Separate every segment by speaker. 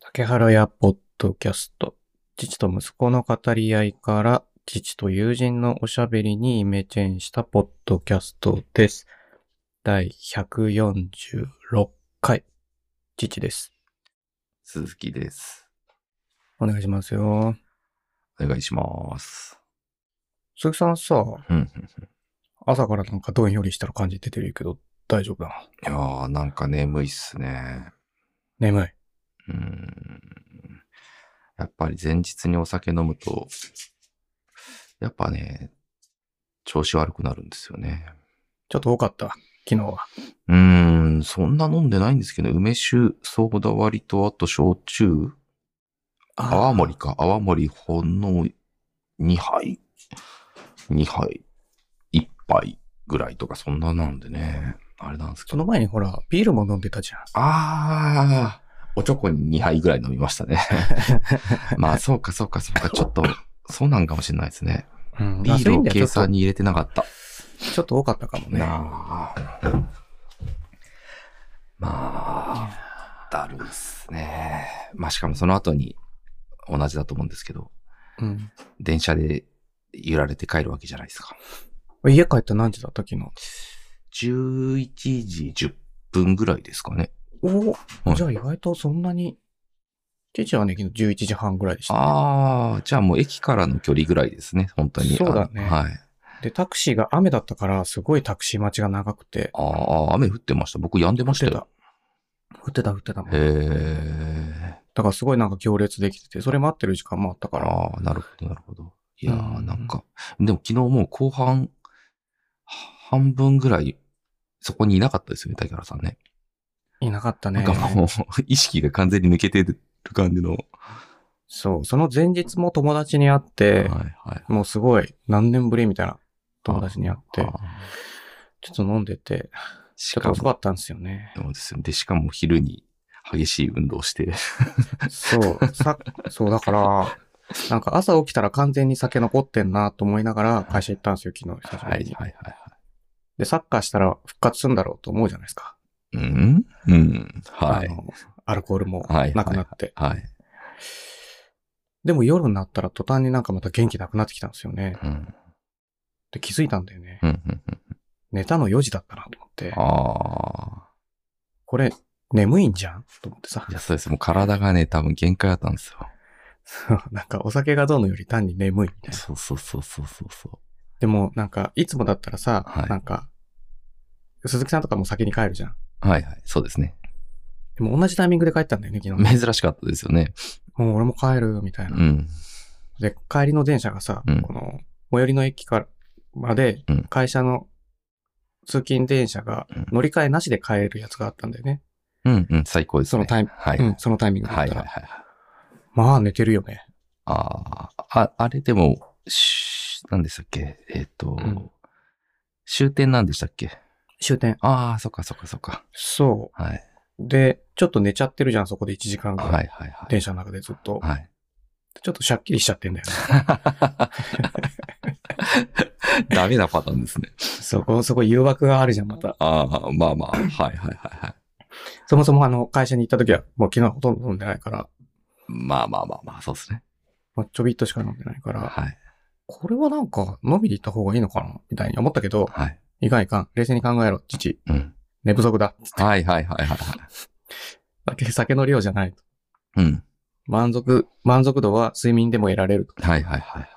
Speaker 1: 竹原屋ポッドキャスト。父と息子の語り合いから、父と友人のおしゃべりにイメチェンしたポッドキャストです。第146回。父です。
Speaker 2: 鈴木です。
Speaker 1: お願いしますよ。
Speaker 2: お願いします。
Speaker 1: 鈴木さんさ、
Speaker 2: うんうん
Speaker 1: 朝からなんかどんよりした感じ出てるけど、大丈夫だな。
Speaker 2: いやー、なんか眠いっすね。
Speaker 1: 眠い。
Speaker 2: うーん。やっぱり前日にお酒飲むと、やっぱね、調子悪くなるんですよね。
Speaker 1: ちょっと多かった。昨日は。
Speaker 2: うーん、そんな飲んでないんですけど、梅酒、ソーダ割りと、あと焼酎泡盛か。泡盛ほんの2杯、2杯、1杯ぐらいとか、そんななんでね。あれなんですけ
Speaker 1: そ。
Speaker 2: ど
Speaker 1: の前にほら、ビールも飲んでたじゃん。
Speaker 2: ああ、おちょこに2杯ぐらい飲み ましたね。まあ、そうか、そうか、そうか、ちょっと、そうなんかもしれないですね。
Speaker 1: うん
Speaker 2: ビールを計
Speaker 1: ちょっ
Speaker 2: 算に入れてなかった。
Speaker 1: とちょっと多かったかもね。
Speaker 2: なあ。まあ、だるいっすね。まあ、しかもその後に、同じだと思うんですけど、
Speaker 1: うん。
Speaker 2: 電車で揺られて帰るわけじゃないですか。
Speaker 1: 家帰った何時だった昨日。
Speaker 2: 11時10分ぐらいですかね。
Speaker 1: お
Speaker 2: はい
Speaker 1: じゃあ意外とそんなに。父はね、昨日11時半ぐらいでした。
Speaker 2: ああ、じゃあもう駅からの距離ぐらいですね、本当に。
Speaker 1: そうだね
Speaker 2: あのはい。
Speaker 1: で、タクシーが雨だったから、すごいタクシー待ちが長くて。
Speaker 2: ああ、雨降ってました。僕、止んでましたよ。。
Speaker 1: 降ってた、降ってたもん。
Speaker 2: へ
Speaker 1: だ
Speaker 2: え。
Speaker 1: からすごいなんか行列できてて、それ待ってる時間もあったから。
Speaker 2: ああ、なるほど、なるほど。いやー、
Speaker 1: うん
Speaker 2: なんか、でも昨日もう後半、半分ぐらい、そこにいなかったですよね、竹原さんね。
Speaker 1: いなかった
Speaker 2: な
Speaker 1: ね
Speaker 2: んか。もう、 意識が完全に抜けてる感じの。はい、
Speaker 1: そう。その前日も友達に会って、
Speaker 2: はい。
Speaker 1: もうすごい何年ぶりみたいな友達に会って
Speaker 2: あ、ー
Speaker 1: ちょっと飲んでて、
Speaker 2: し
Speaker 1: ちょっ
Speaker 2: か
Speaker 1: と遅か
Speaker 2: も、
Speaker 1: ったんですよね。
Speaker 2: そうですよねで、しかも昼に激しい運動して。
Speaker 1: そう。さ、そう、だから、なんか朝起きたら完全に酒残ってんなと思いながら会社行ったんですよ、昨日久し
Speaker 2: は
Speaker 1: ぶ
Speaker 2: い、
Speaker 1: り
Speaker 2: は
Speaker 1: に
Speaker 2: い、。はいはい。
Speaker 1: で、サッカーしたら復活するんだろうと思うじゃないですか。
Speaker 2: うんうん。は
Speaker 1: あ
Speaker 2: い。
Speaker 1: の、アルコールも
Speaker 2: はい
Speaker 1: なくなって。
Speaker 2: はい。
Speaker 1: でも夜になったら途端になんかまた元気なくなってきたんですよね。
Speaker 2: うん。
Speaker 1: で、気づいたんだよね。
Speaker 2: うん、うん、うん。
Speaker 1: 寝たの4時だったなと思って、
Speaker 2: ああ。
Speaker 1: これ、眠いんじゃんと思ってさ
Speaker 2: い。や、そうです。もう体がね、多分限界だったんですよ。
Speaker 1: なんかお酒がどうのより単に眠いみたいな。
Speaker 2: そうそうそうそうそうそう。
Speaker 1: でもなんか、いつもだったらさ、
Speaker 2: はい
Speaker 1: なんか、鈴木さんとかも先に帰るじゃん。
Speaker 2: はいはい、そうですね。
Speaker 1: でも同じタイミングで帰ったんだよね、昨日ね。
Speaker 2: 珍しかったですよね。
Speaker 1: もう俺も帰る、みたいうな。
Speaker 2: ん。
Speaker 1: で、帰りの電車がさ、
Speaker 2: うん
Speaker 1: この、最寄りの駅から、まで
Speaker 2: うん、
Speaker 1: 会社の通勤電車が
Speaker 2: うん
Speaker 1: 乗り換えなしで帰れるやつがあったんだよね。
Speaker 2: うんうん、最高です、ね。
Speaker 1: そのタイム
Speaker 2: はい。
Speaker 1: うん、そのタイミングだ
Speaker 2: は
Speaker 1: っ
Speaker 2: いは
Speaker 1: た
Speaker 2: い
Speaker 1: ら。
Speaker 2: はいはい。
Speaker 1: まあ、寝てるよね。
Speaker 2: あーあ、あれでも、し何でしたっけえっ、と、
Speaker 1: うん
Speaker 2: 終点なんでしたっけ
Speaker 1: 終点。
Speaker 2: ああ、そっかそっかそっか。
Speaker 1: そ
Speaker 2: はい。
Speaker 1: う。で、ちょっと寝ちゃってるじゃん、そこで1時間ぐ
Speaker 2: は
Speaker 1: ら
Speaker 2: い
Speaker 1: い。
Speaker 2: はいはい。
Speaker 1: 電車の中でずっと。
Speaker 2: はい。
Speaker 1: ちょっとシャッキリしちゃってんだよね。
Speaker 2: ダメなパターンですね。
Speaker 1: そこ、そこ誘惑があるじゃん、また。
Speaker 2: ああ、まあまあ、はいはいはいはい。
Speaker 1: そもそもあの、会社に行った時は、もう昨日はほとんど飲んでないから、
Speaker 2: まあまあまあまあ、そうですね。
Speaker 1: もうちょびっとしか飲んでないから、
Speaker 2: はい。
Speaker 1: これはなんか、飲みに行った方がいいのかなみたいに思ったけど、
Speaker 2: はい。
Speaker 1: いかんいかん。冷静に考えろ、父。
Speaker 2: うん。
Speaker 1: 寝不足だ。
Speaker 2: はいはいはいはいはい。
Speaker 1: だけ酒の量じゃないと。
Speaker 2: うん。
Speaker 1: 満足、満足度は睡眠でも得られると。
Speaker 2: はいはいはいはい。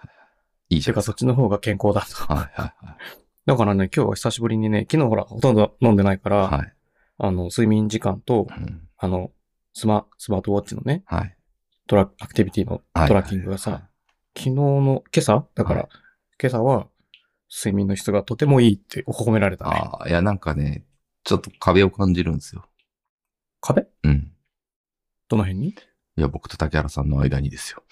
Speaker 2: いいじ
Speaker 1: て
Speaker 2: ゃん。
Speaker 1: か、そっちの方が健康だと。
Speaker 2: はいはい
Speaker 1: だからね、今日は久しぶりにね、昨日ほら、ほとんど飲んでないから、
Speaker 2: はい。はい。
Speaker 1: あの、睡眠時間と、
Speaker 2: うん
Speaker 1: あの、スマ、スマートウォッチのね、
Speaker 2: はい。
Speaker 1: トラ、アクティビティの
Speaker 2: はい
Speaker 1: トラッキングがさ、昨日の、今朝だから、
Speaker 2: は
Speaker 1: 今朝は、睡眠の質がとてもいいって褒められたね。
Speaker 2: ああ、いやなんかね、ちょっと壁を感じるんですよ。
Speaker 1: 壁
Speaker 2: うん。
Speaker 1: どの辺に
Speaker 2: いや、僕と竹原さんの間にですよ。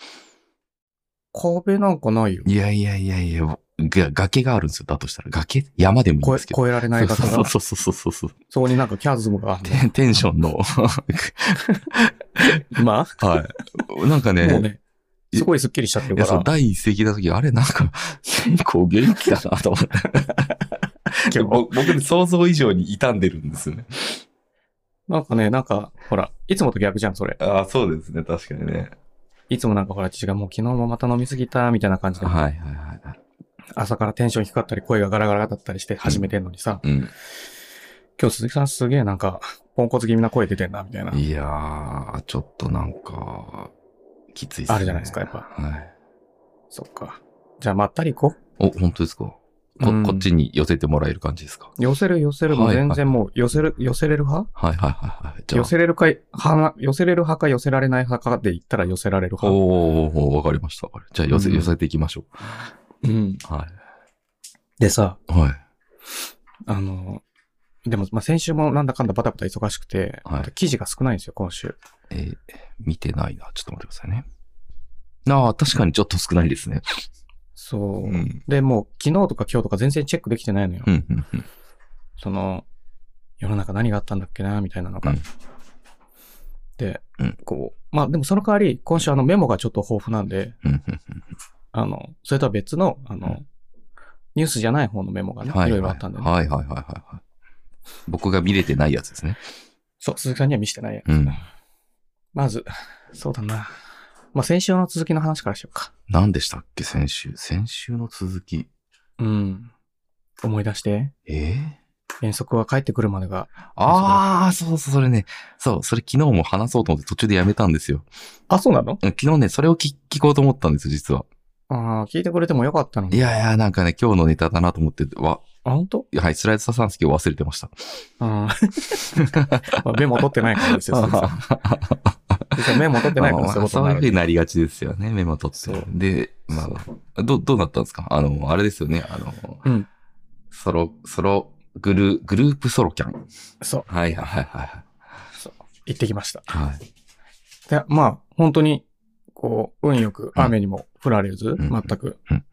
Speaker 1: 壁なんかないよ。
Speaker 2: いやいやいやいや、が崖があるんですよ。だとしたら。崖山でもいいん
Speaker 1: 超え
Speaker 2: ですけど。
Speaker 1: 超えられない方
Speaker 2: そう
Speaker 1: が、
Speaker 2: そうそうそうそうそう。
Speaker 1: そこになんかキャズムがある の
Speaker 2: テンテンションの。
Speaker 1: 今、
Speaker 2: はい。なんかね、
Speaker 1: もうね、すごいスッキリしちゃってる
Speaker 2: い
Speaker 1: か
Speaker 2: や、そ
Speaker 1: ら
Speaker 2: う、、第一声聞いた時、あれな んか、結構元気だなと思って。
Speaker 1: 今日
Speaker 2: 僕僕の想像以上に傷んでるんですよね。
Speaker 1: なんかね、なんか、ほら、いつもと逆じゃん、それ。
Speaker 2: ああ、そうですね。確かにね。
Speaker 1: いつもなんかほら、父がもう昨日もまた飲みすぎた、みたいな感じで、
Speaker 2: はいはいはい。
Speaker 1: 朝からテンション低かったり、声がガラガラだったりして始めてんのにさ、
Speaker 2: うん。
Speaker 1: 今日鈴木さんすげえなんか、ポンコツ気味な声出てんな、みたいな。
Speaker 2: いやー、ちょっとなんか、きついっすね。
Speaker 1: あるじゃないですかやっぱ
Speaker 2: はい。
Speaker 1: そっか。じゃあ、まったり行こう。
Speaker 2: お、本当ですかこ、
Speaker 1: うん
Speaker 2: こっちに寄せてもらえる感じですか
Speaker 1: 寄せる寄せる、もう
Speaker 2: はいはい
Speaker 1: 全然もう、寄せる、寄せれる派
Speaker 2: はいはいはいはい。じゃ
Speaker 1: 寄
Speaker 2: あ。
Speaker 1: せれるか、派な、寄せれる派か寄せられない派かで言ったら寄せられる
Speaker 2: おー
Speaker 1: 派。
Speaker 2: おーおーわかりました。わかりじゃあ寄せ、
Speaker 1: うん
Speaker 2: 寄せていきましょ
Speaker 1: うん。
Speaker 2: う。は
Speaker 1: でさ、
Speaker 2: い。はい。
Speaker 1: あの、でも、まあ、先週もなんだかんだバタバタ忙しくて、
Speaker 2: はい
Speaker 1: あと記事が少ないんですよ、今週。
Speaker 2: えー見てないな。ちょっと待ってくださいね。ああ、確かにちょっと少ないですね。
Speaker 1: そう。
Speaker 2: ん。
Speaker 1: で、もう、昨日とか今日とか全然チェックできてないのよ。
Speaker 2: うん、うん、うん。
Speaker 1: その、世の中何があったんだっけな、みたいなのが。
Speaker 2: うん
Speaker 1: で、
Speaker 2: うん
Speaker 1: こう、まあ、でもその代わり、今週あのメモがちょっと豊富なんで、
Speaker 2: うんうん
Speaker 1: あの、それとは別の、あの、
Speaker 2: うん
Speaker 1: ニュースじゃない方のメモが
Speaker 2: うん
Speaker 1: ね、、
Speaker 2: はいい
Speaker 1: ろいろあったんでね。
Speaker 2: はいはいはいはいはい。僕が見れてないやつですね。
Speaker 1: そう、鈴木さんには見せてないやつ。
Speaker 2: うん。
Speaker 1: まず、そうだな。まあ、先週の続きの話からしようか。
Speaker 2: 何でしたっけ、先週。先週の続き。
Speaker 1: うん。思い出して。
Speaker 2: えー、
Speaker 1: 遠足は帰ってくるまでが。
Speaker 2: ああ、そうそう、それね。そう、それ昨日も話そうと思って途中でやめたんですよ。
Speaker 1: あ、そうなの
Speaker 2: うん昨日ね、それを聞聞こうと思ったんですよ、実は。
Speaker 1: ああ、聞いてくれてもよかったの
Speaker 2: い
Speaker 1: に。
Speaker 2: やいや、なんかね、今日のネタだなと思って、わ、
Speaker 1: あ、本当？
Speaker 2: はい、スライドささんすけを忘れてました。
Speaker 1: うん。まあ、メモ取ってないからですよ、鈴木さん実際メモ取ってないからそういうことに
Speaker 2: そう
Speaker 1: な
Speaker 2: いうふう
Speaker 1: る。
Speaker 2: になりがちですよね、メモ取って
Speaker 1: そう。
Speaker 2: で、まあ、ど、どうなったんですかあの、あれですよね、あの、
Speaker 1: うん
Speaker 2: ソロ、ソロ、グル、グループソロキャン。
Speaker 1: そう、
Speaker 2: はいはいはいはい。
Speaker 1: 行ってきました。
Speaker 2: はい。
Speaker 1: で、まあ、本当に、こう、運よく雨にも降られず、
Speaker 2: ん
Speaker 1: 全く。
Speaker 2: うん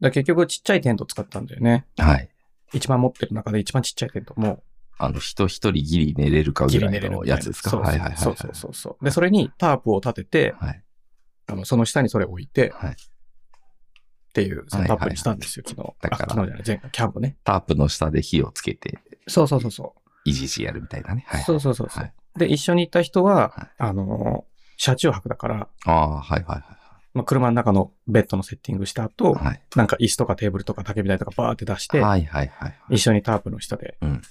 Speaker 1: で結局、ちっちゃいテント使ったんだよね。
Speaker 2: はい。
Speaker 1: 一番持ってる中で一番ちっちゃいテント。も
Speaker 2: あの、人一人ギリ寝れるか
Speaker 1: う、ギ
Speaker 2: ぐ
Speaker 1: リ
Speaker 2: ら
Speaker 1: 寝
Speaker 2: い
Speaker 1: れるみ
Speaker 2: の
Speaker 1: たいな
Speaker 2: やつですか
Speaker 1: そうそう
Speaker 2: はいはいはいはい。
Speaker 1: そうそうそうそう。で、それにタープを立てて、
Speaker 2: はい。
Speaker 1: あのその下にそれを置いて、
Speaker 2: はい。
Speaker 1: っていうセットアップにしたんですよ、
Speaker 2: だ
Speaker 1: 昨日。
Speaker 2: から
Speaker 1: あ昨日じゃない、前回、キャンプね。
Speaker 2: タープの下で火をつけて、
Speaker 1: そうそうそうそ
Speaker 2: いじいじやるみたいなね。はい。
Speaker 1: そうそうそうそう
Speaker 2: はい。
Speaker 1: う。で、一緒に行った人は、
Speaker 2: はい
Speaker 1: あのー車中泊だから、
Speaker 2: ああ、はいはいは
Speaker 1: まあ、車の中のベッドのセッティングした後、
Speaker 2: いはい。
Speaker 1: なんか椅子とかテーブルとか竹火台とかバーって出して、
Speaker 2: はいはいはいはい。
Speaker 1: 一緒にタープの下で
Speaker 2: うん、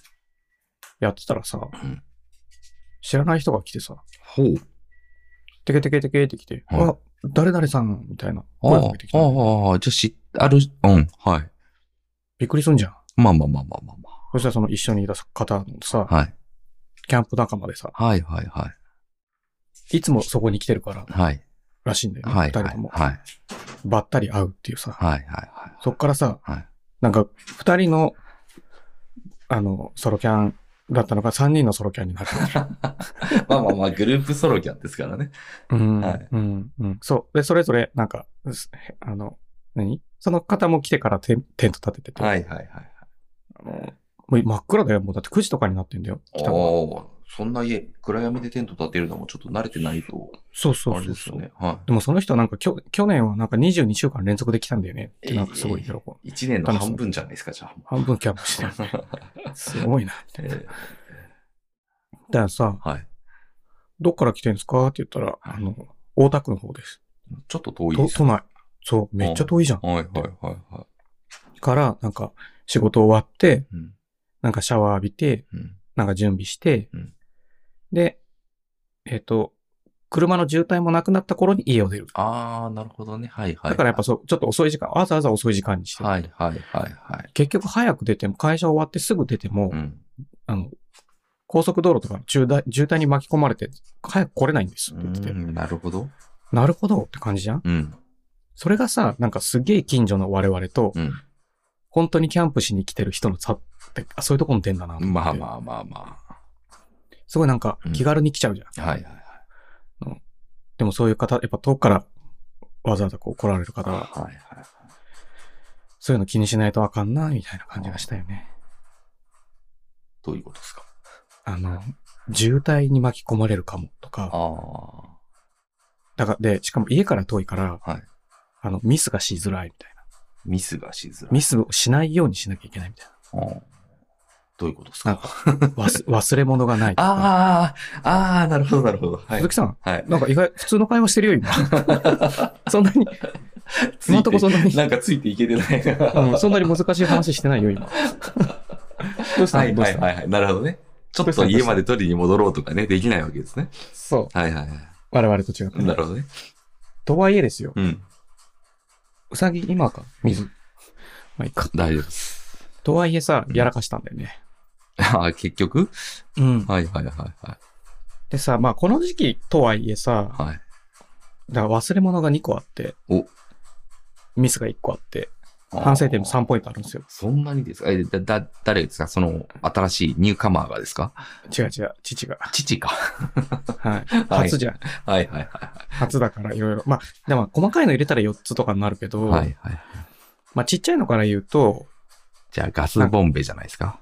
Speaker 1: やってたらさ、
Speaker 2: ん
Speaker 1: 知らない人が来てさ、
Speaker 2: ほう。
Speaker 1: テケテケテケって来て、
Speaker 2: はい
Speaker 1: あ、誰々さん、みたいな声
Speaker 2: あ
Speaker 1: か
Speaker 2: あ
Speaker 1: けてき、たの。
Speaker 2: ああ、じゃあ知っある、うん、はい。
Speaker 1: びっくりすんじゃん。
Speaker 2: まあまあまあまあまあま
Speaker 1: そしたらその一緒にいた方のさ、
Speaker 2: あ。はい。
Speaker 1: キャンプ仲間でさ、
Speaker 2: はいはいはい。
Speaker 1: いつもそこに来てるから
Speaker 2: はい。
Speaker 1: らしいんだよね、
Speaker 2: はい。
Speaker 1: 二
Speaker 2: はい
Speaker 1: 人とも。
Speaker 2: はい。
Speaker 1: ばったり会うっていうさ、
Speaker 2: はいはいはい。
Speaker 1: そっからさ、
Speaker 2: はい
Speaker 1: なんか二人の、あの、ソロキャンだったのが三人のソロキャンになる。
Speaker 2: まあまあまあ、グループソロキャンですからね。
Speaker 1: うん、
Speaker 2: はい
Speaker 1: うん、うん。そう。で、それぞれ、なんか、すあの、何その方も来てからテンテント立ててて、
Speaker 2: はいはいはいはい。
Speaker 1: あのもう真っ暗だよ。もうだって9時とかになってんだよ。来たのが
Speaker 2: おーそんな家、暗闇でテント建てるのもちょっと慣れてないと、
Speaker 1: そうそう
Speaker 2: あれ
Speaker 1: そう
Speaker 2: です
Speaker 1: そう
Speaker 2: よね。は
Speaker 1: でもその人なんかきょ去年はなんか22週間連続で来たんだよねってなんかすごい喜ぶ。
Speaker 2: い。一年の半分じゃないですか、じゃ
Speaker 1: 半分キャンプ してる。すごいな。
Speaker 2: あ。え
Speaker 1: だからさ、
Speaker 2: ーはい。
Speaker 1: どっから来てんですかって言ったら、あの、大田区の方です。
Speaker 2: ちょっと遠い
Speaker 1: と
Speaker 2: です
Speaker 1: 都
Speaker 2: ね。
Speaker 1: 内。そう、めっちゃ遠いじゃん。
Speaker 2: はいはいはいはい。
Speaker 1: から、なんか、仕事終わって、
Speaker 2: うん。
Speaker 1: なんかシャワー浴びて、
Speaker 2: うん。
Speaker 1: なんか準備して、
Speaker 2: うん
Speaker 1: で、えっ、と、車の渋滞もなくなった頃に家を出る。
Speaker 2: ああ、なるほどね。はいはい。
Speaker 1: だからやっぱそう、ちょっと遅い時間、わざわざ遅い時間にして、
Speaker 2: はいはいはいはい。
Speaker 1: 結局早く出ても、会社終わってすぐ出ても、
Speaker 2: うん。
Speaker 1: あの、高速道路とかの渋滞渋滞に巻き込まれて、早く来れないんですって言ってて、
Speaker 2: うんなるほど。
Speaker 1: なるほどって感じじゃん
Speaker 2: うん。
Speaker 1: それがさ、なんかすげえ近所の我々と、
Speaker 2: うん。
Speaker 1: 本当にキャンプしに来てる人の差って、あそういうとこに出んだなと思って。
Speaker 2: まあまあまあま
Speaker 1: すごいなんか気軽に来ちゃうじゃん。
Speaker 2: あ。はいはいはい。
Speaker 1: でもそういう方、やっぱ遠くからわざわざこう来られる方は、
Speaker 2: はいはい。
Speaker 1: そういうの気にしないとあかんな、みたいな感じがしたよね。
Speaker 2: どういうことですか
Speaker 1: あの、渋滞に巻き込まれるかもと
Speaker 2: あ
Speaker 1: か、
Speaker 2: あ。
Speaker 1: だから、で、しかも家から遠いから、
Speaker 2: はい。
Speaker 1: あの、ミスがしづらいみたいな。
Speaker 2: ミスがしづらい。
Speaker 1: ミスをしないようにしなきゃいけないみたいな。
Speaker 2: あーどういうことです
Speaker 1: なん
Speaker 2: か
Speaker 1: か忘 忘れ物がないとか。
Speaker 2: ああ、ああ、なるほど、なるほど。は
Speaker 1: 鈴木さん、
Speaker 2: はい。
Speaker 1: なんか意外、普通の会話してるよ、今。 そんなに、
Speaker 2: つ
Speaker 1: 今
Speaker 2: い
Speaker 1: んとこそんなに、
Speaker 2: なんかついていけてないな。
Speaker 1: うん、そんなに難しい話してないよ、今。どうしたの
Speaker 2: はい
Speaker 1: どう
Speaker 2: は
Speaker 1: し
Speaker 2: い
Speaker 1: たの
Speaker 2: はいはい。なるほどね。ちょっと家まで取りに戻ろうとかね、できないわけですね。
Speaker 1: そう。
Speaker 2: はいはいは
Speaker 1: 我々と違って
Speaker 2: い。な
Speaker 1: ね。
Speaker 2: るほどね。
Speaker 1: とはいえですよ。
Speaker 2: うん。
Speaker 1: うさぎ、今か水。まあ、いいか。
Speaker 2: 大丈夫です。
Speaker 1: とはいえさ、
Speaker 2: うん
Speaker 1: やらかしたんだよね。
Speaker 2: ああ、結局
Speaker 1: うん。
Speaker 2: はいはいはいはい。
Speaker 1: でさ、まあ、この時期とはいえさ、
Speaker 2: はい。
Speaker 1: だから忘れ物が2個あって、
Speaker 2: お
Speaker 1: ミスが1個あって、反省点も
Speaker 2: あー
Speaker 1: 3ポイントあるんですよ。
Speaker 2: そんなにですかえ、だ、だ、誰ですかその、新しいニューカマーがですか
Speaker 1: 違う違う、父が。
Speaker 2: 父か。
Speaker 1: はい。 初じゃん。
Speaker 2: はいはいは
Speaker 1: 初だからいろいろ。まあ、でも細かいの入れたら4つとかになるけど、
Speaker 2: い。はいはい。
Speaker 1: まあ、ちっちゃいのから言うと、
Speaker 2: じゃあ、ガスボンベじゃないですか。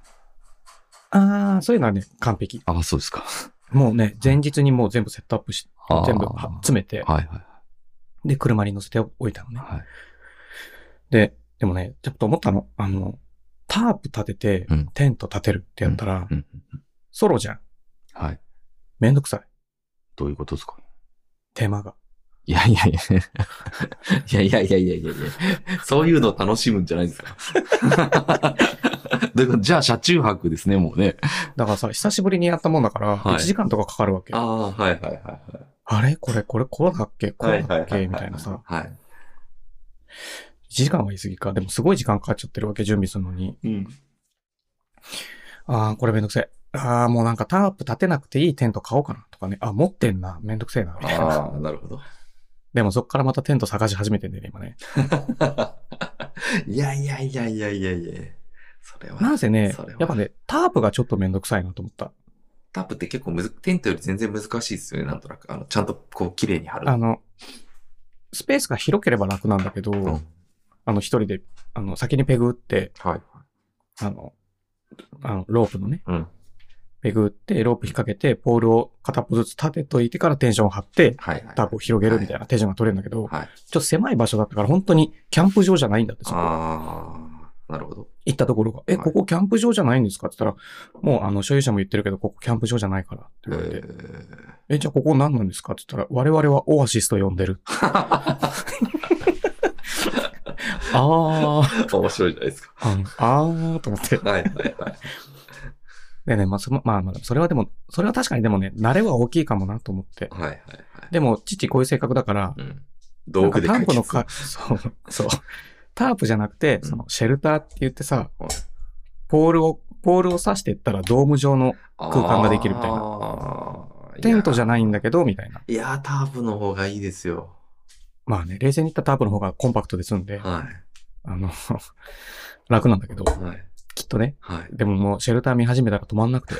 Speaker 1: あー、そういうのはね、完璧。
Speaker 2: ああ、そうですか。
Speaker 1: もうね、前日にもう全部セットアップし
Speaker 2: あー、
Speaker 1: 全部は
Speaker 2: は
Speaker 1: 詰めて
Speaker 2: い、はいは
Speaker 1: で、車に乗せておいたの
Speaker 2: い。
Speaker 1: ね。
Speaker 2: はい。
Speaker 1: で、でもね、ちょっと思ったの。あの、タープ立てて
Speaker 2: うん、
Speaker 1: テント立てるってやったら、
Speaker 2: うん。
Speaker 1: ソロじゃん。
Speaker 2: はい。
Speaker 1: めんどくさい。
Speaker 2: どういうことですか
Speaker 1: 手間が。
Speaker 2: いやいやいや。いやいやいやいやいやいや。そういうの楽しむんじゃないですか。 だからじゃあ、車中泊ですね、もうね。
Speaker 1: だからさ、久しぶりにやったもんだから、
Speaker 2: はい
Speaker 1: 1時間とかかかるわけ。
Speaker 2: ああ、はいはいはい。
Speaker 1: あれこれ、これ、こうだっけこ
Speaker 2: は
Speaker 1: う
Speaker 2: い
Speaker 1: だっけみたいなさ。
Speaker 2: はい。
Speaker 1: 1時間は言い過ぎか。でもすごい時間かかっちゃってるわけ、準備するのに。
Speaker 2: うん。
Speaker 1: あー、これめんどくせえ。あー、もうなんかタープ立てなくていいテント買おうかな。とかね。あ、持ってんな。めんどくせえな。みたいな。
Speaker 2: ああ、なるほど。
Speaker 1: でもそっからまたテント探し始めてんだよね、今ね。
Speaker 2: いやいやいやいやいやいやそれは。
Speaker 1: なんせね
Speaker 2: それ、は
Speaker 1: やっぱね、タープがちょっとめんどくさいなと思った。
Speaker 2: タップって結構むず、テントより全然難しいですよね、なんとなく。あの、ちゃんとこう、綺麗に貼る。
Speaker 1: あの、スペースが広ければ楽なんだけど、
Speaker 2: ん
Speaker 1: あの、一人で、あの、先にペグ打って、
Speaker 2: はい。
Speaker 1: あの、あの、ロープのね、
Speaker 2: うん。
Speaker 1: ペグ打って、ロープ引っ掛けて、ポールを片っぽずつ立てといてからテンション張って、
Speaker 2: はいはい。
Speaker 1: タープを広げるみたいな手順が取れるんだけど、ちょ
Speaker 2: はい。
Speaker 1: っと狭い場所だったから本当にキャンプ場じゃないんだって、そこ
Speaker 2: ああ、なるほど。
Speaker 1: 行ったところが、え、
Speaker 2: はい
Speaker 1: ここキャンプ場じゃないんですかって言ったら、もうあの、所有者も言ってるけど、ここキャンプ場じゃないからって
Speaker 2: え
Speaker 1: 言われて、
Speaker 2: ー
Speaker 1: え、じゃあここ何なんですかって言ったら、我々はオアシスと呼んでる。あー、
Speaker 2: 面白いじゃないですか。
Speaker 1: あのあーと思って。
Speaker 2: はいはいはい。
Speaker 1: でね、まあ、そまあまあ、それはでも、それは確かにでもね、慣れは大きいかもなと思って。
Speaker 2: はいはいはい。
Speaker 1: でも、父こういう性格だから、
Speaker 2: うん。
Speaker 1: な
Speaker 2: 道
Speaker 1: んか
Speaker 2: 具で
Speaker 1: タープの
Speaker 2: 解
Speaker 1: か、 そう、そう。タープじゃなくて、
Speaker 2: うん
Speaker 1: その、シェルターって言ってさ
Speaker 2: うん、
Speaker 1: ポールを、ポールを刺していったらドーム状の
Speaker 2: 決
Speaker 1: 空間ができるみたいな
Speaker 2: な。
Speaker 1: テントじゃ
Speaker 2: い
Speaker 1: ないんだけど、みたいな。
Speaker 2: や。いやー、タープの方がいいですよ。
Speaker 1: まあね、冷静に言ったらタープの方がコンパクトで済んで、
Speaker 2: は
Speaker 1: あの、 楽なんだけど、
Speaker 2: い。はい。
Speaker 1: きっとね。
Speaker 2: はい。
Speaker 1: でももうシェルター見始めたら止まんなくて。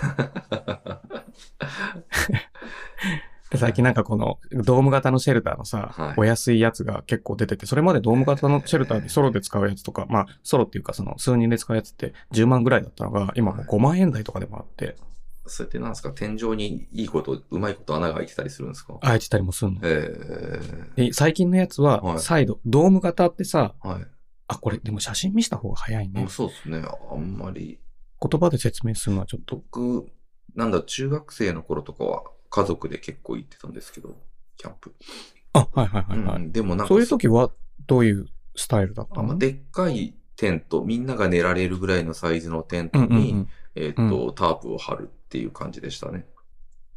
Speaker 1: で最近なんかこのドーム型のシェルターのさ、
Speaker 2: はい
Speaker 1: お安いやつが結構出てて、それまでドーム型のシェルターでソロで使うやつとか、まあソロっていうかその数人で使うやつって10万ぐらいだったのが、今もう5万円台とかでもあって、
Speaker 2: それってなんですか天井にいいこと、うまいこと穴が開いてたりするんですか
Speaker 1: 空いてたりもするの。
Speaker 2: ええ
Speaker 1: で、最近のやつ
Speaker 2: は
Speaker 1: はい再度、ドーム型ってさ、
Speaker 2: はい。
Speaker 1: あ、これでも写真見せた方が早いね
Speaker 2: あ。そうですね。あんまり。
Speaker 1: 言葉で説明するのはちょっと、
Speaker 2: 僕、なんだ、中学生の頃とかは家族で結構行ってたんですけど、キャンプ。
Speaker 1: あ、はいはいはいはい。
Speaker 2: うんでもなんか、
Speaker 1: そういう時はどういうスタイルだった
Speaker 2: あま
Speaker 1: の
Speaker 2: あ、でっかいテント、みんなが寝られるぐらいのサイズのテン
Speaker 1: う
Speaker 2: ト
Speaker 1: ん
Speaker 2: に、
Speaker 1: うんうん。
Speaker 2: えーっ、と、タープを張るっていう感じでしたね。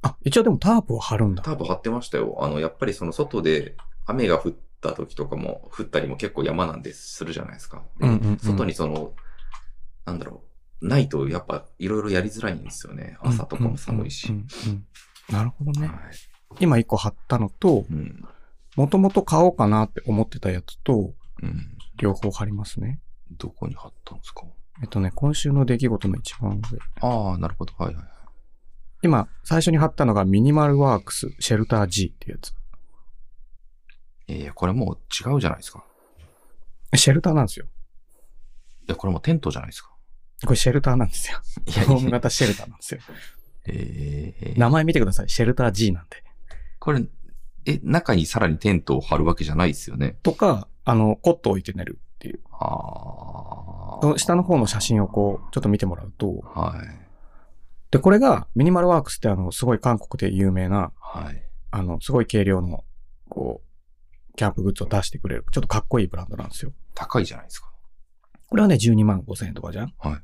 Speaker 1: あ、一応でもタープを張るんだ。
Speaker 2: タープ張ってましたよ。あの、やっぱりその外で雨が降った時とかも、降ったりも結構山なんでするじゃないですか。で
Speaker 1: うんうんうん
Speaker 2: 外にその、なんだろう、ないとやっぱいろいろやりづらいんですよね。朝とかも寒いし。
Speaker 1: うんうんうんうんなるほどね。
Speaker 2: はい
Speaker 1: 今一個貼ったのと、
Speaker 2: うん
Speaker 1: もともと買おうかなって思ってたやつと、
Speaker 2: うん
Speaker 1: 両方貼りますね。
Speaker 2: どこに貼ったんですか
Speaker 1: えっとね、今週の出来事の一番上。
Speaker 2: ああ、なるほど。はいはい。
Speaker 1: 今、最初に貼ったのがミニマルワークスシェルター G っていうやつ。
Speaker 2: ええこれもう違うじゃないですか。
Speaker 1: シェルターなんですよ。
Speaker 2: いや、これもうテントじゃないですか。
Speaker 1: これシェルターなんですよ。
Speaker 2: い
Speaker 1: ホーム型シェルターなんですよ。
Speaker 2: ええ
Speaker 1: 名前見てください。シェルター G なんで。
Speaker 2: これ、え、中にさらにテントを張るわけじゃないですよね。
Speaker 1: とか、あの、コット置いて寝るっていう。
Speaker 2: ああ。
Speaker 1: の下の方の写真をこう、ちょっと見てもらうと、
Speaker 2: はい。
Speaker 1: で、これが、ミニマルワークスってあの、すごい韓国で有名な、
Speaker 2: はい。
Speaker 1: あの、すごい軽量の、こう、キャンプグッズを出してくれる、ちょっとかっこいいブランドなんですよ。
Speaker 2: 高いじゃないですか。
Speaker 1: これはね、12万5千円とかじゃん
Speaker 2: はい。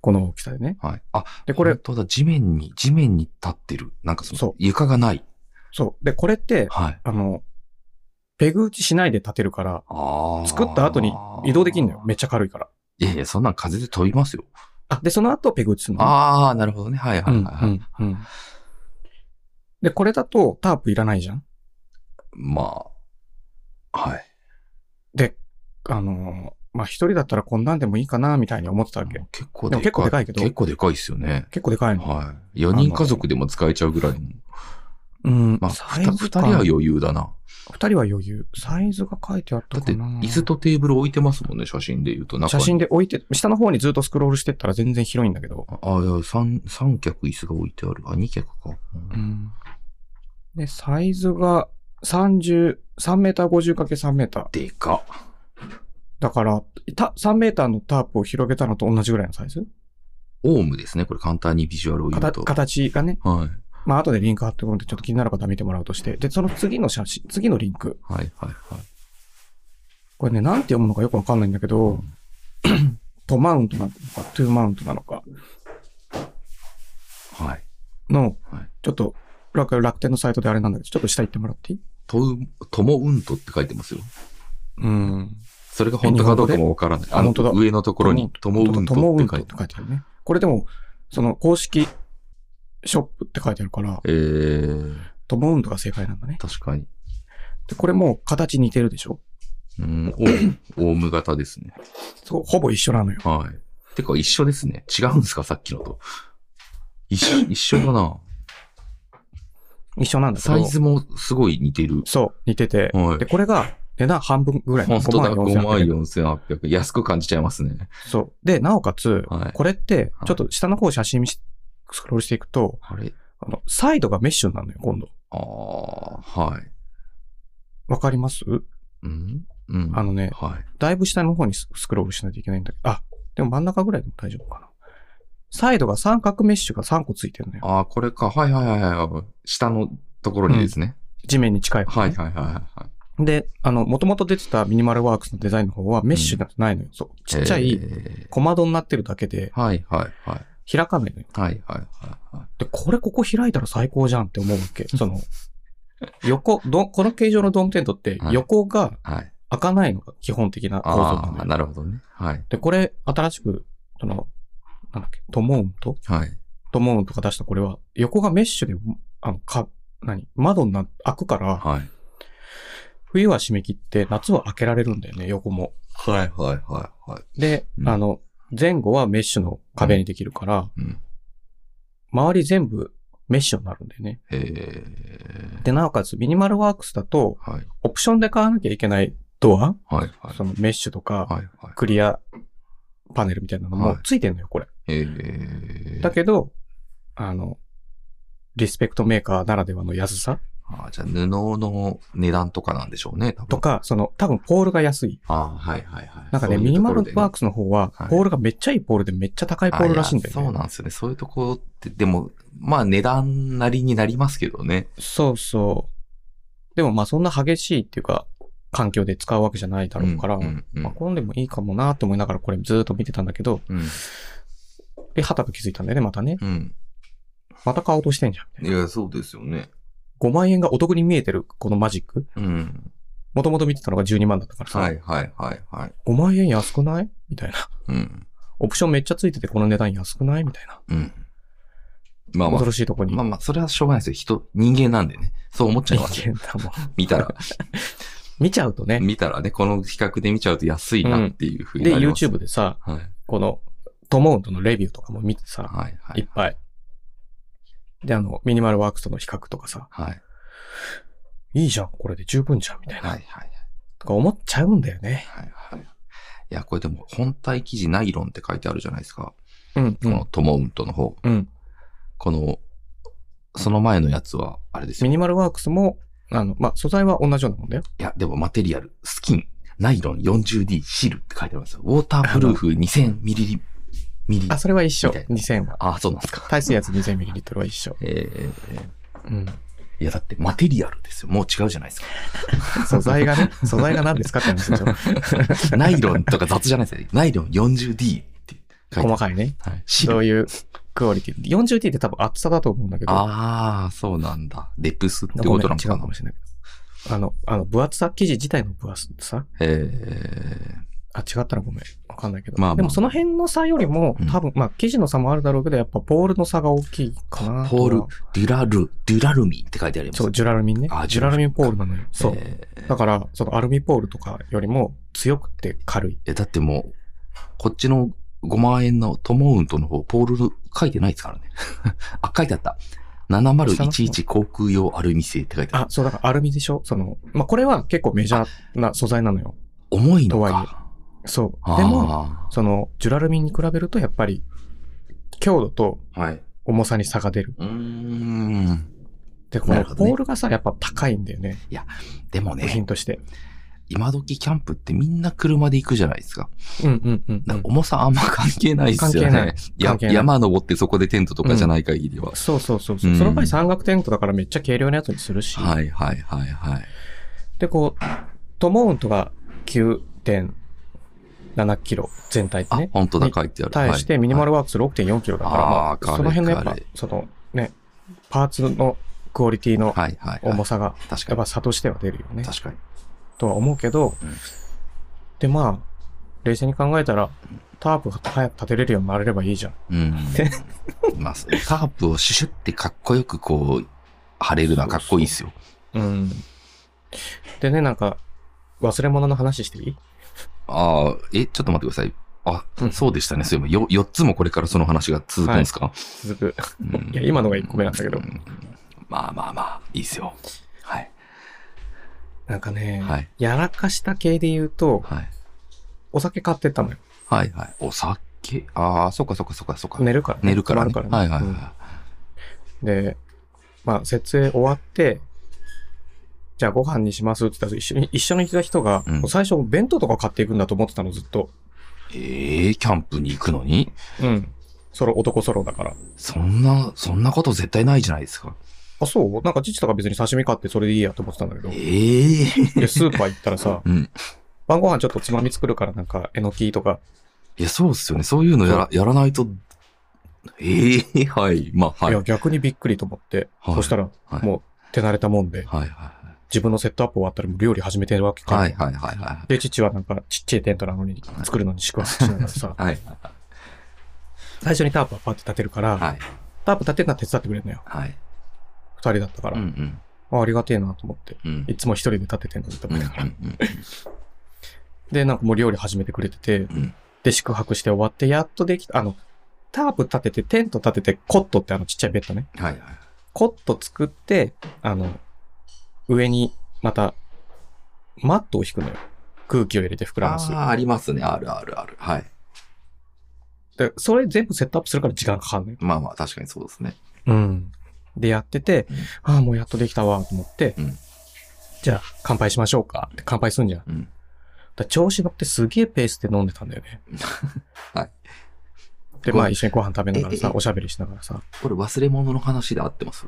Speaker 1: この大きさでね。
Speaker 2: はい。あ、
Speaker 1: で、これ
Speaker 2: 本、当だ、地面に、地面に立ってる。なんかその、
Speaker 1: そう
Speaker 2: 床がない。
Speaker 1: そう。で、これって、
Speaker 2: はい。
Speaker 1: あの、ペグ打ちしないで立てるから、
Speaker 2: あ
Speaker 1: 作った後に移動できるのよ。めっ
Speaker 2: ち
Speaker 1: ちゃ軽いから。
Speaker 2: ゃ。いやいや、そんなん風で飛びますよ。
Speaker 1: あ、で、その後ペグ打つのね。
Speaker 2: ああ、なるほどね。はいは
Speaker 1: う
Speaker 2: い
Speaker 1: ん、う
Speaker 2: は
Speaker 1: ん
Speaker 2: いは
Speaker 1: う
Speaker 2: い。
Speaker 1: ん。で、これだとタープいらないじゃん
Speaker 2: まあ、はい。
Speaker 1: で、あのーまあ、一人だったらこんなんでもいいかな、みたいに思ってたわけ。
Speaker 2: 結構
Speaker 1: で
Speaker 2: で
Speaker 1: も
Speaker 2: かい。
Speaker 1: 結構でかいけど
Speaker 2: 結構でかいですよね。
Speaker 1: 結構でかいの。
Speaker 2: はい。4人家族でも使えちゃうぐらいの。
Speaker 1: うん。
Speaker 2: まあ、
Speaker 1: サ
Speaker 2: 2
Speaker 1: イ
Speaker 2: 人
Speaker 1: ズ
Speaker 2: 二人は
Speaker 1: 感
Speaker 2: 余裕だな。
Speaker 1: 二人は余裕。サイズが書いてあった
Speaker 2: だっ
Speaker 1: か
Speaker 2: て、
Speaker 1: な。
Speaker 2: 椅子とテーブル置いてますもんね、写真で言うと。中に
Speaker 1: 写真で置いて、下の方にずっとスクロールしてったら全然広いんだけど。
Speaker 2: ああ、いや、三、三脚椅子が置いてある。あ、二脚か。うん
Speaker 1: うん。で、サイズが30、3メーター 50×3 メーター。
Speaker 2: でかっ。
Speaker 1: だから、た、3メーターのタープを広げたのと同じぐらいのサイズ
Speaker 2: オウムですね。これ簡単にビジュアルを言う
Speaker 1: 形
Speaker 2: と。
Speaker 1: 形がね。
Speaker 2: はい。
Speaker 1: まあ、後でリンク貼ってくるんで、ちょっと気になる方は見てもらうとして。で、その次の写真、次のリンク。
Speaker 2: はい、はい、はい。
Speaker 1: これね、なんて読むのかよくわかんないんだけど、
Speaker 2: うん
Speaker 1: トマウントなのか、トゥーマウントなのか
Speaker 2: はい。
Speaker 1: の、
Speaker 2: はい
Speaker 1: ちょっと楽、楽天のサイトであれなんだけど、ちょっと下行ってもらっていい
Speaker 2: とう、ともうんとって書いてますよ。
Speaker 1: うん。
Speaker 2: それが本当かどうかもわからない。
Speaker 1: あ本当だ
Speaker 2: 上のところに、ともうんとって書いて
Speaker 1: 書いてあるね。これでも、その公式ショップって書いてあるから、
Speaker 2: えー、
Speaker 1: トモウンドが正解なんだね。
Speaker 2: 確かに。
Speaker 1: で、これもう形似てるでしょ
Speaker 2: うん、オウム、オウム型ですね。
Speaker 1: そう、ほぼ一緒なのよ。
Speaker 2: はい。てか一緒ですね。違うんですかさっきのと。一緒、一緒だな。
Speaker 1: 一緒なんだけど。
Speaker 2: サイズもすごい似てる。
Speaker 1: そう、似てて。
Speaker 2: はい
Speaker 1: で、これが値段半分ぐらい。
Speaker 2: 本当だ、
Speaker 1: 54,800
Speaker 2: 54,800円。安く感じちゃいますね。
Speaker 1: そう。で、なおかつ、
Speaker 2: はい
Speaker 1: これって、ちょっと下の方写真見しスクロールしていくと、
Speaker 2: あれ
Speaker 1: あの、サイドがメッシュになるのよ、今度。
Speaker 2: ああ、はい。
Speaker 1: わかります
Speaker 2: うんうん。
Speaker 1: あのね、
Speaker 2: はい。
Speaker 1: だいぶ下の方にススクロールしないといけないんだけど、あ、でも真ん中ぐらいでも大丈夫かな。サイドが三角メッシュが3個ついてるのよ。
Speaker 2: ああ、これか。はいはいはいはい。下のところにですね。
Speaker 1: 地面に近い方
Speaker 2: はい
Speaker 1: ね、
Speaker 2: はいはいはいはい。
Speaker 1: で、あの、もともと出てたミニマルワークスのデザインの方はメッシュがないのよ。そう。ちっちゃ
Speaker 2: え
Speaker 1: い
Speaker 2: ー
Speaker 1: 小窓になってるだけで
Speaker 2: はいはいはい。
Speaker 1: 開かないのよ。
Speaker 2: はいはいはいはい。
Speaker 1: で、これここ開いたら最高じゃんって思うわ け。その、横、どこの形状のドームテントって
Speaker 2: はい
Speaker 1: 横が
Speaker 2: はい。
Speaker 1: 開かないのが基本的な構造な
Speaker 2: あ
Speaker 1: の
Speaker 2: あ、
Speaker 1: よ。
Speaker 2: なるほどね。はい。
Speaker 1: で、これ新しく、その、なんだっけ、トモウント
Speaker 2: はい。
Speaker 1: トモウントが出したこれは、横がメッシュで、あの、か、何窓な、開くから、
Speaker 2: はい。
Speaker 1: 冬は締め切って、夏は開けられるんだよね、横も。
Speaker 2: はいはいはいはい。
Speaker 1: で、
Speaker 2: うん
Speaker 1: あの、前後はメッシュの壁にできるから、
Speaker 2: うん。
Speaker 1: 周り全部メッシュになるんだよね。
Speaker 2: へえ。
Speaker 1: で、なおかつ、ミニマルワークスだと、
Speaker 2: はい
Speaker 1: オプションで買わなきゃいけないドア
Speaker 2: はいはい。
Speaker 1: そのメッシュとか、
Speaker 2: はいはい。
Speaker 1: クリアパネルみたいなのも
Speaker 2: はい
Speaker 1: ついてんのよ、これ。
Speaker 2: えー、
Speaker 1: だけど、あの、リスペクトメーカーならではの安さ
Speaker 2: あーじゃあ布の値段とかなんでしょうね、多分
Speaker 1: と。か、その、多分ポールが安い。
Speaker 2: あーはいはいはい。
Speaker 1: なんかね、
Speaker 2: そうい
Speaker 1: ミ
Speaker 2: う
Speaker 1: ニ
Speaker 2: と
Speaker 1: マ
Speaker 2: ころ
Speaker 1: ル
Speaker 2: でね
Speaker 1: ワークスの方は
Speaker 2: は、い
Speaker 1: ポールがめっちゃいいポールでめっちゃ高いポールらしいんだ
Speaker 2: あー
Speaker 1: よ
Speaker 2: やそう
Speaker 1: ね。
Speaker 2: なんですよね。そういうところって、でも、まあ値段なりになりますけどね。
Speaker 1: そうそう。でもまあそんな激しいっていうか、環境で使うわけじゃないだろうから、
Speaker 2: うんうん
Speaker 1: まあこんでもいいかもなと思いながらこれずーっと見てたんだけど、
Speaker 2: うん。
Speaker 1: で、はたと気づいたんだよね、またね。
Speaker 2: うん。
Speaker 1: また買おうとしてんじゃん。
Speaker 2: いや、そうですよね。
Speaker 1: 5万円がお得に見えてる、このマジック。
Speaker 2: うん。
Speaker 1: もともと見てたのが12万だったからさ、
Speaker 2: はいはいはいはい。
Speaker 1: 5万円安くないみたいな。
Speaker 2: うん。
Speaker 1: オプションめっちゃついててこの値段安くないみたいな。
Speaker 2: うん。まあまあ
Speaker 1: 恐、ろしいとこに。
Speaker 2: まあ まあ、それはしょうがないですよ。人、人間なんでね。そう思っちゃいます
Speaker 1: 人
Speaker 2: よ。
Speaker 1: 間だもん。
Speaker 2: 見 たら、
Speaker 1: 見ちゃうとね。
Speaker 2: 見たらね、この比較で見ちゃうと安いなっていうふうに
Speaker 1: で、
Speaker 2: なります。
Speaker 1: YouTube でさ、
Speaker 2: はい。
Speaker 1: この、トモウンドのレビューとかも見てさ、
Speaker 2: はいはい
Speaker 1: っ
Speaker 2: い。
Speaker 1: ぱい。で、あの、ミニマルワークスとの比較とかさ、
Speaker 2: はい。
Speaker 1: いいじゃん、これで十分じゃん、みたいな。
Speaker 2: はいはい。
Speaker 1: とか思っちゃうんだよね。
Speaker 2: はいはい。いや、これでも本体生地ナイロンって書いてあるじゃないですか。
Speaker 1: うん、う
Speaker 2: こ
Speaker 1: ん
Speaker 2: の。トモウントの方。
Speaker 1: うん。
Speaker 2: この、その前のやつは、あれです
Speaker 1: ミ
Speaker 2: よ。
Speaker 1: ニマルワークスも、あの、まあ、素材は同じようなもんだよ。
Speaker 2: いや、でもマテリアル、スキン。ナイロン 40D シールって書いてありますよ。ウォータープルーフ 2000ml ミリミリ。
Speaker 1: あ、それは一緒
Speaker 2: みたい。な
Speaker 1: 2000は。
Speaker 2: あ、そうなんですか。
Speaker 1: 耐水圧 2000ml は一緒。
Speaker 2: え
Speaker 1: う
Speaker 2: ー
Speaker 1: ん。
Speaker 2: いや、だってマテリアルですよ。もう違うじゃないですか。
Speaker 1: 素材が ね、素材が何ですかって話でしょ。
Speaker 2: ナイロンとか雑じゃない ですよ。ナイロン 40D って書いて
Speaker 1: 細
Speaker 2: ある。
Speaker 1: かいね。
Speaker 2: はい、シー
Speaker 1: そ
Speaker 2: ル。
Speaker 1: ういうクオリティ。40D って多分厚さだと思うんだけど。
Speaker 2: ああ、そうなんだ。デプスって
Speaker 1: ご
Speaker 2: こ
Speaker 1: めん違
Speaker 2: とな
Speaker 1: う
Speaker 2: の
Speaker 1: か
Speaker 2: かな
Speaker 1: も。しれないけど。あの、あの、分厚さ、生地自体の分厚さ
Speaker 2: え
Speaker 1: あ、違ったらごめん。わかんないけど。
Speaker 2: まあまあ
Speaker 1: でもその辺の差よりも
Speaker 2: うん、
Speaker 1: 多分、まあ、生地の差もあるだろうけど、やっぱポールの差が大きいかなと
Speaker 2: ー、ポー
Speaker 1: は
Speaker 2: ル、デュラル、デュラルミンって書いてあります。
Speaker 1: そう、ジュラルミンね。
Speaker 2: あ
Speaker 1: ジュラルミンポールなのよ。そう。
Speaker 2: えー
Speaker 1: だから、そのアルミポールとかよりも強くて軽い。
Speaker 2: え、だってもう、こっちの5万円のトモウントの方、ポール書いてないですからね。 あ、書いてあった。7011航空用アルミ製って書いてある。
Speaker 1: あ、そう、だからアルミでしょその、まあ、これは結構メジャーな素材なのよ。
Speaker 2: 重いの
Speaker 1: とはい
Speaker 2: か。
Speaker 1: そう。
Speaker 2: あ
Speaker 1: でも、
Speaker 2: ー
Speaker 1: その、ジュラルミンに比べると、やっぱり、強度と
Speaker 2: はい。
Speaker 1: 重さに差が出る。
Speaker 2: うーん。
Speaker 1: で、この
Speaker 2: なるほど
Speaker 1: ポ
Speaker 2: ね
Speaker 1: ールがさ、やっぱ高いんだよね。
Speaker 2: でも
Speaker 1: 部
Speaker 2: ね
Speaker 1: 品、として。
Speaker 2: 今時キャンプってみんな車で行くじゃないですか。
Speaker 1: うんうんうんう
Speaker 2: だから
Speaker 1: ん。
Speaker 2: 重さあんま関係ないですよ
Speaker 1: 関係
Speaker 2: ね。
Speaker 1: ない
Speaker 2: や
Speaker 1: 関係ない
Speaker 2: 山登ってそこでテントとかじゃない限りは。
Speaker 1: そうそうそうそう。
Speaker 2: うん
Speaker 1: その場合三角テントだからめっちゃ軽量なやつにするし。
Speaker 2: はいはいはいはい。
Speaker 1: で、こう、トモウントが9.7キロ全体で
Speaker 2: あ
Speaker 1: ね、。
Speaker 2: 本当だ
Speaker 1: に、
Speaker 2: 書いてある。
Speaker 1: 対してミニマ
Speaker 2: ル。
Speaker 1: ルワークス6.4キロだから、
Speaker 2: あー
Speaker 1: まあ
Speaker 2: 軽い
Speaker 1: その辺のやっぱ
Speaker 2: 軽い、
Speaker 1: そのね、パーツのクオリティの
Speaker 2: はいはいはい。
Speaker 1: 重さが、
Speaker 2: 確
Speaker 1: や
Speaker 2: か
Speaker 1: っぱ差としては出るよね
Speaker 2: に。、確かに。
Speaker 1: とは思うけど
Speaker 2: うん、
Speaker 1: で、まあ、冷静に考えたら、タープが早く立てれるようになれればいいじゃん。
Speaker 2: うん
Speaker 1: で。
Speaker 2: まあ、そうタープをシュシュってかっこよくこう、貼れるのはかっこいいですよ。
Speaker 1: うん。でね、なんか、忘れ物の話していい
Speaker 2: ああ、え、ちょっと待ってください。あ、
Speaker 1: うん
Speaker 2: そうでしたね。そういえば、よ、4つもこれからその話が続くんですか、
Speaker 1: 続く。
Speaker 2: うん
Speaker 1: いや今のが一個目なんだけど
Speaker 2: うんまあまあまあ、いいですよ。はい。
Speaker 1: なんかね、
Speaker 2: はい。
Speaker 1: やらかした系で言うと、
Speaker 2: はい。
Speaker 1: お酒買ってったのよ。
Speaker 2: はいはい。お酒ああ、そっかそっかそっかそっか。
Speaker 1: 寝るから、
Speaker 2: 寝るから、ね。
Speaker 1: 泊まるからね
Speaker 2: はいはい
Speaker 1: う
Speaker 2: はい。
Speaker 1: んで、まあ、設営終わって、じゃあご飯にしますって言ったら一緒に、一緒に来た人が、
Speaker 2: うん
Speaker 1: 最初弁当とか買っていくんだと思ってたの、ずっと。
Speaker 2: ええキャンプに行くのに
Speaker 1: うん。ソロ、男ソロだから。
Speaker 2: そんな、そんなこと絶対ないじゃないですか。
Speaker 1: あ、そうなんか父とか別に刺身買ってそれでいいやと思ってたんだけ ど。
Speaker 2: ええ、
Speaker 1: で、スーパー行ったらさ
Speaker 2: うん。
Speaker 1: 晩ご飯ちょっとつまみ作るからなんか、えのきとか、
Speaker 2: いや、そうですよね。そういうのやらやらないと、ええはい。まあ、はいい。
Speaker 1: や、逆にびっくりと思って、
Speaker 2: はい
Speaker 1: そしたら、
Speaker 2: はい
Speaker 1: もう手慣れたもんで、
Speaker 2: はいは
Speaker 1: 自分のセットアップ終わったらもう料理始めてるわけ
Speaker 2: い
Speaker 1: か。
Speaker 2: はい。はいはいはいは
Speaker 1: で、父はなんか、ちっちゃいテントなのに
Speaker 2: は、い
Speaker 1: 作るのに宿泊しながら さ、
Speaker 2: い。はい。
Speaker 1: 最初にタープはパッて立てるから、
Speaker 2: はい。
Speaker 1: タープ立てるのは手伝ってくれるのよ。
Speaker 2: はい。
Speaker 1: 二人だったか
Speaker 2: う
Speaker 1: ら。
Speaker 2: んうん。
Speaker 1: あありがてえなと思って。
Speaker 2: うん。
Speaker 1: いつも一人で立ててんのにと
Speaker 2: う
Speaker 1: 思
Speaker 2: ん
Speaker 1: っ
Speaker 2: う
Speaker 1: てか
Speaker 2: ん
Speaker 1: ら。で、なんかもう料理始めてくれてて、
Speaker 2: うん
Speaker 1: で、宿泊して終わって、やっとできた、あの、タープ立てて、テント立てて、コットってあのちっちゃいベッドね。
Speaker 2: うんはいはい。
Speaker 1: コット作って、あの、上にまた、マットを引くのよ。空気を入れて膨ら
Speaker 2: あ
Speaker 1: ます。
Speaker 2: あ、ありますね。あるあるある。はい。
Speaker 1: で、それ全部セットアップするから時間かかんのよ。
Speaker 2: まあまあ、確かにそうですね。
Speaker 1: うん。で、やってて、ああ、もうやっとできたわ、と思って、
Speaker 2: うん
Speaker 1: じゃあ、乾杯しましょうかって乾杯すんじゃん。だか
Speaker 2: うん。。
Speaker 1: ら調子乗ってすげえペースで飲んでたんだよね
Speaker 2: はい。
Speaker 1: で、まあ一緒にご飯食べながら
Speaker 2: ええ
Speaker 1: さ
Speaker 2: え、
Speaker 1: おしゃべりしながらさ、
Speaker 2: これ忘れ物の話で合ってます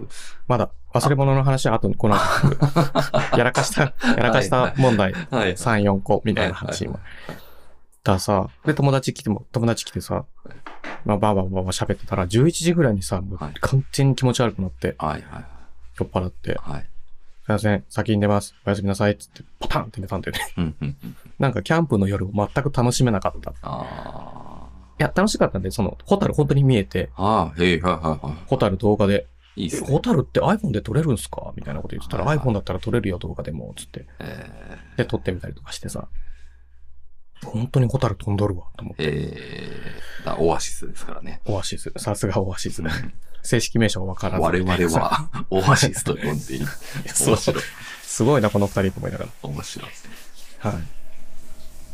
Speaker 1: まだ忘れ物の話は後にこの後聞 くやらかした、やらかした問題
Speaker 2: はい
Speaker 1: 3、4個みたいな話
Speaker 2: は
Speaker 1: 今。だからさ、で、友達来ても、友達来てさ、まあ、ばあばあばあば喋ってたら、11時ぐらいにさ、もう
Speaker 2: はい
Speaker 1: 完全に気持ち悪くなって、
Speaker 2: はいはい
Speaker 1: 酔っ払って、
Speaker 2: はい。はい。
Speaker 1: すいません、先に寝ます。おやすみなさい。つって、パタンって寝たんだよね。
Speaker 2: うんうんうん。
Speaker 1: なんか、キャンプの夜を全く楽しめなかった。い
Speaker 2: あ
Speaker 1: や、楽しかったんで、その、ホタル本当に見えて、
Speaker 2: あ。ああ、へえ、はいはいは
Speaker 1: ホタル動画で、
Speaker 2: い。いいっ
Speaker 1: え
Speaker 2: すね。
Speaker 1: ホタルって iPhone で撮れるんすかみたいなこと言ってたら、
Speaker 2: はいはい
Speaker 1: iPhone だったら撮れるよ、動画でも、つって。
Speaker 2: え
Speaker 1: で、撮ってみたりとかしてさ、本当にホタル飛んどるわ、と思っ
Speaker 2: ー
Speaker 1: て。
Speaker 2: えー、だオアシスですからね。
Speaker 1: オアシス、さすがオアシスだ。正式名称わからず。
Speaker 2: 我々。はオアシスと呼んでいる。
Speaker 1: そう
Speaker 2: 面白い。
Speaker 1: すごいな、この二人と思いなが
Speaker 2: 面白い。
Speaker 1: ら。はい。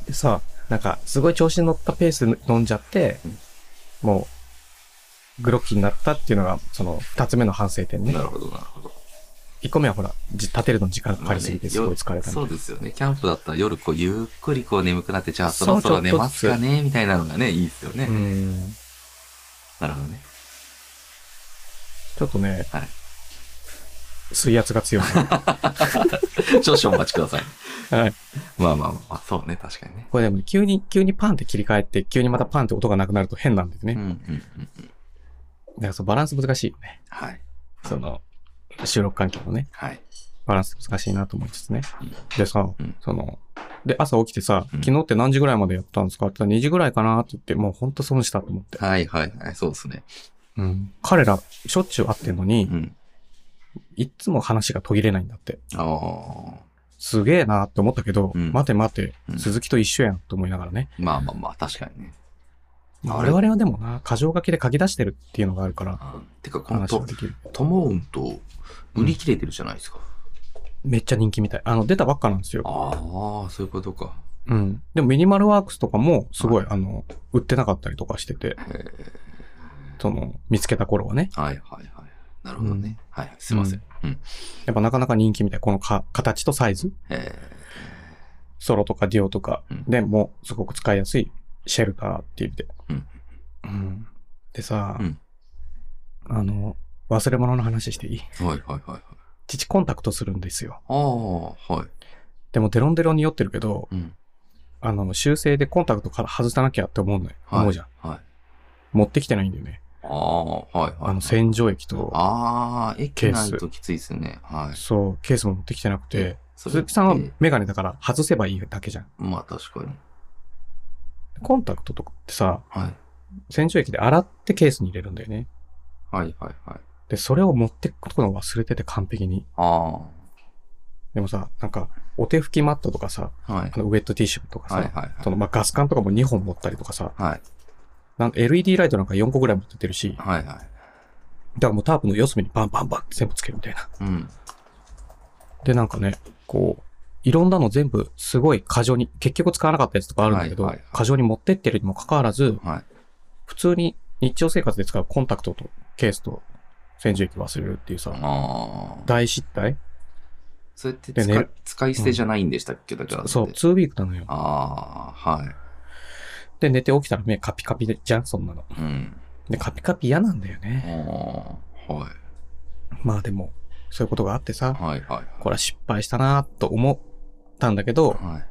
Speaker 1: でさ、なんか、すごい調子に乗ったペースで飲んじゃって、もう、グロッキーになったっていうのが、その、二つ目の反省点ね
Speaker 2: な。るほど、なるほど。
Speaker 1: 1個目はほら、じ立てるのに時間かかりすぎてすごい疲れた
Speaker 2: そ
Speaker 1: の
Speaker 2: うですよね。キャンプだったら夜こうゆっくりこう眠くなって、じゃあそろそろ寝ますかねみたいなのがね、いいですよね。
Speaker 1: うん。
Speaker 2: なるほどね。
Speaker 1: ちょっとね、
Speaker 2: はい
Speaker 1: 水圧が強い。
Speaker 2: 少々お待ちください。
Speaker 1: はい。
Speaker 2: まあまあまあ、そうね、確かにね。
Speaker 1: これでも急に、急にパンって切り替えて、急にまたパンって音がなくなると変なんですね。
Speaker 2: うんう
Speaker 1: だ
Speaker 2: んうん。
Speaker 1: からそのバランス難しいよね。
Speaker 2: はい。
Speaker 1: その、収録環境のね、
Speaker 2: はい。
Speaker 1: バランス難しいなと思いつつね
Speaker 2: うん。
Speaker 1: でさ、
Speaker 2: うん
Speaker 1: その、で、朝起きてさ、
Speaker 2: うん
Speaker 1: 昨日って何時ぐらいまでやったんですかって言ったら2時ぐらいかなって言って、もうほんと損したと思って。
Speaker 2: はいはいはい、そうですね。
Speaker 1: うん彼ら、しょっちゅう会ってんのに
Speaker 2: う、ん。
Speaker 1: いっつも話が途切れないんだって。
Speaker 2: ああ。
Speaker 1: すげえなって思ったけど、
Speaker 2: うん
Speaker 1: 待て待て、
Speaker 2: うん
Speaker 1: 鈴木と一緒やんと思いながらね。
Speaker 2: まあまあまあ、確かにね。
Speaker 1: まあ
Speaker 2: あ
Speaker 1: 我
Speaker 2: れ
Speaker 1: 々はでもな、箇条書きで書き出してるっていうのがあるから、
Speaker 2: あーてか、この
Speaker 1: 話
Speaker 2: と
Speaker 1: ができる。
Speaker 2: トモウンと売り切れてるじゃないですか。
Speaker 1: めっちゃ人気みたい。あの、出たばっかなんですよ。
Speaker 2: ああ、そういうことか。
Speaker 1: うん。でも、ミニマルワークスとかも、すごい、あの、売ってなかったりとかしてて、
Speaker 2: へー
Speaker 1: その、見つけた頃はね。
Speaker 2: はいはいはい。なるほどね。はいはい、すいません。うん。
Speaker 1: やっぱなかなか人気みたい。このか形とサイズ。
Speaker 2: え
Speaker 1: ソロとかディオとか
Speaker 2: うん
Speaker 1: でも、すごく使いやすいシェルターっていう意味で。
Speaker 2: うん
Speaker 1: うんでさ、
Speaker 2: うん
Speaker 1: あの、忘れ物の話していい
Speaker 2: ーはいはいはいはい。
Speaker 1: 父コンタクトするんですよ。
Speaker 2: ああ、はい。
Speaker 1: でもデロンデロンに酔ってるけど、
Speaker 2: うん。
Speaker 1: あの、修正でコンタクトから外さなきゃって思うのよ。
Speaker 2: はい
Speaker 1: 思うじゃん。
Speaker 2: はい。
Speaker 1: 持ってきてないんだよね。
Speaker 2: ああ、はいはい。
Speaker 1: あの、洗浄液と、
Speaker 2: ああ、駅ない
Speaker 1: ケ
Speaker 2: ときついですね。はい。
Speaker 1: そう、ケースも持ってきてなくて、
Speaker 2: それ
Speaker 1: 鈴木さんはメガネだから外せばいいだけじゃん。
Speaker 2: まあ確かに。
Speaker 1: コンタクトとかってさ、
Speaker 2: はい。
Speaker 1: 洗浄液で洗ってケースに入れるんだよね。
Speaker 2: はいはいはい。
Speaker 1: で、それを持ってくのを忘れてて完璧に。
Speaker 2: あ
Speaker 1: でもさ、なんか、お手拭きマットとかさ、
Speaker 2: あ、はい
Speaker 1: あ。のウェットティッシュとかさ、
Speaker 2: はいはいはい。
Speaker 1: そのまあ、ガス管とかも2本持ったりとかさ、
Speaker 2: はい。
Speaker 1: なん LED ライトなんか4個ぐらい持ってってるし、だか
Speaker 2: はいはい。
Speaker 1: らもうタープの四隅にバンバンバンって全部つけるみたいな。
Speaker 2: うん。
Speaker 1: で、なんかね、こう、いろんなの全部すごい過剰に、結局使わなかったやつとかあるんだけど、
Speaker 2: はいはいはい
Speaker 1: 過剰に持ってってるにもかかわらず、
Speaker 2: はい。
Speaker 1: 普通に日常生活で使うコンタクトとケースと洗浄液忘れるっていうさ、
Speaker 2: ああ。
Speaker 1: 大失態
Speaker 2: それって
Speaker 1: で寝
Speaker 2: 使
Speaker 1: る
Speaker 2: 使い捨てじゃないんでしたっけ、だから。
Speaker 1: そう、。2ウィークなのよ。
Speaker 2: ああ、はい。
Speaker 1: で、寝て起きたら目カピカピでじゃん、そんなの。
Speaker 2: うん。
Speaker 1: で、カピカピ嫌なんだよね。
Speaker 2: ああ、はい。
Speaker 1: まあでも、そういうことがあってさ、
Speaker 2: はいはい
Speaker 1: これは失敗したなと思ったんだけど、
Speaker 2: はい。はい。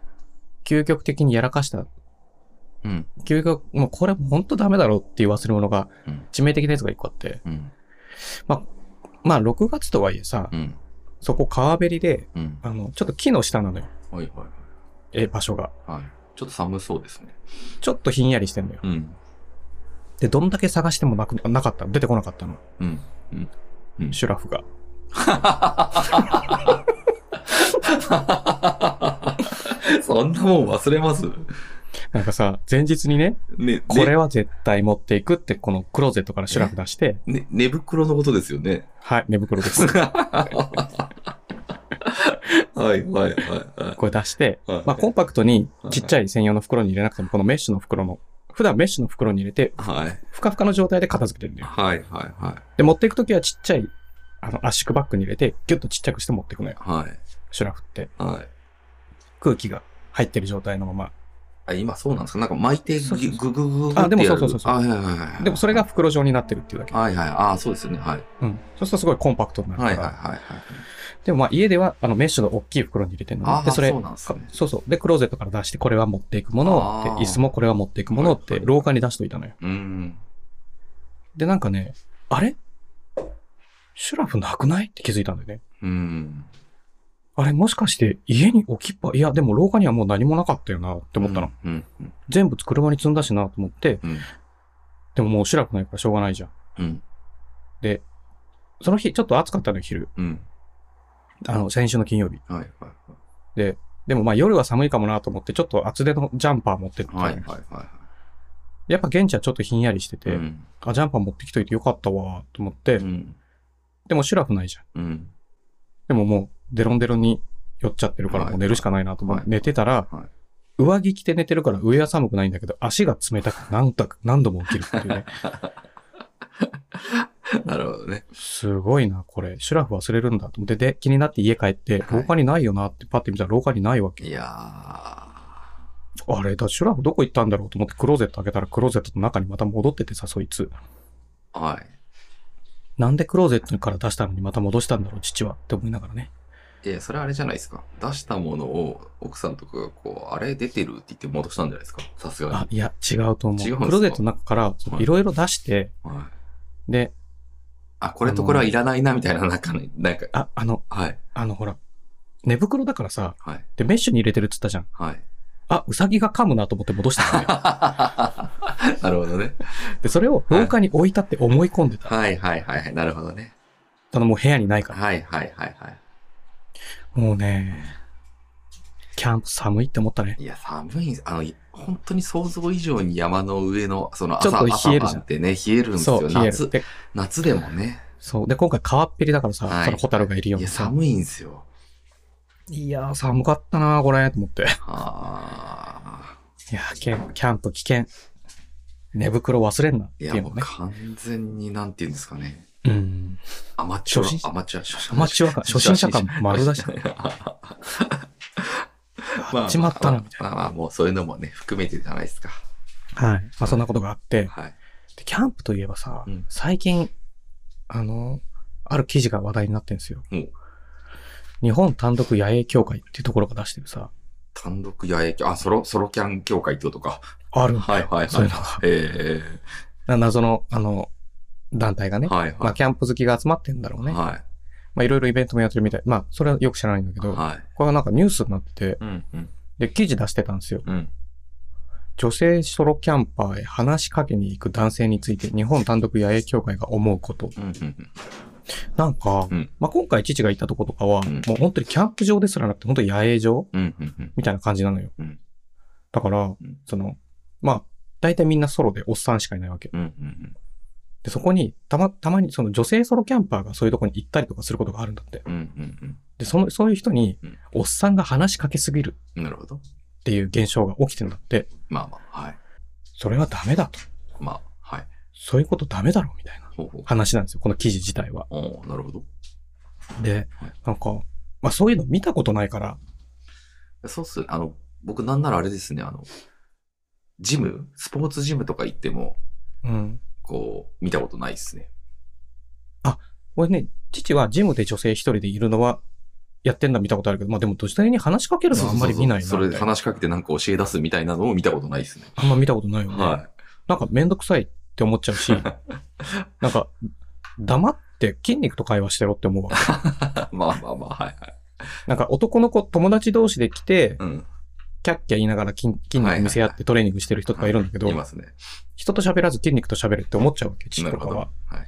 Speaker 1: 究極的にやらかした。
Speaker 2: うん。
Speaker 1: 究極、もうこれほんとダメだろうっていう忘れ物が
Speaker 2: うん。
Speaker 1: 致命的なやつが一個あって、
Speaker 2: うん。
Speaker 1: まあ6月とはいえさ、
Speaker 2: うん。
Speaker 1: そこ川べりで、
Speaker 2: うん。
Speaker 1: あの、ちょっと木の下なのよ。
Speaker 2: はいは
Speaker 1: え、場所が。
Speaker 2: い。はい。ちょっと寒そうですね。
Speaker 1: ちょっとひんやりしてんのよ。
Speaker 2: うん。
Speaker 1: で、どんだけ探してもなく、なかったの。出てこなかったの。
Speaker 2: うん。うん。 うん。
Speaker 1: シュラフが。
Speaker 2: そんなもん忘れます
Speaker 1: なんかさ、前日にね、
Speaker 2: ね、
Speaker 1: これ
Speaker 2: ね
Speaker 1: は絶対持っていくって、このクローゼットからシュラフ出して、
Speaker 2: ね、寝袋のことですよ ね。
Speaker 1: はい、寝袋 です。
Speaker 2: はいはいはいはい。
Speaker 1: これ出して、
Speaker 2: はい
Speaker 1: まあコンパクトにちっちゃい専用の袋に入れなくても、このメッシュの袋の、普段メッシュの袋に入れて、
Speaker 2: はい。
Speaker 1: ふかふかの状態で片付けてるんだよ。
Speaker 2: はいはいはい。
Speaker 1: で、持っていくときはちっちゃい、あの、圧縮バッグに入れて、ギュッとちっちゃくして持っていくのよ。
Speaker 2: はい。
Speaker 1: シュラフって。
Speaker 2: はい。
Speaker 1: 空気が入ってる状態のまま。
Speaker 2: あ、今そうなんですかなんか巻いて
Speaker 1: そうそう
Speaker 2: ぐ
Speaker 1: そう
Speaker 2: ぐぐぐぐ
Speaker 1: あでも
Speaker 2: ってや
Speaker 1: そう
Speaker 2: る
Speaker 1: そうそうそう
Speaker 2: あはいはいはいはい。
Speaker 1: でもそれが、袋状になってるっていうだけ。
Speaker 2: はいはい。あそうですよね。はい。
Speaker 1: うん。そうするとすごいコンパクトになるか
Speaker 2: は
Speaker 1: ら。
Speaker 2: いはいはいはい。
Speaker 1: でもまあ家ではあのメッシュの大きい袋に入れてるのね
Speaker 2: ああ、
Speaker 1: で、それ
Speaker 2: そうなんですね。
Speaker 1: そうそう。で、クローゼットから出して、これは持っていくものをって
Speaker 2: あー
Speaker 1: 椅子もこれは持っていくものをって、
Speaker 2: はいはい
Speaker 1: 廊下に出しといたのよ。
Speaker 2: うん。
Speaker 1: で、なんかね、あれシュラフなくないって気づいたんだよね。
Speaker 2: うん。
Speaker 1: あれ、もしかして家に置きっぱ、いや、でも廊下にはもう何もなかったよなって思ったの。
Speaker 2: うん。うん。
Speaker 1: 全部車に積んだしなと思って、
Speaker 2: うん。
Speaker 1: でももうシュラフないからしょうがないじゃん。
Speaker 2: うん。
Speaker 1: その日、ちょっと暑かったのよ、昼。
Speaker 2: うん。
Speaker 1: あの、先週の金曜日。
Speaker 2: はいはいはい。
Speaker 1: でもまあ夜は寒いかもなと思って、ちょっと厚手のジャンパー持ってったのよ、
Speaker 2: はいはいはいは
Speaker 1: やっぱ現地はちょっとひんやりして
Speaker 2: い。
Speaker 1: て、
Speaker 2: うん。
Speaker 1: あ、ジャンパー持ってきといてよかったわと思って、
Speaker 2: うん。
Speaker 1: でもシュラフないじゃん。
Speaker 2: うん。
Speaker 1: でももうデロンデロンに酔っちゃってるから
Speaker 2: はい
Speaker 1: もう寝るしかないなと思って、
Speaker 2: はい
Speaker 1: 寝てたら、
Speaker 2: はい
Speaker 1: 上着着て寝てるから上は寒くないんだけど、足が冷たく何度か何度も起きるっていうね。
Speaker 2: なるほどね。
Speaker 1: すごいな、これ。シュラフ忘れるんだと思って、で、気になって家帰って、
Speaker 2: はい
Speaker 1: 廊下にないよなってパッて見たら廊下にないわけ。
Speaker 2: いや
Speaker 1: あれだ、シュラフどこ行ったんだろうと思ってクローゼット開けたらクローゼットの中にまた戻っててさ、そいつ。
Speaker 2: ー。はい。
Speaker 1: なんでクローゼットから出したのにまた戻したんだろう、父は。って思いながらね。
Speaker 2: いや、それあれじゃないですか。出したものを奥さんとかがこう、あれ出てるって言って戻したんじゃないですか。さすが
Speaker 1: あ、いや、違うと思
Speaker 2: 違うんです
Speaker 1: う。
Speaker 2: か
Speaker 1: クローゼットの中から
Speaker 2: はい
Speaker 1: いろいろ出して、
Speaker 2: に。はい。
Speaker 1: で、
Speaker 2: あ、これとこれはいらないなみたいな、なんかね、なんか、
Speaker 1: あ、あの、
Speaker 2: はい、
Speaker 1: あのほら、寝袋だからさ、
Speaker 2: はい、
Speaker 1: で、メッシュに入れてるっつったじゃん。
Speaker 2: はい。
Speaker 1: あ、ウサギが噛むなと思って戻したのよ
Speaker 2: なるほどね。
Speaker 1: で、それを廊下に置いたって思い込んでた。
Speaker 2: はい、はい、はい、はい。なるほどね。
Speaker 1: ただもう部屋にないから。
Speaker 2: はい、はい、はい、は
Speaker 1: もうね、キャンプ寒いって思ったね。
Speaker 2: い。いや、寒いんです、あの、い本当に想像以上に山の上の、その
Speaker 1: ちょっと
Speaker 2: 朝、朝
Speaker 1: 冷えるじゃん
Speaker 2: 晩ってね、冷えるんです
Speaker 1: そ
Speaker 2: よ。
Speaker 1: う、冷え
Speaker 2: 夏
Speaker 1: る。、で、
Speaker 2: 夏でもね。
Speaker 1: そう。で、今回川っぺりだからさ、
Speaker 2: はい
Speaker 1: そのホタルがいるように
Speaker 2: いや、
Speaker 1: さ。
Speaker 2: 寒いんですよ。
Speaker 1: いやー、寒かったなー、これ、と思って。い
Speaker 2: あ
Speaker 1: やー、キャンキャンプ危険。寝袋忘れんなっ
Speaker 2: ー
Speaker 1: て
Speaker 2: い
Speaker 1: い
Speaker 2: や、
Speaker 1: う
Speaker 2: も
Speaker 1: の
Speaker 2: う
Speaker 1: ね。
Speaker 2: 完全に、なんて言うんですかね。
Speaker 1: うん。
Speaker 2: アマチュ
Speaker 1: 初心者
Speaker 2: ア、アマチュア、初
Speaker 1: アマチュア感、初心者感丸出し。やっちまったな、みたい
Speaker 2: まあまあ、もうそういうのもね、含めてじゃないですか。
Speaker 1: な。はい。まあ、そんなことがあって。
Speaker 2: はい。
Speaker 1: でキャンプといえばさ、
Speaker 2: うん
Speaker 1: 最近、あの、ある記事が話題になってんですよ
Speaker 2: うん。
Speaker 1: 日本単独野営協会っていうところが出してるさ、
Speaker 2: 単独野営、あ、ソロ、ソロキャン協会ってことか。
Speaker 1: あるんだよ
Speaker 2: はいはい
Speaker 1: そう
Speaker 2: はいいう
Speaker 1: のが。
Speaker 2: え
Speaker 1: な謎の、あの、団体が
Speaker 2: え
Speaker 1: ね、
Speaker 2: はい
Speaker 1: まあ、
Speaker 2: は
Speaker 1: キャンプ好きが集まってんだろう
Speaker 2: い。
Speaker 1: ね。
Speaker 2: は
Speaker 1: まあ、いろいろイベントもやってるみたい。まあ、それはよく知らないんだけ
Speaker 2: い。
Speaker 1: ど、
Speaker 2: はい。
Speaker 1: これがなんかニュースになってて、
Speaker 2: うんうん。
Speaker 1: で、記事出してたんですよ。
Speaker 2: うん。
Speaker 1: 女性ソロキャンパーへ話しかけに行く男性について、日本単独野営協会が思うこと。
Speaker 2: うんうん。
Speaker 1: なんか、
Speaker 2: うん
Speaker 1: まあ、今回父が行ったとことかは、
Speaker 2: うん
Speaker 1: もう本当にキャンプ場ですらなくて、本当に野営場
Speaker 2: うんうんうん。
Speaker 1: みたいな感じなのよ。
Speaker 2: うん
Speaker 1: だから、
Speaker 2: ん
Speaker 1: その、まあ、大体みんなソロでおっさんしかいないわけ。
Speaker 2: うんうん
Speaker 1: で、そこに、たま、たまにその女性ソロキャンパーがそういうとこに行ったりとかすることがあるんだって。
Speaker 2: うん。うんうん
Speaker 1: で、その、そういう人に
Speaker 2: うん、
Speaker 1: おっさんが話しかけすぎる
Speaker 2: うん。なるほど。
Speaker 1: っていう現象が起きてんだって、
Speaker 2: まあまあ、はい。
Speaker 1: それはダメだと。
Speaker 2: まあ、はい。
Speaker 1: そういうことダメだろ、みたいな
Speaker 2: ほうほう。
Speaker 1: 話なんですよ、この記事自体は。
Speaker 2: おーなるほど。
Speaker 1: で
Speaker 2: はい、
Speaker 1: なんか、まあそういうの見たことないから、
Speaker 2: そうっすね。あの、僕なんならあれですね、あの、ジム、スポーツジムとか行っても、
Speaker 1: うん。
Speaker 2: こう、見たことないですね。
Speaker 1: 俺ね、父はジムで女性一人でいるのは、やってんだ見たことあるけど、まあでも女性に話しかけるのはあんまり見ないなみた
Speaker 2: そ
Speaker 1: いな。
Speaker 2: れで話しかけてなんか教え出すみたいなのを見たことないですね。
Speaker 1: あんま見たことないよね。
Speaker 2: は
Speaker 1: なんかめんどくさいって思っちゃう し、なんか、黙って筋肉と会話してろって思うわ。
Speaker 2: い。まあまあまあ、はいはい。
Speaker 1: なんか男の子、友達同士で来て、
Speaker 2: うん。
Speaker 1: キャッキャ言いながら筋筋肉見せ合ってトレーニングしてる人とかいるんだけど、
Speaker 2: いますね。
Speaker 1: 人と喋らず筋肉と喋るって思っちゃうわけ、父
Speaker 2: な
Speaker 1: と
Speaker 2: るほ
Speaker 1: か
Speaker 2: ど。はい
Speaker 1: は。
Speaker 2: はい。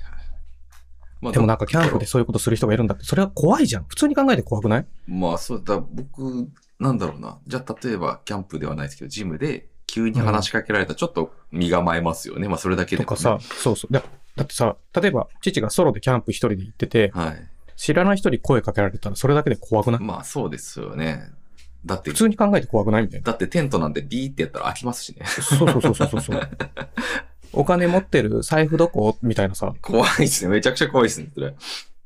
Speaker 2: まあ
Speaker 1: でもなんかキャンプで
Speaker 2: だ
Speaker 1: そういうことする人がいるんだって、それは怖いじゃん。普通に考えて怖くない
Speaker 2: まあそうだ、僕、なんだろうな。じゃあ例えば、キャンプではないですけど、ジムで急に話しかけられたらちょっと身構えますよね。まあそれだけで
Speaker 1: と
Speaker 2: も、ね。
Speaker 1: かさ、そうそう。だだってさ、例えば父がソロでキャンプ一人で行ってて、
Speaker 2: はい。
Speaker 1: 知らない人に声かけられたらそれだけで怖くない
Speaker 2: まあそうですよね。だって
Speaker 1: 普、通に考えて怖くないみたいな。
Speaker 2: だってテントなんでビーってやったら開きますしね。
Speaker 1: そうそうそうそうそう。お金持ってる財布どこみたいなさ、
Speaker 2: 怖いですね。めちゃくちゃ怖いですね。それ。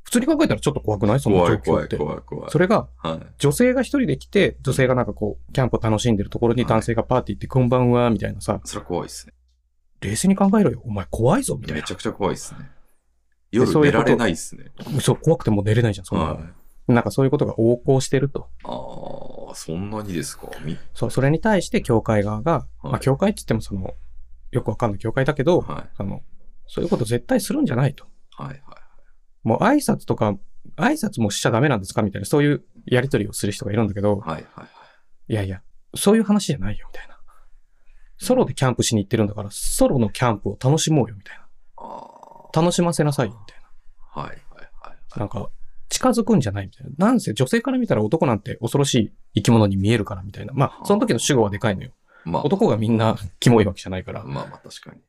Speaker 1: 普通に考えたらちょっと怖くないその
Speaker 2: 怖
Speaker 1: 状況っ
Speaker 2: い
Speaker 1: て。
Speaker 2: 怖い怖い怖い。
Speaker 1: それが
Speaker 2: はい。
Speaker 1: 女性が一人で来て、女性がなんかこう、キャンプを楽しんでるところに男性がパーティー行って、こんばんは、みたいなさ、
Speaker 2: それは怖いですね。
Speaker 1: 冷静に考えろよ。お前怖いぞ、みたい
Speaker 2: め
Speaker 1: な
Speaker 2: ち。ゃくちゃ怖いですね。
Speaker 1: で
Speaker 2: 夜
Speaker 1: そうい
Speaker 2: 寝
Speaker 1: うこと
Speaker 2: られないですね。
Speaker 1: そう、怖くてもう寝れないじゃん、そんなの、
Speaker 2: はい。
Speaker 1: なんかそういうことが横行してると。
Speaker 2: ああ、そんなにですか。み
Speaker 1: そう、それに対して教会側が、ま
Speaker 2: は
Speaker 1: あ、
Speaker 2: い
Speaker 1: 教会って言ってもその、よくわかんない教会だけど、
Speaker 2: はい。
Speaker 1: あの、そういうこと絶対するんじゃないと。
Speaker 2: はいはい。
Speaker 1: もう挨拶とか、挨拶もしちゃダメなんですかみたいな、そういうやりとりをする人がいるんだけど、
Speaker 2: はいはいはい。
Speaker 1: いやいや、そういう話じゃないよ、みたいな。ソロでキャンプしに行ってるんだから、ソロのキャンプを楽しもうよ、みたいな。
Speaker 2: あ
Speaker 1: 楽しませなさいよ、みたいな。
Speaker 2: あ、はいはいはい。
Speaker 1: なんか、近づくんじゃないみたいな。なんせ女性から見たら男なんて恐ろしい生き物に見えるから、みたいな。まあ、その時の主語はでかいのよ。
Speaker 2: まあ、
Speaker 1: 男がみんなキモいわけじゃないから。
Speaker 2: まあまあ確かに。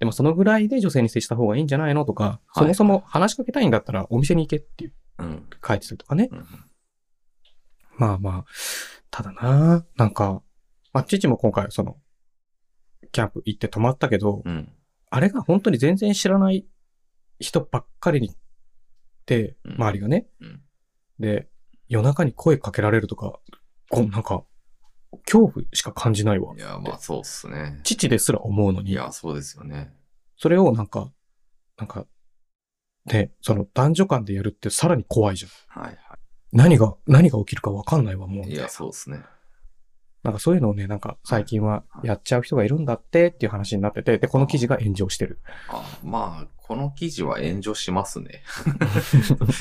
Speaker 1: でもそのぐらいで女性に接した方がいいんじゃないのとか、
Speaker 2: はい
Speaker 1: そもそも話しかけたいんだったらお店に行けって
Speaker 2: うん。
Speaker 1: 書いてたりとかね。
Speaker 2: うん
Speaker 1: まあまあ、ただな、なんか、まあ父も今回その、キャンプ行って泊まったけど、
Speaker 2: うん。
Speaker 1: あれが本当に全然知らない人ばっかりにって、
Speaker 2: うん
Speaker 1: 周りがね、
Speaker 2: うん
Speaker 1: で、夜中に声かけられるとか、こう、なんか、恐怖しか感じないわ
Speaker 2: い。や、まあそうっすね。
Speaker 1: 父ですら思うの
Speaker 2: い
Speaker 1: に、
Speaker 2: や、そうですよね。
Speaker 1: それをなんか、なんか、ね、その男女間でやるってさらに怖いじゃん。
Speaker 2: はい
Speaker 1: 何が、何が起きるかわかんないわ、もう
Speaker 2: は。い。いや、そうっすね。
Speaker 1: なんかそういうのをね、なんか最近はやっちゃう人がいるんだってっていう話になってて、で、この記事が炎上してる。
Speaker 2: あまあ、この記事は炎上します ね。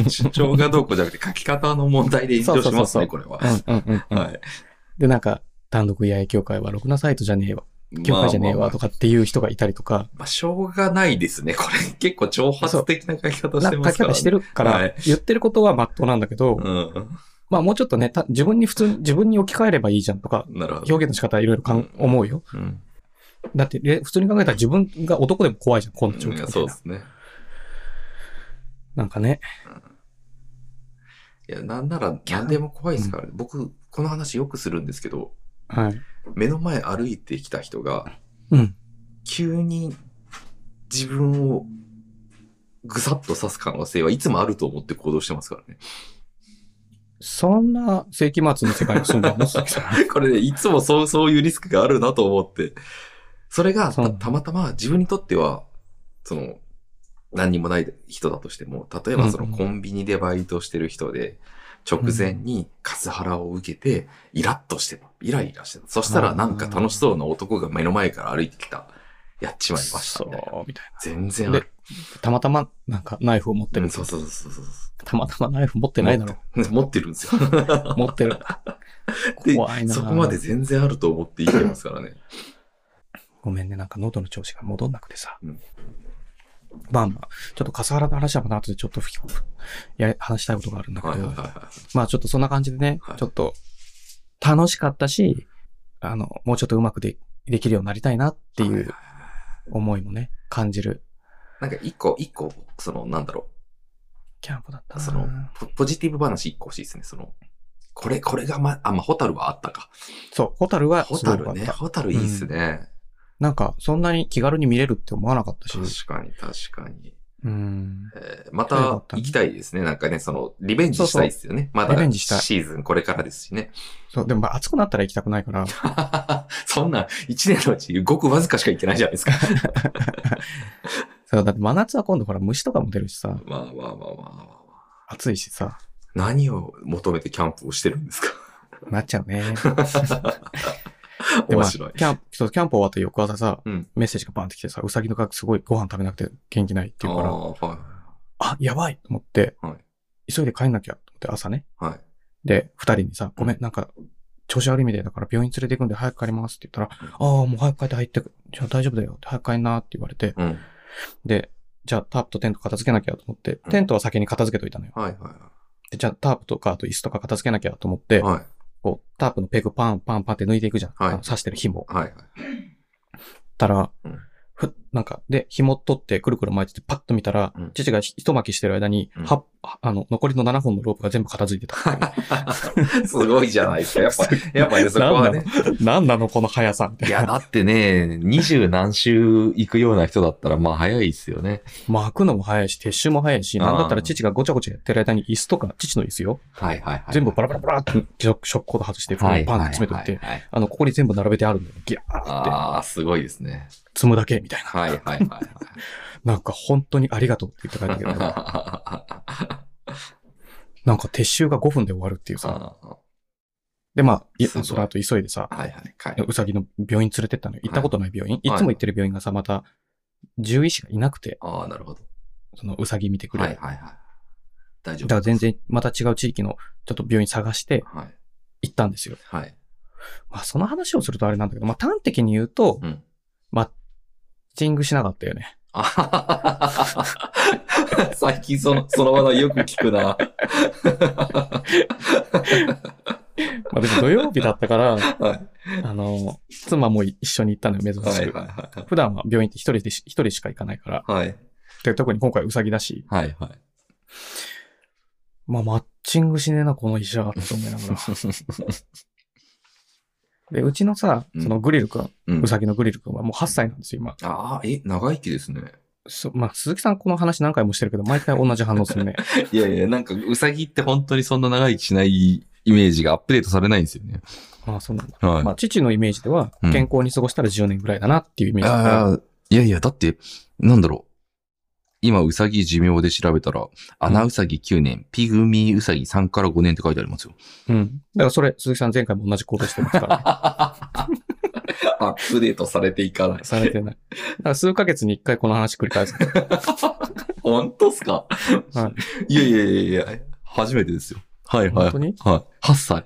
Speaker 2: 主張がどうこうじゃなくて書き方の問題で炎上しますね、これは。
Speaker 1: うんうんうんうん
Speaker 2: はい。
Speaker 1: で、なんか、単独八重協会はろくなサイトじゃねえわ、協会じゃねえわと
Speaker 2: か。
Speaker 1: かっていう人がいたりとか、
Speaker 2: まあ、しょうがないですね。これ結構挑発的な書き方し
Speaker 1: な
Speaker 2: て
Speaker 1: ん
Speaker 2: ま
Speaker 1: か書
Speaker 2: すか
Speaker 1: き
Speaker 2: ら、ね。
Speaker 1: 方してるか
Speaker 2: は
Speaker 1: ら
Speaker 2: い、
Speaker 1: 言ってることはまっとうなんだけど、
Speaker 2: う
Speaker 1: まあもうちょっとね、た自分に普通に、自分に置き換えればいいじゃんとか、
Speaker 2: ん。なるほど。
Speaker 1: 表現の仕方いろいろかん思うよ。
Speaker 2: うん。
Speaker 1: だって、れ普通に考えたら自分が男でも怖いじゃん、こんな状況
Speaker 2: い
Speaker 1: みたい
Speaker 2: や
Speaker 1: な
Speaker 2: そうですね。
Speaker 1: なんかね、
Speaker 2: いや、なんなら何でも怖いですからね。僕、この話よくするんですけど、
Speaker 1: はい。
Speaker 2: 目の前歩いてきた人が、
Speaker 1: うん。
Speaker 2: 急に自分をぐさっと刺す可能性はいつもあると思って行動してますからね。
Speaker 1: そんな世紀末の世界に住んだの鈴木 さん
Speaker 2: これね、いつもそう、そういうリスクがあるなと思って。それが
Speaker 1: そう
Speaker 2: た、たまたま自分にとっては、その、何にもない人だとしても、例えばその
Speaker 1: うんうん
Speaker 2: コンビニでバイトしてる人で、直前にカスハラを受けて、イラッとしてた。イライラしてた。そしたらなんか楽しそうな男が目の前から歩いてきた。やっちまいました
Speaker 1: そ
Speaker 2: みたいな。
Speaker 1: う、みたい
Speaker 2: 全然ある。
Speaker 1: な。たまたま、なんかナイフを持って
Speaker 2: う
Speaker 1: る
Speaker 2: ん。そうそうそうそうそう。
Speaker 1: たまたまナイフ持ってないだろ。
Speaker 2: 持って るんですよ。
Speaker 1: 持ってる。
Speaker 2: で
Speaker 1: 怖いな。
Speaker 2: そこまで。全然あると思って生きてますか らね。
Speaker 1: ごめんね、なんか喉の調子が戻んなくてさ。
Speaker 2: うん
Speaker 1: まあまあ、ちょっと笠原の話はまた後でちょっとふきや話したいことがあるんだけど、
Speaker 2: はいはいはいは
Speaker 1: まあちょっとそんな感じでね、
Speaker 2: はい
Speaker 1: ちょっと楽しかったし、あの、もうちょっとうまくでできるようになりたいなって
Speaker 2: い。
Speaker 1: いう思いもね、感じる
Speaker 2: なんか一個、一個、その、なんだろ
Speaker 1: キャンプだった
Speaker 2: う、
Speaker 1: な。
Speaker 2: その、ポポジティブ話一個欲しいですね。その、これ、これがま、あ、まあ、ホタルはあったか。
Speaker 1: そう、ホタルは
Speaker 2: ホ
Speaker 1: すご
Speaker 2: タ
Speaker 1: く良か
Speaker 2: ル
Speaker 1: った
Speaker 2: ね、ホタルいいっすね。
Speaker 1: なんか、そんなに気軽に見れるって思わなかったし。
Speaker 2: 確かに、確かに。
Speaker 1: うん。
Speaker 2: えーま
Speaker 1: よか
Speaker 2: た
Speaker 1: ったね
Speaker 2: 行きたいですね。なんかね、その、リベンジしたいですよね。まだ、
Speaker 1: リベンジしたい
Speaker 2: シーズンこれからですしね。
Speaker 1: そう、でもまあ暑くなったら行きたくないから、
Speaker 2: そんな、一年のうち、ごくわずかしか行けないじゃないですか。
Speaker 1: そう、だって真夏は今度ほら虫とかも出るしさ、
Speaker 2: まあまあまあまあまあまあ。
Speaker 1: 暑いしさ、
Speaker 2: 何を求めてキャンプをしてるんですか
Speaker 1: なっちゃう ね。でも
Speaker 2: 面
Speaker 1: まあ
Speaker 2: 白い。
Speaker 1: キャンプ、そう、キャンプ終わった翌朝さ、
Speaker 2: うん
Speaker 1: メッセージがバンってきてさ、うさぎの額すごいご飯食べなくて元気ないっていうから、あ
Speaker 2: あーは
Speaker 1: やばいと思って、
Speaker 2: は
Speaker 1: 急いで帰んなきゃと思って朝ね。
Speaker 2: い。はい。
Speaker 1: で、二人にさ、ごめん、なんか、調子悪いみたいだから病院連れて行くんで早く帰りますって言ったら、
Speaker 2: うん
Speaker 1: ああ、もう早く帰って入ってく、じゃあ大丈夫だよ、早く帰んなって言われて、
Speaker 2: うん。
Speaker 1: で、じゃあタープとテント片付けなきゃと思って
Speaker 2: う、ん
Speaker 1: テントは先に片付けといたのよ。
Speaker 2: はいは
Speaker 1: で、じゃあタープとかあと椅子とか片付けなきゃと思って、
Speaker 2: いはい。はい。
Speaker 1: こう、タープのペグパンパンパンって抜いていくじゃん。
Speaker 2: はい
Speaker 1: あの刺してる紐。
Speaker 2: はいはい。
Speaker 1: たら、
Speaker 2: うん
Speaker 1: ふっ、なんか、で、紐取ってくるくる巻いててパッと見たら、
Speaker 2: うん
Speaker 1: 父が一巻きしてる間に、
Speaker 2: うん
Speaker 1: はあの、残りの7本のロープが全部片付いてた。
Speaker 2: すごいじゃないですか。やっぱ、やっぱ ね、そこはね。
Speaker 1: なんなのこの速さみたい
Speaker 2: いや、だってね、二十何周行くような人だったら、まあ早いですよね。
Speaker 1: な。巻くのも速いし、撤収も速いし、
Speaker 2: あー
Speaker 1: なんだったら父がごちゃごちゃやってる間に椅子とか、父の椅子よ。
Speaker 2: はいはいはい。
Speaker 1: 全部バラバラバラって、ショックコード外して、パン
Speaker 2: は
Speaker 1: っ
Speaker 2: い
Speaker 1: て
Speaker 2: はいはい
Speaker 1: 詰めといて、
Speaker 2: はいはい
Speaker 1: あの、ここに全部並べてあるんだよ。ギャーって、
Speaker 2: ああ、すごいですね。
Speaker 1: 積むだけ、みたいな。
Speaker 2: はいはいはいはい。
Speaker 1: なんか本当にありがとうって言ってたんだけど、 なんか撤収が5分で終わるっていうさ。
Speaker 2: あー
Speaker 1: で、まあ、い
Speaker 2: すごい
Speaker 1: その後急いでさ、
Speaker 2: はいはいは
Speaker 1: うさぎの病院連れてったのよ。行ったことない病院。い、つも行ってる病院がさ、また、獣医師がいなくて、
Speaker 2: ああ、なるほど。
Speaker 1: そのうさぎ見てくれ
Speaker 2: は
Speaker 1: る。
Speaker 2: いはいはい。大丈
Speaker 1: だから
Speaker 2: 夫。
Speaker 1: 全。然、また違う地域の、ちょっと病院探して
Speaker 2: はい。
Speaker 1: 行ったんですよ。
Speaker 2: はい。
Speaker 1: まあ、その話をするとあれなんだけど、まあ、端的に言うと、
Speaker 2: うん。
Speaker 1: マッチングしなかったよね。
Speaker 2: あはははは最近その、その話題よく聞くな。
Speaker 1: まあ、でも土曜日だった から、
Speaker 2: はい。
Speaker 1: あの、妻も一緒に行ったのよ、珍しく。
Speaker 2: はい
Speaker 1: 普段は病院って一人でし、一人しか行かないから。
Speaker 2: はい。
Speaker 1: で、特に今回うさぎだし、
Speaker 2: はいはい。
Speaker 1: まあ、マッチングしねえな、この医者、と思いなが ら。で、うちのさ、そのグリル君、
Speaker 2: うん
Speaker 1: うさぎのグリル君はもう8歳なんですよ、今。
Speaker 2: ああ、え、長生きですね。、
Speaker 1: そまあ、鈴木さんこの話何回もしてるけど、毎回同じ反応するね。
Speaker 3: いやいや、なんか、うさぎって本当にそんな長生きしないイメージがアップデートされないんですよね。
Speaker 1: ああ、そうなんだ。
Speaker 3: はい。
Speaker 1: まあ、父のイメージでは
Speaker 3: うん、
Speaker 1: 健康に過ごしたら10年ぐらいだなっていうイメージだから、
Speaker 3: ああ、いやいや、だって、なんだろう。今、うさぎ寿命で調べたら、アナウサギ9年、ピグミーウサギ3から5年って書いてありますよ。
Speaker 1: うん。だからそれ、鈴木さん前回も同じ行動してますから、ね
Speaker 2: アップデートされていかない。
Speaker 1: されてない。だから数ヶ月に一回この話繰り返す。
Speaker 2: 本当っすか
Speaker 1: はい
Speaker 2: やいやいやいや。
Speaker 3: 初めてですよ。はいはい。
Speaker 1: 本当に
Speaker 3: はい。8歳。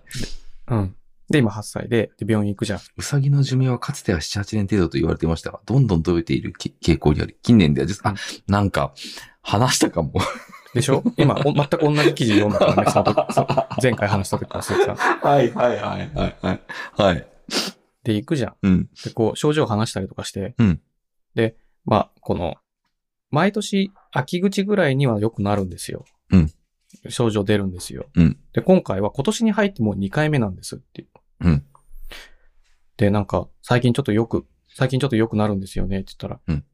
Speaker 1: うん。で、今8歳で、で病院行くじゃん。
Speaker 3: うさぎの寿命はかつては7、8年程度と言われていましたが、どんどん伸びているき傾向にあり、近年ではです、あ、なんか、話したかも。
Speaker 1: でしょ今、お 全く同じ記事読んだからね、その時そう前回話した時の鈴木さん。
Speaker 2: はいはいはいはいはい。
Speaker 3: はい。
Speaker 1: で、行くじゃん。
Speaker 3: うん。
Speaker 1: で、こう、症状を話したりとかして、
Speaker 3: うん
Speaker 1: で、まあ、この、毎年、秋口ぐらいには良くなるんですよ。
Speaker 3: うん
Speaker 1: 症状出るんですよ。
Speaker 3: うん
Speaker 1: で、今回は今年に入ってもう2回目なんですっていう。
Speaker 3: うん
Speaker 1: で、なんか、最近ちょっとよく、最近ちょっと良くなるんですよねって言ったら、
Speaker 3: うん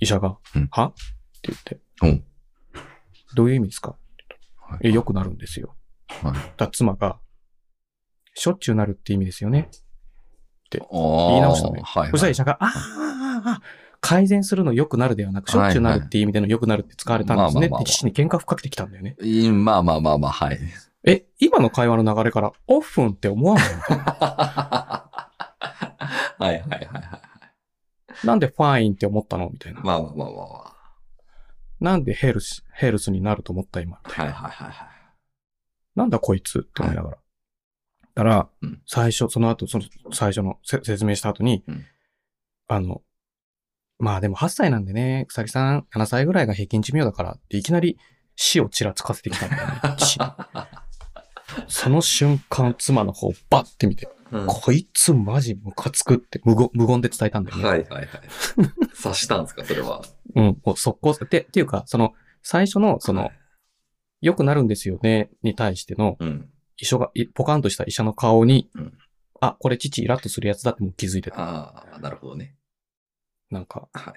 Speaker 1: 医者が、
Speaker 3: うん
Speaker 1: はって言って、
Speaker 3: うん
Speaker 1: どういう意味ですか
Speaker 3: は
Speaker 1: え、良くなるんですよ。
Speaker 3: はい
Speaker 1: だから妻が、しょっちゅうなるって意味ですよね。
Speaker 3: 言
Speaker 1: い直したのね
Speaker 3: はい、
Speaker 1: そし
Speaker 3: は
Speaker 1: たら
Speaker 3: い
Speaker 1: 医。者が、あーあー、あー改善するの良くなるではなく、しょっちゅうなるっていう意味での良くなるって使われたんですねっ
Speaker 3: まあまあまあまあ
Speaker 1: て父に喧嘩吹っかけてきたんだよね。
Speaker 3: いいまあまあまあまあ、 はい。
Speaker 1: え、今の会話の流れから、オフンって思わんの
Speaker 2: はいはいはいはい。
Speaker 1: なんでファインって思ったのみたいな。
Speaker 2: まあまあまあまあま
Speaker 1: なんでヘルス、ヘルスになると思った今。
Speaker 2: あ。はいはいはいはい。
Speaker 1: なんだこいつって思いながら。だから
Speaker 2: うん、
Speaker 1: 最初、その後、その最初のせ説明した後に
Speaker 2: うん、
Speaker 1: あの、まあでも8歳なんでね、草木さん7歳ぐらいが平均寿命だからっていきなり死をちらつかせてきたんだよね。 父その瞬間、妻の方をバッて見て、
Speaker 2: うんは
Speaker 1: こいつマジムカつくって無言無言で伝えたんだよ
Speaker 2: い
Speaker 1: ね。
Speaker 2: はいはい。察したんですか、それは。
Speaker 1: うん、もう速攻で、っていうか、その、最初の、その、良くなるんですよね、に対しての、
Speaker 2: うん。
Speaker 1: 医者が、いポカンとした医者の顔に、
Speaker 2: うん
Speaker 1: あ、これ父イラッとするやつだってもう気づいてた。
Speaker 2: ああ、なるほどね。
Speaker 1: なんか、
Speaker 2: はい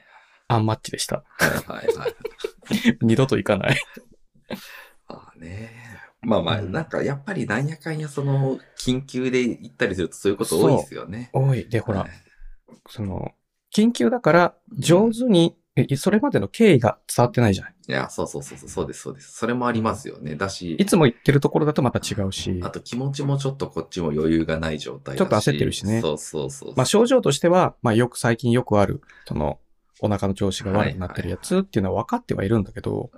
Speaker 1: アンマッチでした。
Speaker 2: はいはいはい。
Speaker 1: 二度と行かない。
Speaker 2: ま あね。まあまあ、
Speaker 1: うん
Speaker 2: なんかやっぱりなんやかんやその、緊急で行ったりするとそういうこと多いですよね。
Speaker 1: おい、で、ほら
Speaker 2: はい、
Speaker 1: その、緊急だから、上手に、えそれまでの経緯が伝わってないじゃない。
Speaker 2: いや、そうそうそうそう、そうです、そうです。それもありますよね。だし、
Speaker 1: いつも言ってるところだとまた違うし
Speaker 2: あ、と気持ちもちょっとこっちも余裕がない状態だし
Speaker 1: ちょっと焦ってるしね
Speaker 2: そうそうそう。
Speaker 1: まあ、症状としては、まあ、よく最近よくある、その、お腹の調子が悪くなってるやつっていうのは分かってはいるんだけど、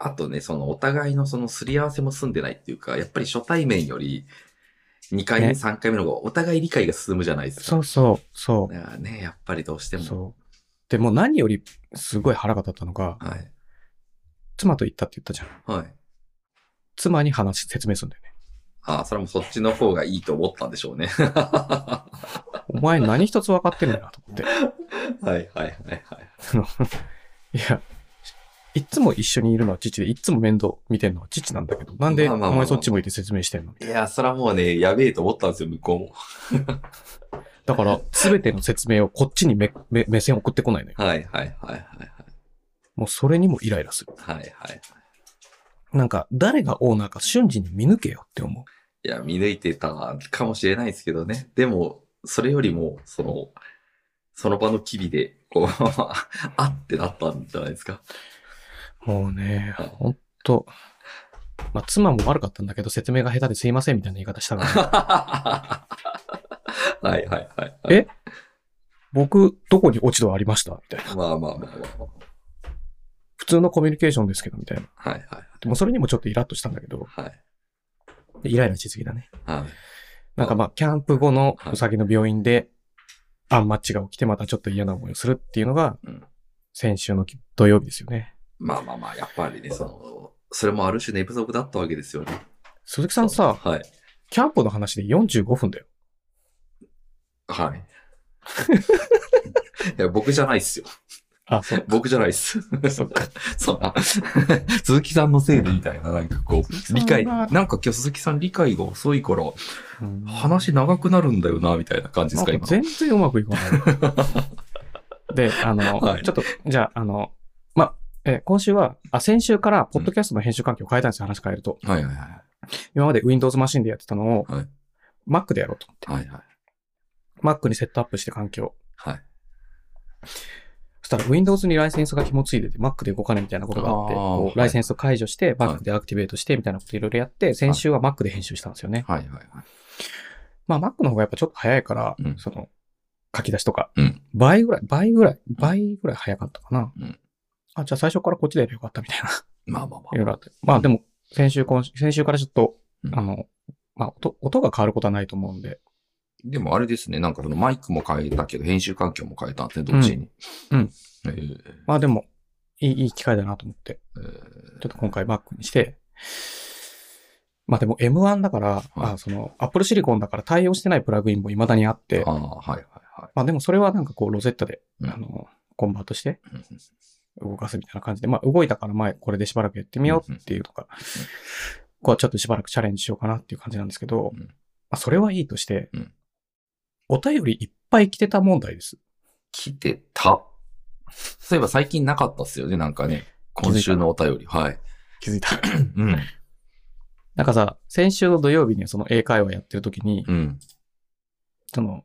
Speaker 2: あとね、そのお互いのそのすり合わせも済んでないっていうか、やっぱり初対面より2回目、
Speaker 1: ね
Speaker 2: 3回目の方がお互い理解が進むじゃないですか。
Speaker 1: そうそう、そ
Speaker 2: だからね、やっぱりどうして
Speaker 1: う、
Speaker 2: も。
Speaker 1: そう。でもう何よりすごい腹が立ったのが、
Speaker 2: はい。
Speaker 1: 妻と行ったって言ったじゃん。
Speaker 2: はい。
Speaker 1: 妻に話、説明するんだよね。
Speaker 2: ああ、それもそっちの方がいいと思ったんでしょうね。 は
Speaker 1: お前何一つ分かってんだなと思って。
Speaker 2: いはいはいはい。
Speaker 1: いや、いっつも一緒にいるのは父で、いっつも面倒見てるのは父なんだけど、なんで
Speaker 2: まあ
Speaker 1: お
Speaker 2: まあまあまあ
Speaker 1: 前そっち向いて説明してんの
Speaker 2: いや、それはもうね、やべえと思ったんですよ、向こうも。
Speaker 1: だから、すべての説明をこっちに目目目線送ってこないのよ。
Speaker 2: はいはいはいはいはい。
Speaker 1: もうそれにもイライラする。
Speaker 2: はいはい。
Speaker 1: なんか、誰がオーナーか瞬時に見抜けよって思う。
Speaker 2: いや、見抜いてたかもしれないですけどね。でも、それよりも、その、その場の機微で、こう、 あってなったんじゃないですか。
Speaker 1: もうね、ほんと。まあ、妻も悪かったんだけど、説明が下手ですいませんみたいな言い方した から、
Speaker 2: はいはいはい。
Speaker 1: え僕、どこに落ち度ありましたみたいな。
Speaker 2: まあまあまあまあま
Speaker 1: 普通のコミュニケーションですけど、みたいな。
Speaker 2: あ。はいはい
Speaker 1: でも、それにもちょっとイラッとしたんだけど、
Speaker 2: はい。
Speaker 1: でイライラしすぎだね。
Speaker 2: はい。
Speaker 1: なんかまあ、キャンプ後の
Speaker 2: はいう
Speaker 1: さぎの病院で、アンマッチが起きてまたちょっと嫌な思いをするっていうのが
Speaker 2: うん、
Speaker 1: 先週のき土曜日ですよね。
Speaker 2: まあまあまあ、やっぱりね、その、それもある種寝不足だったわけですよね。
Speaker 1: 鈴木さんさ、
Speaker 2: はい。
Speaker 1: キャンプの話で45分だよ。
Speaker 2: はい。いや、僕じゃないっすよ。
Speaker 1: あ、そう。
Speaker 2: 僕じゃないっす。
Speaker 1: そっか。
Speaker 2: そんな、鈴木さんのせいでみたいな、なんかこう、理解、なんか今日鈴木さん理解が遅いから、話長くなるんだよな、みたいな感じですか、
Speaker 1: なん
Speaker 2: 今
Speaker 1: か。全然うまくいかない。で、あの、
Speaker 2: はい
Speaker 1: ちょっと、じゃあ、あの、えー今週は、あ、先週から、ポッドキャストの編集環境を変えたんですよ、話変えると。
Speaker 2: はいはいは
Speaker 1: 今まで Windows マシンでやってたのを、
Speaker 2: はい
Speaker 1: Mac でやろうと思って。
Speaker 2: い。はいはい。
Speaker 1: Mac にセットアップして環境。
Speaker 2: はい。
Speaker 1: そしたら Windows にライセンスが紐ついてて Mac で動かないみたいなことがあって、
Speaker 2: あー
Speaker 1: こう
Speaker 2: はい
Speaker 1: ライセンスを解除して
Speaker 2: はい
Speaker 1: Mac でアクティベートしてみたいなこといろいろやって、先週は Mac で編集したんですよね。
Speaker 2: はいはいはい。
Speaker 1: まあ Mac の方がやっぱちょっと早いから、
Speaker 2: うん
Speaker 1: その書き出しとか、
Speaker 2: うん
Speaker 1: 倍ぐらい、倍ぐらい、倍ぐらい早かったかな。
Speaker 2: うん
Speaker 1: あ、じゃあ最初からこっちでやればよかったみたいな、
Speaker 2: まあまあま
Speaker 1: いろいろあって。まあでも先週、今週先週からちょっと、
Speaker 2: うん
Speaker 1: あの、まあ音音が変わることはないと思うんで、
Speaker 2: あ。でもあれですね、なんかそのマイクも変えたけど、編集環境も変えたんですね、どっちに。
Speaker 1: うん
Speaker 2: えー
Speaker 1: まあでもいいいい機会だなと思って。
Speaker 2: え
Speaker 1: ちょっと今回 Mac にして、まあでも M1 だから、
Speaker 2: はい
Speaker 1: あその Apple Silicon だから対応してないプラグインも未だにあって
Speaker 2: ー、ああ、はいはいは
Speaker 1: まあでもそれはなんかこうロゼッタで、
Speaker 2: うん
Speaker 1: あの、コンバートして
Speaker 2: い。
Speaker 1: 動かすみたいな感じで、まあ動いたから前これでしばらくやってみようっていうのが、こうちょっとしばらくチャレンジしようかなっていう感じなんですけど、
Speaker 2: うん
Speaker 1: まあそれはいいとして
Speaker 2: うん、
Speaker 1: お便りいっぱい来てた問題です。
Speaker 2: 来てた。そういえば最近なかったっすよね、なんかね。今週のお便り。はい。
Speaker 1: 気づいた。
Speaker 2: うん。
Speaker 1: なんかさ、先週の土曜日にその英会話やってる時に、
Speaker 2: うん。
Speaker 1: その、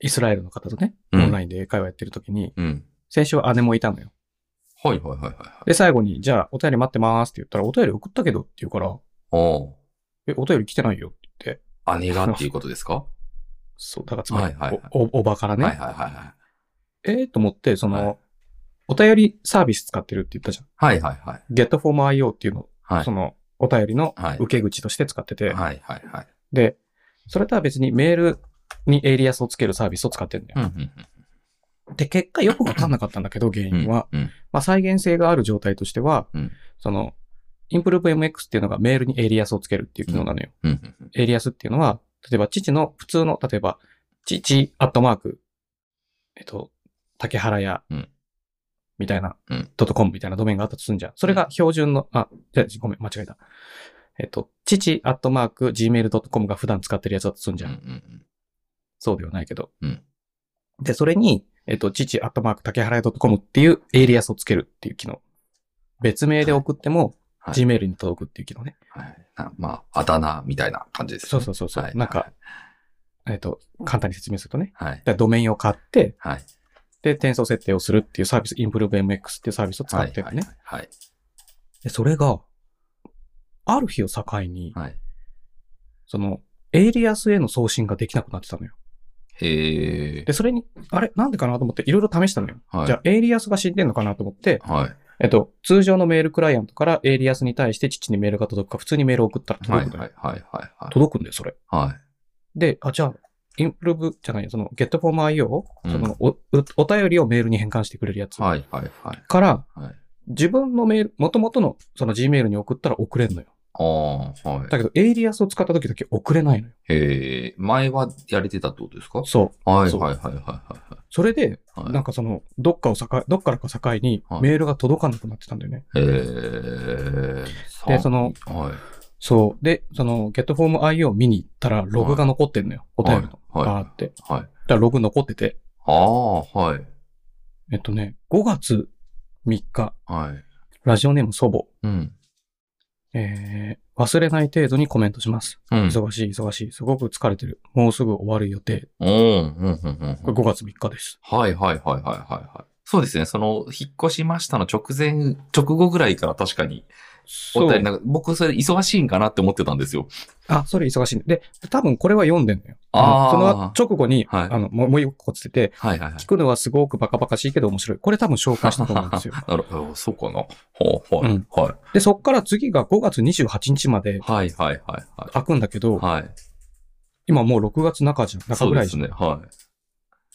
Speaker 1: イスラエルの方とね、オ
Speaker 2: うん
Speaker 1: ンラインで英会話やってる時に、
Speaker 2: うん。
Speaker 1: 先週は姉もいたのよ。
Speaker 2: はいはいはいはいはい。
Speaker 1: で、最後に、じゃあ、お便り待ってますって言ったら、お便り送ったけどって言うから、
Speaker 2: お
Speaker 1: え、お便り来てないよって言って、
Speaker 2: お姉がっていうことですか
Speaker 1: そう、だからつまり、
Speaker 2: はいはいはい
Speaker 1: おおおばからね、
Speaker 2: はいはいはいはい。
Speaker 1: えーと思って、その、
Speaker 2: はい
Speaker 1: お便りサービス使ってるって言ったじゃん。
Speaker 2: はいはいはい。
Speaker 1: Get for my IO っていうのを、
Speaker 2: はい。
Speaker 1: その、お便りの
Speaker 2: はい
Speaker 1: 受け口として使ってて、
Speaker 2: はいはいはい。
Speaker 1: で、それとは別にメールにエイリアスをつけるサービスを使ってるんだ
Speaker 2: うん
Speaker 1: よ。で、結果よくわかんなかったんだけど、原
Speaker 2: うんうん
Speaker 1: 因は、
Speaker 2: うん
Speaker 1: まあ、再現性がある状態としては、
Speaker 2: うん
Speaker 1: その、インプルーブ MX っていうのがメールにエイリアスをつけるっていう機能なのよ。
Speaker 2: うんうん
Speaker 1: エイリアスっていうのは、例えば、父の普通の、例えば、父、アットマーク、えっと、竹原屋
Speaker 2: うん、
Speaker 1: みたいな、
Speaker 2: うん
Speaker 1: ドットコムみたいなドメインがあったとするんじゃん。それが標準の、あ、じゃあごめん、間違えた。えっと、父、アットマーク、gmail.com が普段使ってるやつだとするんじ
Speaker 2: う
Speaker 1: ゃん。
Speaker 2: んうん
Speaker 1: そうではないけど。
Speaker 2: うん
Speaker 1: で、それに、えっと、父、アットマーク、竹原屋 .com っていうエイリアスをつけるっていう機能。別名で送っても、
Speaker 2: はい
Speaker 1: Gmail に届くっていう機能ね。
Speaker 2: はいなまあ、あだ名みたいな感じですね。
Speaker 1: そうそうそうそう
Speaker 2: はい
Speaker 1: なんか。えっと、簡単に説明するとね。
Speaker 2: はい。
Speaker 1: でドメインを買って、
Speaker 2: はい。
Speaker 1: で、転送設定をするっていうサービス、インプルーブ MX っていうサービスを使ってるのね、
Speaker 2: はい。
Speaker 1: で、それが、ある日を境に、
Speaker 2: はい。はい
Speaker 1: その、エイリアスへの送信ができなくなってたのよ。
Speaker 2: へえ
Speaker 1: で、。それに、あれなんでかなと思って、いろいろ試したのよ。
Speaker 2: はい。
Speaker 1: じゃあ、エイリアスが死んでんのかなと思って、
Speaker 2: はい。
Speaker 1: えっと、通常のメールクライアントからエイリアスに対して父にメールが届くか、普通にメールを送ったら
Speaker 2: は
Speaker 1: 届
Speaker 2: い。
Speaker 1: くのよ。
Speaker 2: はい。はい。はい。
Speaker 1: 届くんだよ、それ。
Speaker 2: はい。
Speaker 1: で、あ、じゃあ、インプルーブじゃないよ、その、ゲットフォーム IO を、
Speaker 2: うん
Speaker 1: そのお、おお便りをメールに変換してくれるやつ
Speaker 2: はい。はい。はい。
Speaker 1: から、
Speaker 2: はい。
Speaker 1: 自分のメール、元々のその Gmail に送ったら送れんのよ。
Speaker 2: ああ、はい。
Speaker 1: だけど、エイリアスを使った時だけ送れないのよ。
Speaker 2: へえ、前はやれてたってことですか
Speaker 1: そう。
Speaker 2: はい
Speaker 1: そう
Speaker 2: はいはいはい
Speaker 1: それで、
Speaker 2: はいはい。
Speaker 1: なんかその、どっかを境、どっからか境に
Speaker 2: はい
Speaker 1: メールが届かなくなってたんだよね。
Speaker 2: えー、さ
Speaker 1: でその、
Speaker 2: はい。
Speaker 1: そう。で、その、GetFormIO を見に行ったら、ログが残ってんのよ。お便りの。
Speaker 2: はい。
Speaker 1: バー
Speaker 2: は
Speaker 1: って。だか
Speaker 2: い。はい、
Speaker 1: らログ残ってて。
Speaker 2: ああ、はい。
Speaker 1: えっとね、5月3日、
Speaker 2: はい。
Speaker 1: ラジオネーム祖母。
Speaker 2: うん。
Speaker 1: えー、忘れない程度にコメントします。
Speaker 2: うん。
Speaker 1: 忙しい、忙しい。すごく疲れてる。もうすぐ終わる予定。
Speaker 2: うん。うん。うん。うん
Speaker 1: これ5月3日です。
Speaker 2: はいはいはいはいはいはい。そうですね。その、引っ越しましたの直前、直後ぐらいから確かに、お便りなんか、僕それ忙しいんかなって思ってたんですよ。
Speaker 1: あ、それ忙しいね。で、多分これは読んでんのよ。
Speaker 2: あー
Speaker 1: のその直後に、
Speaker 2: はい
Speaker 1: あの、もうもう一個つってて、
Speaker 2: はいはいはい
Speaker 1: 聞。くのはすごくバカバカしいけど面白い。これ多分紹介したと思うんですよ。
Speaker 2: なるほど、そうかな。ほう、は
Speaker 1: う
Speaker 2: い
Speaker 1: ん。
Speaker 2: は
Speaker 1: で、そっから次が5月28日まで
Speaker 2: い。はいはいはいはい。
Speaker 1: 開くんだけど、
Speaker 2: はい。
Speaker 1: 今もう6月中じゃん。中
Speaker 2: そう
Speaker 1: ぐら
Speaker 2: で
Speaker 1: いじ
Speaker 2: す
Speaker 1: ゃん。
Speaker 2: ね。はい。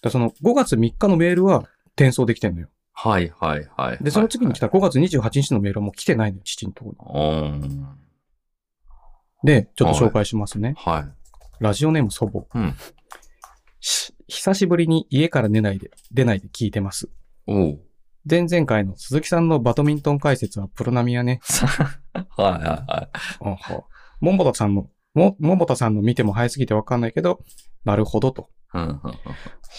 Speaker 1: そその5月3日のメールは転送できてんのよ。
Speaker 2: はいはいはい。
Speaker 1: で、その次に来
Speaker 2: た。
Speaker 1: た5月28日のメールはもう来てないのよ、父のところ
Speaker 2: うん。
Speaker 1: に。で、ちょっと紹介しますね。
Speaker 2: はい。
Speaker 1: ラジオネーム祖母。
Speaker 2: うん
Speaker 1: し久しぶりに家から寝ないで、出ないで聞いてます。
Speaker 2: おう。
Speaker 1: 前々回の鈴木さんのバドミントン解説はプロ並みや ね。
Speaker 2: はいはいはい。
Speaker 1: モンボタさんの、も、モンボタさんの見ても早すぎてわかんないけど、なるほどと。
Speaker 2: うんうんうん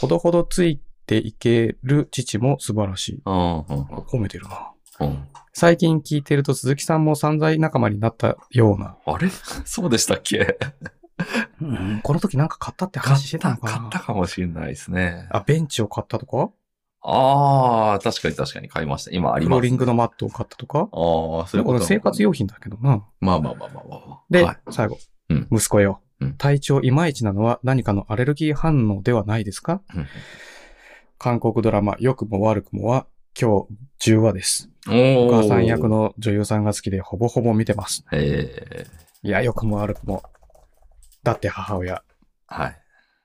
Speaker 1: ほどほどついていける父も素晴らしい。
Speaker 2: うんうんうん
Speaker 1: 褒めてるな。
Speaker 2: うん。
Speaker 1: 最近聞いてると鈴木さんも散財仲間になったような。
Speaker 2: あれ そうでしたっけ
Speaker 1: うん、この時なんか買ったって
Speaker 2: 買っ
Speaker 1: 話してた
Speaker 2: た、
Speaker 1: のかな
Speaker 2: 買ったかもしれないですね。
Speaker 1: あ、ベンチを買ったとか
Speaker 2: ああ、確かに確かに買いました。今あり
Speaker 1: フ
Speaker 2: ま
Speaker 1: ロ
Speaker 2: す、
Speaker 1: ーリングのマットを買ったとか
Speaker 2: ああ、そういう
Speaker 1: この
Speaker 2: ことなの
Speaker 1: 生活用品だけどな。
Speaker 2: まあまあまあまあまあまあ。
Speaker 1: で、
Speaker 2: はい
Speaker 1: 最後、
Speaker 2: うん
Speaker 1: 息子よ、
Speaker 2: うん
Speaker 1: 体調いまいちなのは何かのアレルギー反応ではないですか
Speaker 2: うん
Speaker 1: 韓国ドラマ、良くも悪くもは、今日10話です。
Speaker 2: お
Speaker 1: お
Speaker 2: ー
Speaker 1: 母さん役。の女優さんが好きで、ほぼほぼ見てます。
Speaker 2: ええ
Speaker 1: いや、良くも悪くも。だって母親。
Speaker 2: はい。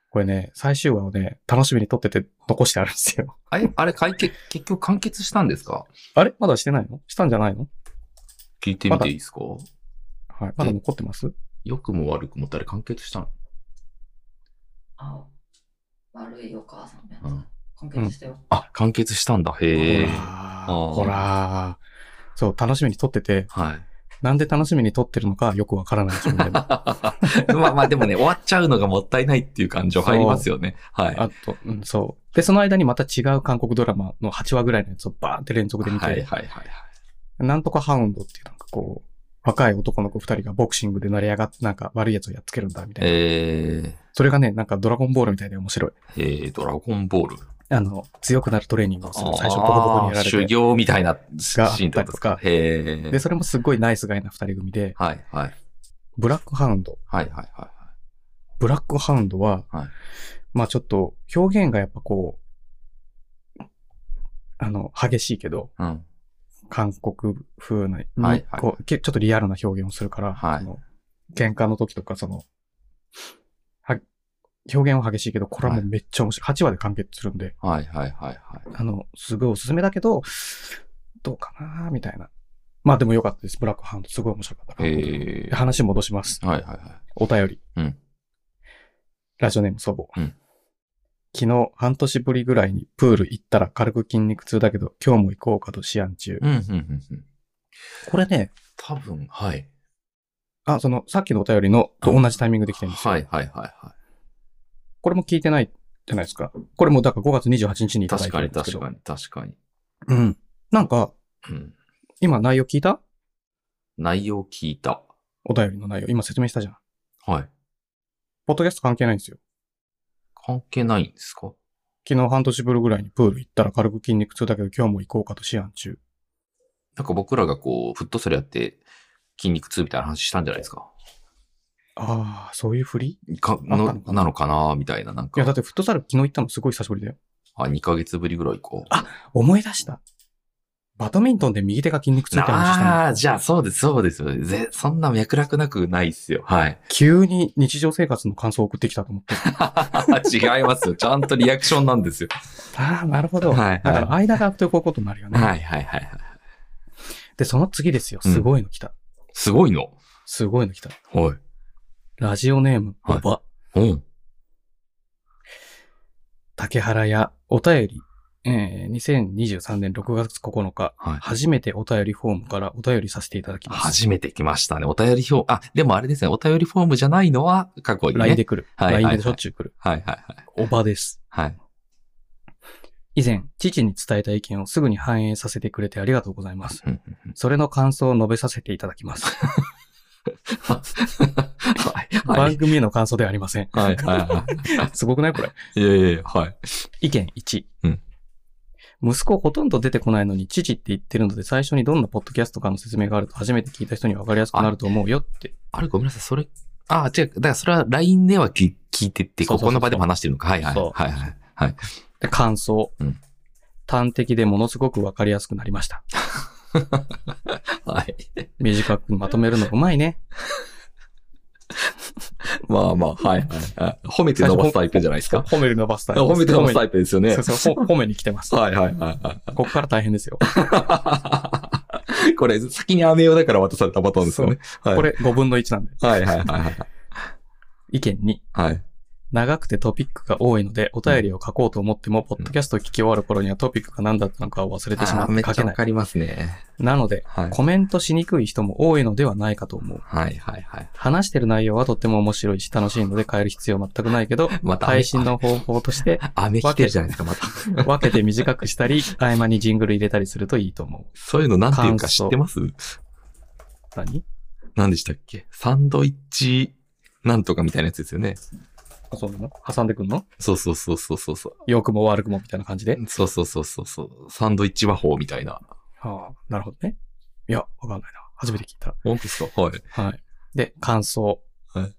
Speaker 1: これね、最終話をね、楽しみに撮ってて残してあるんですよ。
Speaker 2: あれ、あれ解決、結局完結したんですか
Speaker 1: あれまだしてないのしたんじゃないの
Speaker 2: 聞いてみていいですか
Speaker 1: はい。まだ残ってます
Speaker 2: 良くも悪くも誰完結したの
Speaker 4: あ悪いお母さんのやつ、
Speaker 2: うん
Speaker 4: 完結してよ、
Speaker 2: あ、完結したんだ。へえ。あー
Speaker 1: ほらーほらー。そう、楽しみに撮ってて、
Speaker 2: はい。
Speaker 1: なんで楽しみに撮ってるのかよくわからない自分でも
Speaker 2: まあまあでもね、終わっちゃうのがもったいないっていう感情入りますよね。はい。
Speaker 1: あと、うん、そう。で、その間にまた違う韓国ドラマの8話ぐらいのやつをバーンって連続で見て、
Speaker 2: はいはいはいはい。
Speaker 1: なんとかハウンドっていうなんかこう、若い男の子二人がボクシングで成り上がってなんか悪いやつをやっつけるんだみたいな。
Speaker 2: え
Speaker 1: それがね、なんかドラゴンボールみたいで面白い。
Speaker 2: ー、えー、ドラゴンボール。
Speaker 1: あの、強くなるトレーニングをする。最初ボコボコにやら
Speaker 2: あー
Speaker 1: れ
Speaker 2: 修
Speaker 1: て。
Speaker 2: 行みたいなシ
Speaker 1: があったりとか
Speaker 2: ーンってことですか。へえ。
Speaker 1: で、それもすごいナイスガイな二人組で、
Speaker 2: はいはい。
Speaker 1: ブラックハウンド。
Speaker 2: はいはいはいはい。
Speaker 1: ブラックハウンドは、
Speaker 2: はい
Speaker 1: まあちょっと表現がやっぱこう、あの、激しいけど、
Speaker 2: うん。
Speaker 1: 韓国風な、
Speaker 2: はいはい
Speaker 1: こうけちょっとリアルな表現をするから、
Speaker 2: はい
Speaker 1: その喧嘩の時とか、その、は、表現は激しいけど、これはもう
Speaker 2: はい
Speaker 1: めっちゃ面白い。8話で完結するんで、
Speaker 2: はいはいはいはい。
Speaker 1: あの、すごいおすすめだけど、どうかなみたいな。まあでも良かったです。ブラックハウンド、すごい面白かったから。
Speaker 2: えー、
Speaker 1: 話戻します。
Speaker 2: はいはいはい。
Speaker 1: お便り。
Speaker 2: うん
Speaker 1: ラジオネーム祖母。
Speaker 2: うん
Speaker 1: 昨日、半年ぶりぐらいにプール行ったら軽く筋肉痛だけど、今日も行こうかと思案中。
Speaker 2: うんうんうんうん。
Speaker 1: これね、
Speaker 2: 多分、はい。
Speaker 1: あ、その、さっきのお便りのと同じタイミングで来てるんですよ。
Speaker 2: はいはいはいは
Speaker 1: これも聞いてないじゃないですか。これもだから5月28日にい
Speaker 2: い。
Speaker 1: ただ
Speaker 2: 確
Speaker 1: いて
Speaker 2: か
Speaker 1: る
Speaker 2: に
Speaker 1: んですけ
Speaker 2: 確
Speaker 1: ど。
Speaker 2: かに確かに。
Speaker 1: に。うん。なんか、
Speaker 2: うん。
Speaker 1: 今内容聞いた
Speaker 2: 内容聞いた。
Speaker 1: お便りの内容。今説明したじゃん。
Speaker 2: はい。
Speaker 1: ポッドキャスト関係ないんですよ。
Speaker 2: 関係ないんですか
Speaker 1: 昨日半年ぶりぐらいにプール行ったら軽く筋肉痛だけど、今日も行こうかと思案中。
Speaker 2: なんか僕らがこう、フットサルやって筋肉痛みたいな話したんじゃないですか。
Speaker 1: ああ、そういうふり
Speaker 2: か
Speaker 1: あったの
Speaker 2: の
Speaker 1: かな
Speaker 2: なのかなみたいな、なん
Speaker 1: いや、だって
Speaker 2: か。
Speaker 1: フットサル昨日行ったのすごい久しぶりだよ。
Speaker 2: あ、2ヶ月ぶりぐらいか。
Speaker 1: 思い出した。バドミントンで右手が筋肉痛って話したの。
Speaker 2: ああ、じゃあそうです、そうです。ぜそんな脈絡なくないっすよ。はい。
Speaker 1: 急に日常生活の感想を送ってきたと思って。
Speaker 2: 違いますよ。ちゃんとリアクションなんですよ。
Speaker 1: ああ、なるほど。
Speaker 2: はいは
Speaker 1: だ
Speaker 2: い
Speaker 1: から間が空くとこういうことになるよね。
Speaker 2: はいはいはいはい。
Speaker 1: で、その次ですよ。すごいの来た。
Speaker 2: すごいの。
Speaker 1: すごいの来た。
Speaker 2: はい。
Speaker 1: ラジオネーム、
Speaker 2: はい
Speaker 1: おば、
Speaker 2: うん。
Speaker 1: 竹原屋、お便り、えー、2023年6月9日、
Speaker 2: はい。
Speaker 1: 初めてお便りフォームからお便りさせていただきます。
Speaker 2: 初めて来ましたね。お便り表、あ、でもあれですね、お便りフォームじゃないのは過去に
Speaker 1: LINE で
Speaker 2: ね。
Speaker 1: 来る。
Speaker 2: はいはい
Speaker 1: LINE でしょっちゅう来る。
Speaker 2: はいはいはい。
Speaker 1: おばです。
Speaker 2: はい。
Speaker 1: 以前、父に伝えた意見をすぐに反映させてくれてありがとうございます。
Speaker 2: うん
Speaker 1: それの感想を述べさせていただきます。
Speaker 2: はいは
Speaker 1: 番
Speaker 2: い。
Speaker 1: 組への感想ではありま せん。
Speaker 2: はいは
Speaker 1: すごくないこれ。
Speaker 2: い。いやいやいやはい。
Speaker 1: 意見1。
Speaker 2: うん
Speaker 1: 息子ほとんど出てこないのに、父って言ってるので、最初にどんなポッドキャストかの説明があると初めて聞いた人に分かりやすくなると思うよって。
Speaker 2: あれ、ごめんなさい、それ、あ、違う、だからそれは LINE では聞聞いてって、
Speaker 1: そうそうそ
Speaker 2: こ
Speaker 1: うそう
Speaker 2: この場でも話してるのか。はいはい。
Speaker 1: そう
Speaker 2: はいはい。はい。
Speaker 1: で感想。
Speaker 2: うん
Speaker 1: 端的でものすごく分かりやすくなりました。
Speaker 2: はい。
Speaker 1: 短くまとめるのうまいね。
Speaker 2: まあまあ、はいはいはい。褒めて伸ばすタイプじゃないですか。
Speaker 1: 褒める伸ばすタイプです。
Speaker 2: 褒めて伸ばすタイプですよね。
Speaker 1: そうそうほ褒めに来て ます。
Speaker 2: はいはいはいはい。
Speaker 1: ここから大変ですよ。
Speaker 2: これ、先に雨用だから渡されたパターンですよね。はい、
Speaker 1: こ。れ5分の1なんで。
Speaker 2: はいはいはいはい。
Speaker 1: 意見2。
Speaker 2: はい。
Speaker 1: 長くてトピックが多いので、お便りを書こうと思っても、ポッドキャストを聞き終わる頃にはトピックが何だったのかを忘れてしま
Speaker 2: あ
Speaker 1: っ
Speaker 2: ーめ
Speaker 1: て
Speaker 2: っ
Speaker 1: 書
Speaker 2: ち
Speaker 1: け
Speaker 2: ゃ
Speaker 1: な
Speaker 2: わ
Speaker 1: い。
Speaker 2: かりますね。
Speaker 1: なので、
Speaker 2: はい。
Speaker 1: コメントしにくい人も多いのではないかと思う。
Speaker 2: はいはいはい。
Speaker 1: 話してる内容はとっても面白いし楽しいので変える必要全くないけど、
Speaker 2: また
Speaker 1: 配信の方法と して
Speaker 2: 雨来てるじゃないですか、また。
Speaker 1: 分けて短くしたり、合間にジングル入れたりするといいと思う。
Speaker 2: そういうのなんていうか
Speaker 1: 感
Speaker 2: 知
Speaker 1: 想
Speaker 2: ってます
Speaker 1: 何
Speaker 2: 何でしたっけサンドイッチなんとかみたいなやつですよね。
Speaker 1: あそうなの挟んでくんの
Speaker 2: そうそうそうそうそうそう。
Speaker 1: 良くも悪くもみたいな感じで。
Speaker 2: そうそうそうそうそう。サンドイッチ和法みたいな。
Speaker 1: ああ、なるほどね。いや、わかんないな。初めて聞いた。
Speaker 2: 本当ですかはい。
Speaker 1: はい。で、感想。
Speaker 2: はい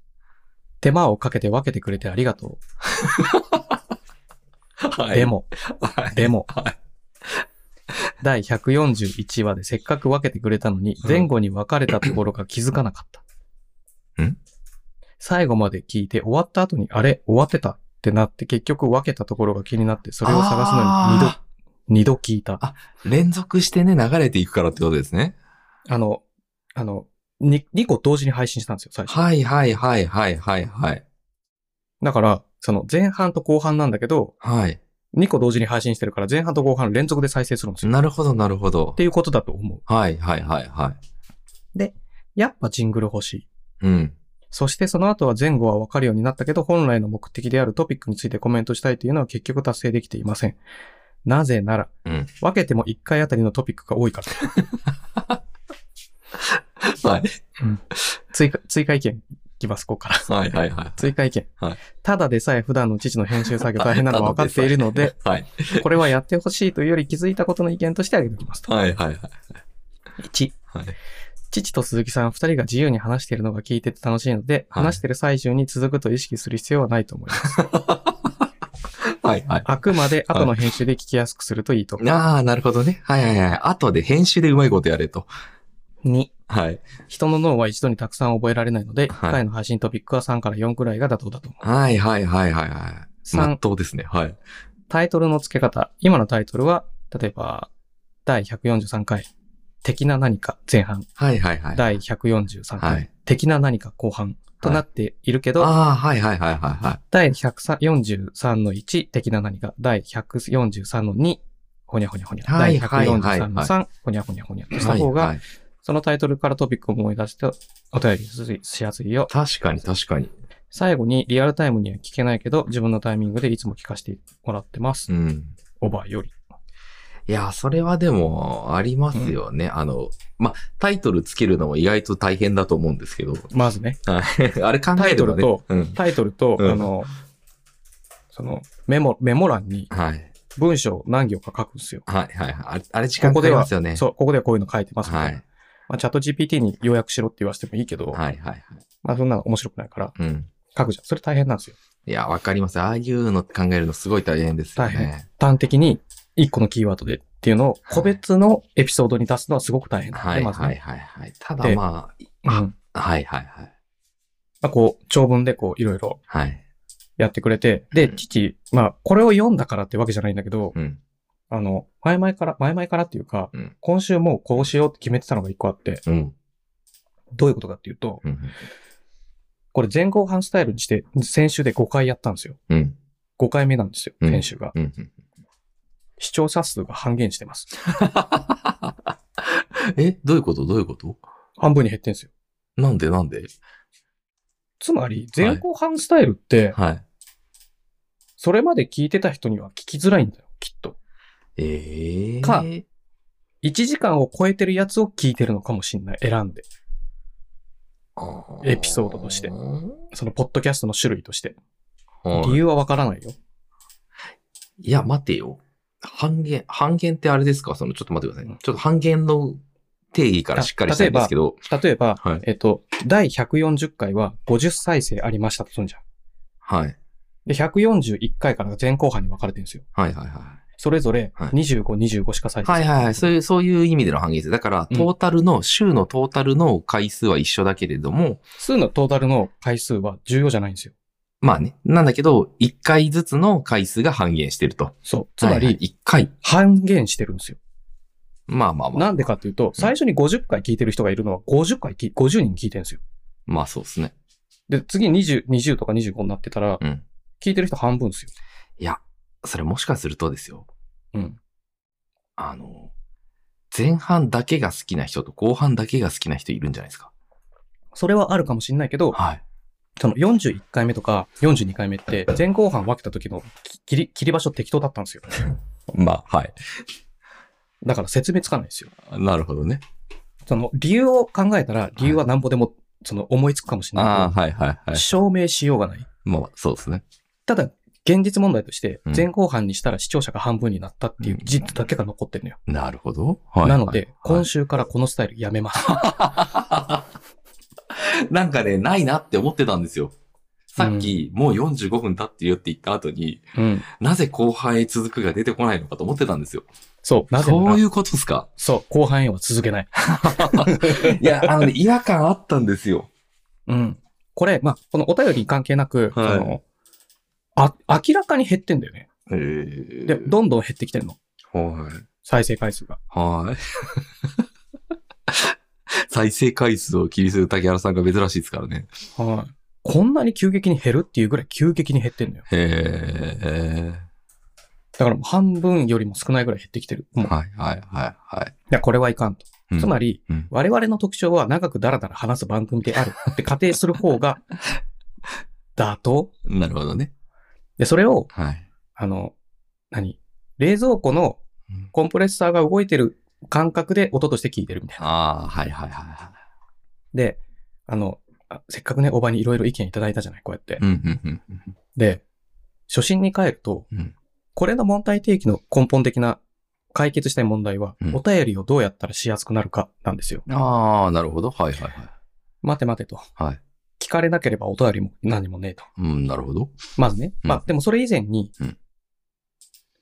Speaker 1: 手間をかけて分けてくれてありがとう。
Speaker 2: はい。
Speaker 1: で。も、
Speaker 2: はい。
Speaker 1: でも、
Speaker 2: はい。
Speaker 1: 第141話でせっかく分けてくれたのに、
Speaker 2: うん
Speaker 1: 前後に分かれたところが気づかなかった。
Speaker 2: ん
Speaker 1: 最後まで聞いて終わった後に、あれ終わってたってなって結局分けたところが気になって、それを探すのに
Speaker 2: あ
Speaker 1: 二度、二度聞いた。
Speaker 2: あー連続してね、流れていくからってことですね。
Speaker 1: あの、あの、に、2個同時に配信したんですよ、最初。
Speaker 2: はいはいはいはいはいはい。
Speaker 1: だから、その前半と後半なんだけど、
Speaker 2: はい。
Speaker 1: 2個同時に配信してるから前半と後半連続で再生するんですよ。
Speaker 2: なるほどなるほど
Speaker 1: って。いうことだと思う。
Speaker 2: はいはいはいは
Speaker 1: やっぱジングル欲しい。
Speaker 2: い。うん。
Speaker 1: そしてその後は前後はわかるようになったけど、本来の目的であるトピックについてコメントしたいというのは結局達成できていません。なぜなら、
Speaker 2: うん
Speaker 1: 分けても1回あたりのトピックが多いから。
Speaker 2: はい。
Speaker 1: 追加、追加意見いきます、ここから。
Speaker 2: はいはいはい。
Speaker 1: 追加意見。
Speaker 2: はい
Speaker 1: ただでさえ普段の父の編集作業大変なのは分かっている ので、
Speaker 2: はい。
Speaker 1: これはやってほしいというより気づいたことの意見として挙げておき ますと。
Speaker 2: はいはいはい。
Speaker 1: 1、
Speaker 2: はい。
Speaker 1: 父と鈴木さん二人が自由に話しているのが聞いてて楽しいので、
Speaker 2: はい
Speaker 1: 話している最中に続くと意識する必要はないと思います。
Speaker 2: はいはい。
Speaker 1: あくまで後の編集で聞きやすくするといいと思いま
Speaker 2: ああ、なるほどね。はいはいはい。後で編集でうまいことやれと。
Speaker 1: す。2、
Speaker 2: はい。
Speaker 1: 人の脳は一度にたくさん覚えられないので、
Speaker 2: はい
Speaker 1: 1回の配信トピックは3から4くらいが妥当だと思う。
Speaker 2: はいはいはいはいはい。
Speaker 1: 三
Speaker 2: 納豆ですね。はい。
Speaker 1: タイトルの付け方。今のタイトルは、例えば、第143回、的な何か前半、
Speaker 2: はいはいはい。
Speaker 1: 第143回、
Speaker 2: はい
Speaker 1: 的な何か後半となっているけど、
Speaker 2: ああ、はいはいはいはいはい。
Speaker 1: 第143の1的な何か、第143の2、ほにゃほにゃほにゃ、
Speaker 2: はいはいはい
Speaker 1: 第143の3、ほにゃほにゃほにゃとした方が、
Speaker 2: はいはい
Speaker 1: そのタイトルからトピックを思い出してお便りしやすいよ。
Speaker 2: 確かに確かに。
Speaker 1: 最後にリアルタイムには聞けないけど、自分のタイミングでいつも聞かせてもらってます。
Speaker 2: うん。
Speaker 1: オバーより。
Speaker 2: いや、それはでも、ありますよね。あの、ま、タイトルつけるのも意外と大変だと思うんですけど。
Speaker 1: まずね、
Speaker 2: はい。あれ考えるば
Speaker 1: タイトル
Speaker 2: ね。
Speaker 1: と
Speaker 2: うん。
Speaker 1: タイトルと、
Speaker 2: うん
Speaker 1: あの、そのメモ、メモ欄に
Speaker 2: はい。
Speaker 1: 文章を何行か書くんですよ。
Speaker 2: はいはいはい。あれ、あれ時間かかりますよね。
Speaker 1: そう、ここではこういうの書いてますみた
Speaker 2: はい。
Speaker 1: ないまあ、チャット GPT に要約しろって言わせてもいいけど、
Speaker 2: はいはいはい。
Speaker 1: まあそんなの面白くないから、
Speaker 2: うん。
Speaker 1: 書くじゃん。それ大変なんですよ。
Speaker 2: いや、わかります。ああいうの考えるのすごい大変ですよ
Speaker 1: 大
Speaker 2: ね。
Speaker 1: 端的に一個のキーワードでっていうのを個別のエピソードに出すのはすごく大変なんで、
Speaker 2: はいは
Speaker 1: ま
Speaker 2: い
Speaker 1: ずね
Speaker 2: はいはい。ただ
Speaker 1: で
Speaker 2: まあ、
Speaker 1: うん
Speaker 2: は
Speaker 1: ま
Speaker 2: はいはいはい。
Speaker 1: あ、こう、長文でこう、いろいろ
Speaker 2: はい。
Speaker 1: やってくれて、で、
Speaker 2: うん
Speaker 1: 父、まあ、これを読んだからってわけじゃないんだけど、
Speaker 2: うん。
Speaker 1: あの、前々から、前々からっていうか、
Speaker 2: うん
Speaker 1: 今週もうこうしようって決めてたのが一個あって、
Speaker 2: うん。
Speaker 1: どういうことかっていうと、
Speaker 2: うん。
Speaker 1: これ前後半スタイルにして、先週で5回やったんですよ。
Speaker 2: うん。
Speaker 1: 5回目なんですよ、
Speaker 2: うん
Speaker 1: 先週が。
Speaker 2: うんうん。
Speaker 1: 視聴者数が半減してます。
Speaker 2: え、どういうことどういうこと
Speaker 1: 半分に減ってんですよ。
Speaker 2: なんでなんで
Speaker 1: つまり、前後半スタイルって、
Speaker 2: はい。
Speaker 1: それまで聞いてた人には聞きづらいんだよ、きっと。
Speaker 2: ええー。
Speaker 1: か1時間を超えてるやつを聞いてるのかもしんない。選んで。
Speaker 2: あ
Speaker 1: エピソードとして
Speaker 2: 理
Speaker 1: その、ポッドキャストの種類として。理由はわからないよ。
Speaker 2: いや、待てよ。半減、半減ってあれですかその、ちょっと待ってくださ
Speaker 1: う
Speaker 2: い
Speaker 1: ん。
Speaker 2: ちょっと半減の定義からしっかりしたいんですけど。
Speaker 1: 例えば、
Speaker 2: はい
Speaker 1: えっと、第140回は50再生ありましたとするんじゃん。
Speaker 2: はい。
Speaker 1: で、141回から前後半に分かれてるんですよ。
Speaker 2: はいはいはい。
Speaker 1: それぞれ
Speaker 2: はい
Speaker 1: 25、25しか再生
Speaker 2: はいはいはい。そう
Speaker 1: う。
Speaker 2: いう、そういう意味での半減です。だから、
Speaker 1: うん
Speaker 2: トータルの、週のトータルの回数は一緒だけれども、
Speaker 1: 数のトータルの回数は重要じゃないんですよ。
Speaker 2: まあね。なんだけど、一回ずつの回数が半減してると。
Speaker 1: そう。つま
Speaker 2: はいはい
Speaker 1: り、
Speaker 2: 一回。
Speaker 1: 半減してるんですよ。
Speaker 2: まあまあまあ。
Speaker 1: なんでかっていうと、最初に50回聞いてる人がいるのは50回き、50人聞いてるんですよ。
Speaker 2: まあそうですね。
Speaker 1: で、次20、20とか25になってたら、
Speaker 2: うん
Speaker 1: 聞いてる人半分ですよ。
Speaker 2: いや、それもしかするとですよ。
Speaker 1: うん。
Speaker 2: あの、前半だけが好きな人と後半だけが好きな人いるんじゃないですか。
Speaker 1: それはあるかもしれないけど、
Speaker 2: はい。
Speaker 1: その41回目とか42回目って、前後半分けた時のき切り切り場所適当だったんですよ。
Speaker 2: まあ、はい。
Speaker 1: だから説明つかないんですよ。
Speaker 2: なるほどね。
Speaker 1: その理由を考えたら、理由はなんぼでも、その思いつくかもしれ
Speaker 2: ああ、
Speaker 1: ない
Speaker 2: はいはいは
Speaker 1: け
Speaker 2: い
Speaker 1: ど、。証明しようがない。
Speaker 2: まあ、そうですね。
Speaker 1: ただ、現実問題として
Speaker 2: うん、
Speaker 1: 前後半にしたら視聴者が半分になったっていう事実だけが残ってるのよ。
Speaker 2: なるほど。はい。
Speaker 1: なので、
Speaker 2: はい
Speaker 1: 今週からこのスタイルやめ ます。
Speaker 2: なんかね、ないなって思ってたんですよ。さっき、もう45分経ってるよって言った後に、
Speaker 1: うん。
Speaker 2: なぜ後半へ続くが出てこないのかと思ってたんですよ。
Speaker 1: そう。なぜなら
Speaker 2: そういうことですか
Speaker 1: そう、後半へは続け ない。
Speaker 2: いや、あのね、違和感あったんですよ。
Speaker 1: うん。これ、まあ、このお便りに関係なく、
Speaker 2: は
Speaker 1: そ
Speaker 2: い
Speaker 1: の、あ、明らかに減ってんだよね。
Speaker 2: ええ
Speaker 1: で、どんどん減ってきてるの。
Speaker 2: はい。
Speaker 1: 再生回数が。
Speaker 2: はい。 再生回数を気にする竹原さんが珍しいですからね。
Speaker 1: はい。こんなに急激に減るっていうぐらい急激に減ってんのよ。
Speaker 2: へえ。
Speaker 1: だからもう半分よりも少ないぐらい減ってきてる。もう、い
Speaker 2: はいはいはいはい
Speaker 1: や、これはいかんと。
Speaker 2: うん。
Speaker 1: つまり、
Speaker 2: うん
Speaker 1: 我々の特徴は長くダラダラ話す番組であるって仮定する方 が、妥当
Speaker 2: なるほどね。
Speaker 1: で、それを、
Speaker 2: はい。
Speaker 1: あの、何冷蔵庫の
Speaker 2: うん
Speaker 1: コンプレッサーが動いてる感覚で音として聞いてるみたいな。
Speaker 2: ああ、はいはいはいは
Speaker 1: で、あの、あせっかくね、おばにいろいろ意見いただいたじゃない、こうやって
Speaker 2: い。。うんうんうんうん。
Speaker 1: で、初心に帰ると、
Speaker 2: うん
Speaker 1: これの問題提起の根本的な解決したい問題は、
Speaker 2: うん
Speaker 1: お便りをどうやったらしやすくなるかなんですよ。
Speaker 2: ああ、なるほど。はいはいはい。
Speaker 1: 待て待てと。
Speaker 2: はい。
Speaker 1: 聞かれなければお便りも何もねえと。
Speaker 2: うん、なるほど。
Speaker 1: まずね。
Speaker 2: うん
Speaker 1: まあ、でもそれ以前に、
Speaker 2: うん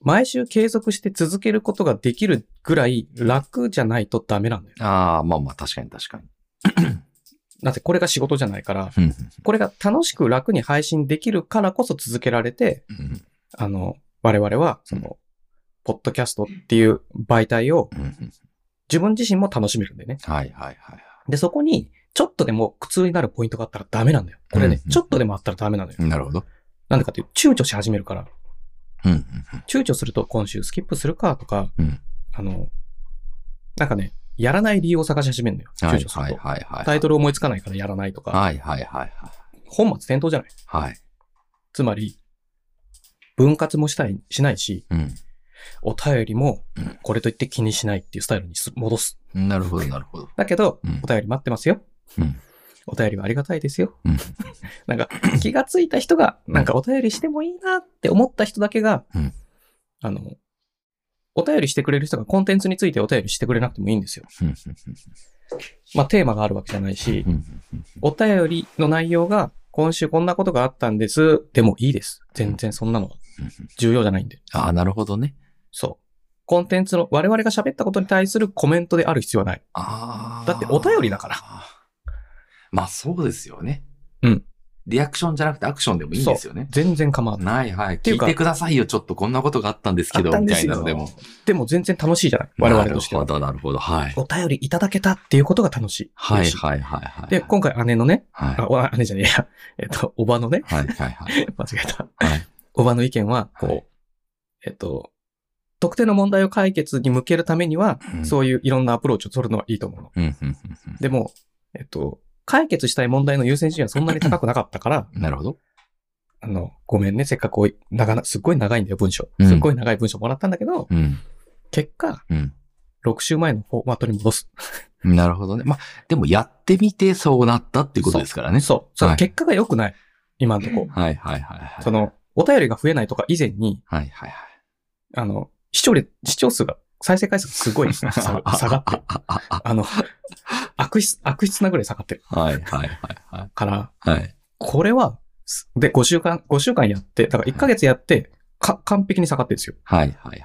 Speaker 1: 毎週継続して続けることができるぐらい楽じゃないとダメなんだよ。
Speaker 2: ああ、まあまあ、確かに確かに。
Speaker 1: だってこれが仕事じゃないから、
Speaker 2: うん
Speaker 1: これが楽しく楽に配信できるからこそ続けられて、
Speaker 2: うん
Speaker 1: あの、我々は、その、ポッドキャストっていう媒体を
Speaker 2: うんうん
Speaker 1: 自分自身も楽しめるんでね。
Speaker 2: はいはいはい。
Speaker 1: で、そこに、ちょっとでも苦痛になるポイントがあったらダメなんだよ。これね
Speaker 2: う、ん
Speaker 1: ちょっとでもあったらダメなのよ。
Speaker 2: なるほど。
Speaker 1: なんでかっていう、躊躇し始めるから。
Speaker 2: うんうん
Speaker 1: 躊躇すると今週スキップするかとか、
Speaker 2: うん
Speaker 1: あの、なんかね、やらない理由を探し始めるのよ。躊
Speaker 2: はい
Speaker 1: 躇する
Speaker 2: はい
Speaker 1: と。
Speaker 2: はいはい。
Speaker 1: タイトル思いつかないからやらないとか、
Speaker 2: はいはいはいはい。
Speaker 1: 本末転倒じゃない。
Speaker 2: はい。
Speaker 1: つまり、分割もしたい、しないし、
Speaker 2: う
Speaker 1: お便りも
Speaker 2: うん、
Speaker 1: これといって気にしないっていうスタイルにす戻す。
Speaker 2: ん。なるほどなるほど。
Speaker 1: だけど、
Speaker 2: うん
Speaker 1: お便り待ってますよ。
Speaker 2: うん
Speaker 1: お便りはありがたいですよ。
Speaker 2: うん
Speaker 1: なんか、気がついた人が、
Speaker 2: うん
Speaker 1: なんかお便りしてもいいなって思った人だけが、
Speaker 2: うん
Speaker 1: あの、お便りしてくれる人がコンテンツについてお便りしてくれなくてもいいんですよ。
Speaker 2: うんうん
Speaker 1: まあ、テーマがあるわけじゃないし
Speaker 2: う、んうん
Speaker 1: お便りの内容が、今週こんなことがあったんです。でもいいです。全然そんなのは重要じゃないんで。
Speaker 2: ああ、なるほどね。
Speaker 1: そう。コンテンツの我々が喋ったことに対するコメントである必要はない。
Speaker 2: ああ。
Speaker 1: だってお便りだから。
Speaker 2: まあそうですよね。
Speaker 1: うん。
Speaker 2: リアクションじゃなくてアクションでもいいんですよね。
Speaker 1: 全然構わない。
Speaker 2: ないはい。
Speaker 1: てい
Speaker 2: 聞
Speaker 1: う
Speaker 2: い
Speaker 1: か
Speaker 2: てくださいよ。ちょっとこんなことがあったんですけ
Speaker 1: あ
Speaker 2: ど、
Speaker 1: ったん
Speaker 2: み
Speaker 1: で
Speaker 2: た
Speaker 1: す
Speaker 2: い
Speaker 1: よ
Speaker 2: なのでも。
Speaker 1: でも全然楽しいじゃない。我々としては
Speaker 2: なる。ほど、なるほど。はい。
Speaker 1: お便りいただけたっていうことが楽しい。
Speaker 2: はい
Speaker 1: 嬉し
Speaker 2: はいはいはい。
Speaker 1: で、今回姉のね、
Speaker 2: はい。
Speaker 1: あ、お姉じゃねえや、 えっと、おばのね、
Speaker 2: はいはいはい。
Speaker 1: 間違えた。
Speaker 2: はい
Speaker 1: おばの意見は、こう、
Speaker 2: はい
Speaker 1: えっと、特定の問題を解決に向けるためには、
Speaker 2: うん
Speaker 1: そういういろんなアプローチを取るのはいいと思うの。
Speaker 2: うんうんうん
Speaker 1: でも、えっと、解決したい問題の優先順位はそんなに高くなかったから、
Speaker 2: うんなるほど。
Speaker 1: あの、ごめんね、せっかくおい、長な、すっごい長いんだよ、文章。
Speaker 2: うん
Speaker 1: すっごい長い文章もらったんだけど、
Speaker 2: うん。
Speaker 1: 結果、
Speaker 2: うん。
Speaker 1: 6週前のフォーマットに戻す。
Speaker 2: なるほどね。まあ、でもやってみてそうなったっていうことですからね。
Speaker 1: そう。そ
Speaker 2: は
Speaker 1: う
Speaker 2: い
Speaker 1: 結果が良くない。今のとこ。
Speaker 2: はいはいはいはい。
Speaker 1: その、お便りが増えないとか以前に、
Speaker 2: はいはいはい。
Speaker 1: あの、視聴率、視聴数が、再生回数がす ごい下が下がってる、
Speaker 2: あああ
Speaker 1: あの、悪質、悪質なぐらい下がってる
Speaker 2: あはいはいはいはい。
Speaker 1: から、
Speaker 2: はい。
Speaker 1: これは、すで、5週間、5週間やって、だから1ヶ月やって、か、完璧に下がってるんですよ。
Speaker 2: はいはいはい。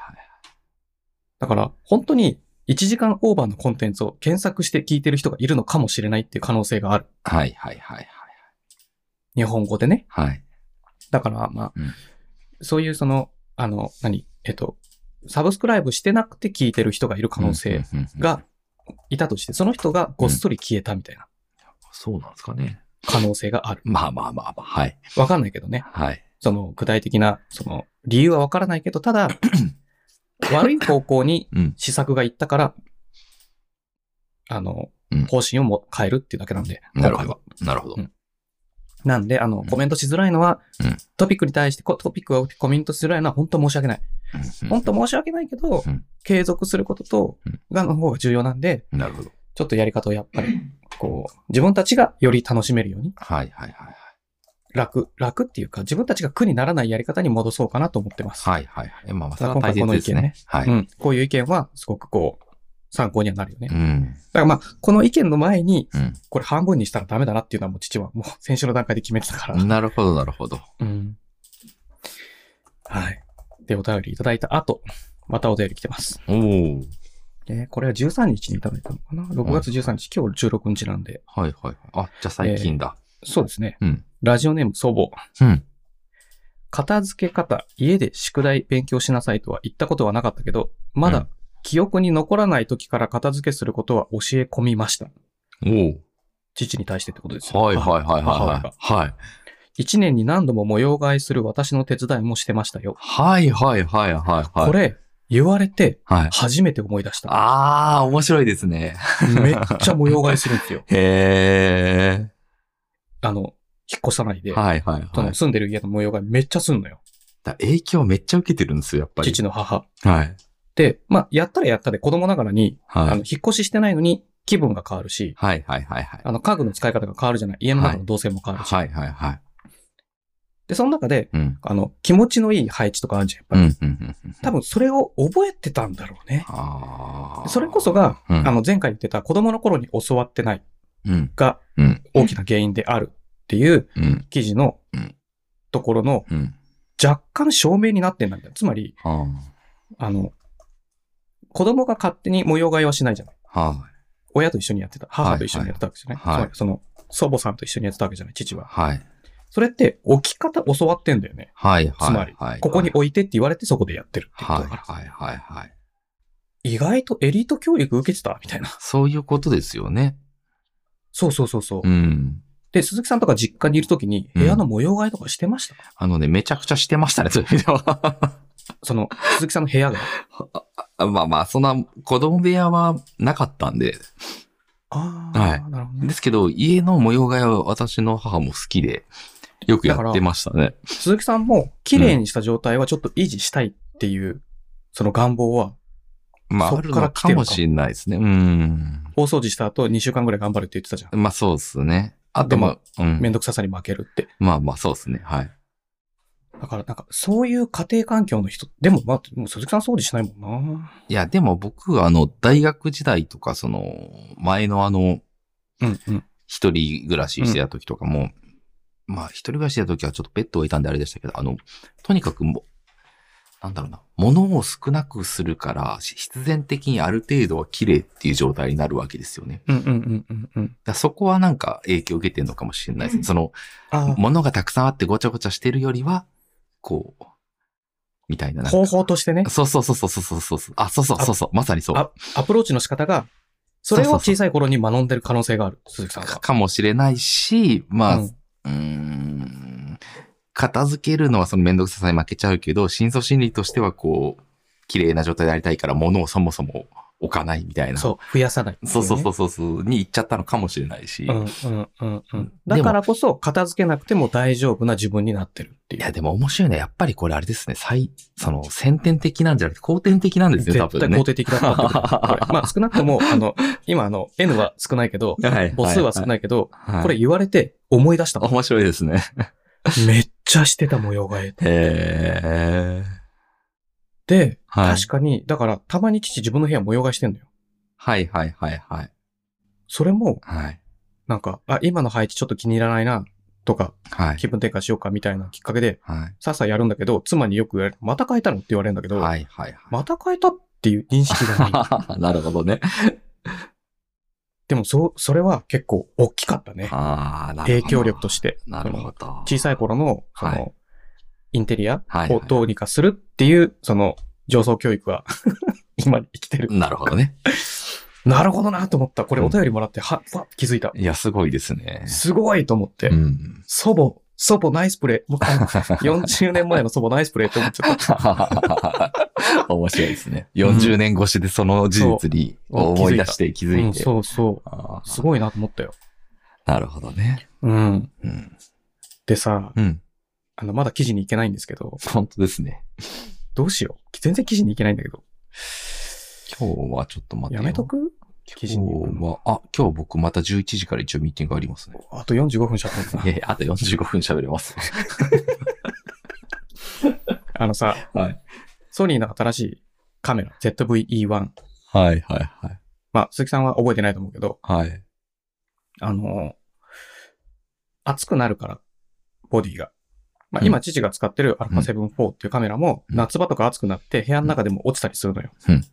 Speaker 1: だから、本当に、1時間オーバーのコンテンツを検索して聞いてる人がいるのかもしれないっていう可能性がある。
Speaker 2: はいはいはい
Speaker 1: 日本語でね。
Speaker 2: はい。はい。
Speaker 1: だから、まあ、
Speaker 2: うん
Speaker 1: そういうその、あの、何、えっと、サブスクライブしてなくて聞いてる人がいる可能性
Speaker 2: うんうんうんうん。
Speaker 1: がいたとして、その人がごっそり消えたみたいな
Speaker 2: そうなんですかね。
Speaker 1: 可能性がある。
Speaker 2: まあまあまあまあ。はい。
Speaker 1: わかんないけどね。
Speaker 2: はい。
Speaker 1: その具体的な、その理由はわからないけど、た だ、悪い方向に
Speaker 2: うん
Speaker 1: 施策がいったから、あの
Speaker 2: うん、
Speaker 1: 方針をも変えるっていうだけなんで、
Speaker 2: なる
Speaker 1: 今
Speaker 2: ほ
Speaker 1: 回は
Speaker 2: ど。なるほど
Speaker 1: う。んなんで、あの、コメントしづらいのは、
Speaker 2: うん
Speaker 1: トピックに対して、こトピックをコメントしづらいのは本当申し訳ない。
Speaker 2: うん
Speaker 1: 本当申し訳ないけど、
Speaker 2: うん
Speaker 1: 継続することと
Speaker 2: うん、
Speaker 1: がの方が重要なんで、
Speaker 2: なるほど。
Speaker 1: ちょっとやり方をやっぱり、こう、自分たちがより楽しめるように、
Speaker 2: はいはいはい
Speaker 1: 楽、楽っていうか、自分たちが苦にならないやり方に戻そうかなと思ってます。
Speaker 2: はい。はいはいはい。まあまあ、そ
Speaker 1: だ
Speaker 2: れ
Speaker 1: から
Speaker 2: は大切ですね。は
Speaker 1: う
Speaker 2: い。
Speaker 1: ん。こういう意見は、すごくこう、参考にはなるよね。
Speaker 2: う
Speaker 1: だ
Speaker 2: ん。
Speaker 1: からまあ、この意見の前に、
Speaker 2: う
Speaker 1: これ半分にしたらダメだなっていうのはもう父はもう先週の段階で決めてたから。
Speaker 2: ん。なるほど、なるほど。
Speaker 1: うん。はい。で、お便りいただいた後、またお便り来てます。
Speaker 2: おお。
Speaker 1: えーこれは13日にいただいたのかな ?6 月13日、今日16日なんで。
Speaker 2: はいはい。あ、じゃあ最近だ。
Speaker 1: そうですね。
Speaker 2: うん
Speaker 1: ラジオネーム祖母。
Speaker 2: うん。
Speaker 1: 片付け方、家で宿題勉強しなさいとは言ったことはなかったけど、ま
Speaker 2: うん
Speaker 1: だ記憶に残らない時から片付けすることは教え込みました。
Speaker 2: お
Speaker 1: 父に対してってことです
Speaker 2: お。
Speaker 1: よ。
Speaker 2: はいはいはい
Speaker 1: 母親
Speaker 2: は
Speaker 1: が
Speaker 2: い。はい。
Speaker 1: 一年に何度も模様替えする私の手伝いもしてましたよ。
Speaker 2: はいはいはいはいはい。
Speaker 1: これ、言われて
Speaker 2: はい。
Speaker 1: 初めて思い出した。
Speaker 2: あー、面白いですね。。
Speaker 1: めっちゃ模様替えするんですよ
Speaker 2: へ
Speaker 1: あの、引っ越さないで。
Speaker 2: ー。はいはい
Speaker 1: そ
Speaker 2: は
Speaker 1: の
Speaker 2: い。
Speaker 1: 住んでる家の模様替えめっちゃすんのよ。
Speaker 2: だ影響めっちゃ受けてるんですよ、やっぱり。
Speaker 1: 父の母。
Speaker 2: はい。
Speaker 1: で、まあ、やったらやったで子供ながらに、あ
Speaker 2: は
Speaker 1: の、
Speaker 2: い。
Speaker 1: 引っ越ししてないのに気分が変わるし、
Speaker 2: はいはいはいはい。
Speaker 1: あの、家具の使い方が変わるじゃない。家の中の動線も変わるし。
Speaker 2: はいはいはい。
Speaker 1: で、その中で、
Speaker 2: うん。
Speaker 1: あの、気持ちのいい配置とかあるじゃん、やっぱ
Speaker 2: うん
Speaker 1: り。
Speaker 2: うんうんうん。
Speaker 1: 多分それを覚えてたんだろうね。
Speaker 2: あー
Speaker 1: それこそが、
Speaker 2: うん
Speaker 1: あの、前回言ってた子供の頃に教わってない
Speaker 2: うん。
Speaker 1: が
Speaker 2: うん。
Speaker 1: 大きな原因であるっていう
Speaker 2: うん。
Speaker 1: 記事の
Speaker 2: うん
Speaker 1: ところの
Speaker 2: うん。
Speaker 1: 若干証明になってんだみたいな。つまり、
Speaker 2: は
Speaker 1: あの、子供が勝手に模様替えはしないじゃない。
Speaker 2: あ。は
Speaker 1: 親と一緒にやってた。母と一緒にやってたわけじゃない。
Speaker 2: はい
Speaker 1: つま
Speaker 2: はい
Speaker 1: りその、祖母さんと一緒にやってたわけじゃない、父
Speaker 2: い。
Speaker 1: は。
Speaker 2: はい。
Speaker 1: それって置き方教わってんだよね。
Speaker 2: はいはい。
Speaker 1: つまり
Speaker 2: はい
Speaker 1: ここに置いてって言われてそこでやってるっていうこ
Speaker 2: はい
Speaker 1: とだから。
Speaker 2: はいはいはい。
Speaker 1: 意外とエリート教育受けてたみたいな。
Speaker 2: そういうことですよね。
Speaker 1: そうそうそうそう。
Speaker 2: うん。
Speaker 1: で、鈴木さんとか実家にいるときに
Speaker 2: うん
Speaker 1: 部屋の模様替えとかしてました、
Speaker 2: あのね、めちゃくちゃしてましたね、そういう意味では。
Speaker 1: その、鈴木さんの部屋が。
Speaker 2: まあまあ、そんな子供部屋はなかったんで。
Speaker 1: あ
Speaker 2: ーはい
Speaker 1: なるほど
Speaker 2: ですけど、家の模様替えは私の母も好きで、よくやってましたね。
Speaker 1: 鈴木さんも綺麗にした状態はちょっと維持したいっていう、その願望は、
Speaker 2: まあ、
Speaker 1: そ
Speaker 2: あ
Speaker 1: っ
Speaker 2: る
Speaker 1: から
Speaker 2: の
Speaker 1: 来て
Speaker 2: か
Speaker 1: るか
Speaker 2: もしれないですね。うん。
Speaker 1: 大掃除した後2週間ぐらい頑張るって言ってたじゃん。
Speaker 2: まあそうですね。あと、
Speaker 1: でも
Speaker 2: まあ、うん
Speaker 1: めんどくささに負けるって。
Speaker 2: まあまあそうですね。はい。
Speaker 1: だからなんか、そういう家庭環境の人、でも、まあ、もう鈴木さん掃除しないもんな。
Speaker 2: いや、でも僕、あの、大学時代とか、その、前のあの、
Speaker 1: うんうん。
Speaker 2: 一人暮らししてた時とかも、まあ、一人暮らししてた時はちょっとベッド置いたんであれでしたけど、あの、とにかくもう、なんだろうな、物を少なくするから、し必然的にある程度は綺麗っていう状態になるわけですよね。
Speaker 1: うんうんうんうんうん。
Speaker 2: だからそこはなんか影響を受けてるのかもしれないですね。その、
Speaker 1: ああ、
Speaker 2: 物がたくさんあってごちゃごちゃしてるよりは、こう、みたいななんか
Speaker 1: 方法としてね、
Speaker 2: そうそうそうそうそうそうそう。あ、そうそうそうそう。まさにそう。
Speaker 1: あアプローチの仕方が、それを小さい頃に学んでる可能性がある、鈴木さん
Speaker 2: か
Speaker 1: は。
Speaker 2: かもしれないし、まあ、
Speaker 1: う
Speaker 2: うんーん、片付けるのはそのめんどくささに負けちゃうけど、深層心理としてはこう、綺麗な状態でありたいから物をそもそも置かないみたいな。
Speaker 1: そう、増やさないっていね、
Speaker 2: そうそうそうそうそう、に行っちゃったのかもしれないし。
Speaker 1: うん
Speaker 2: い
Speaker 1: うんうんう
Speaker 2: うんん。
Speaker 1: だからこそ、片付けなくても大丈夫な自分になってるっていう。
Speaker 2: や、でも面白いのはやっぱりこれあれですね、最、その、先天的なんじゃなくて、後天的なんですね、多
Speaker 1: 絶対
Speaker 2: 分ね。
Speaker 1: 肯定的だったってことだこれま あ少なくとも、あの、今あの、N は少ないけど、
Speaker 2: はい。
Speaker 1: 母数は少
Speaker 2: い。
Speaker 1: ないけど、
Speaker 2: はい
Speaker 1: これ、言われて思い出 したもん
Speaker 2: 面白いですね。
Speaker 1: めっちゃしてた模様替え。
Speaker 2: へえ。
Speaker 1: で、
Speaker 2: はい
Speaker 1: 確かに、だからたまに父自分の部屋模様替えしてんのよ。
Speaker 2: はいはいはいはい。
Speaker 1: それも、
Speaker 2: はい。
Speaker 1: なんか、あ、今の配置ちょっと気に入らないな、とか、
Speaker 2: はい。
Speaker 1: 気分転換しようかみたいなきっかけで、
Speaker 2: はい。
Speaker 1: さっさやるんだけど、妻によく言われる、また変えたのって言われるんだけど、
Speaker 2: はいはいはい。
Speaker 1: また変えたっていう認識が ない。
Speaker 2: なるほどね。
Speaker 1: でも、そう、それは結構大きかったね。
Speaker 2: ああ、なるほど。
Speaker 1: 影響力として。
Speaker 2: なるほど。
Speaker 1: 小さい頃の、その、
Speaker 2: はい
Speaker 1: インテリア
Speaker 2: はい
Speaker 1: をどうにかするっていう、その、上層教育は、 今に生きてる。
Speaker 2: なるほどね。
Speaker 1: なるほどなと思った。これ
Speaker 2: うん
Speaker 1: お便りもらって、は、わ気づいた。
Speaker 2: いや、すごいですね。
Speaker 1: すごいと思って。
Speaker 2: うん。
Speaker 1: 祖母祖母ナイスプレ ー。もうあ40年前の祖母ナイスプレーって思っちゃった。
Speaker 2: 面白いですね。40年越しでその事実に
Speaker 1: そう
Speaker 2: 思い出して気づ
Speaker 1: う
Speaker 2: い
Speaker 1: ん、
Speaker 2: て。
Speaker 1: そうそ
Speaker 2: あ
Speaker 1: う。
Speaker 2: ー
Speaker 1: すごいなと思ったよ。
Speaker 2: なるほどね。
Speaker 1: うん。
Speaker 2: うん。
Speaker 1: でさ、
Speaker 2: うん。
Speaker 1: あの、まだ記事に行けないんですけど、
Speaker 2: 本当ですね。
Speaker 1: どうしよう。全然記事に行けないんだけど。
Speaker 2: 今日はちょっと待ってよ。
Speaker 1: やめとく記事に行く
Speaker 2: 今日は、あ、今日僕また11時から一応ミーティングありますね。
Speaker 1: あと45分喋ってん
Speaker 2: い
Speaker 1: だ
Speaker 2: やいや、あと45分喋れます。
Speaker 1: あのさ、
Speaker 2: はい。
Speaker 1: ソニーの新しいカメラ、ZVE1。
Speaker 2: はいはいはい。
Speaker 1: まあ、鈴木さんは覚えてないと思うけど、
Speaker 2: はい。
Speaker 1: あの、熱くなるから、ボディが。まあ、今、父が使ってる α7-4 っていうカメラも、
Speaker 2: うん
Speaker 1: 夏場とか熱くなって、部屋の中でも落ちたりするのよ。
Speaker 2: うん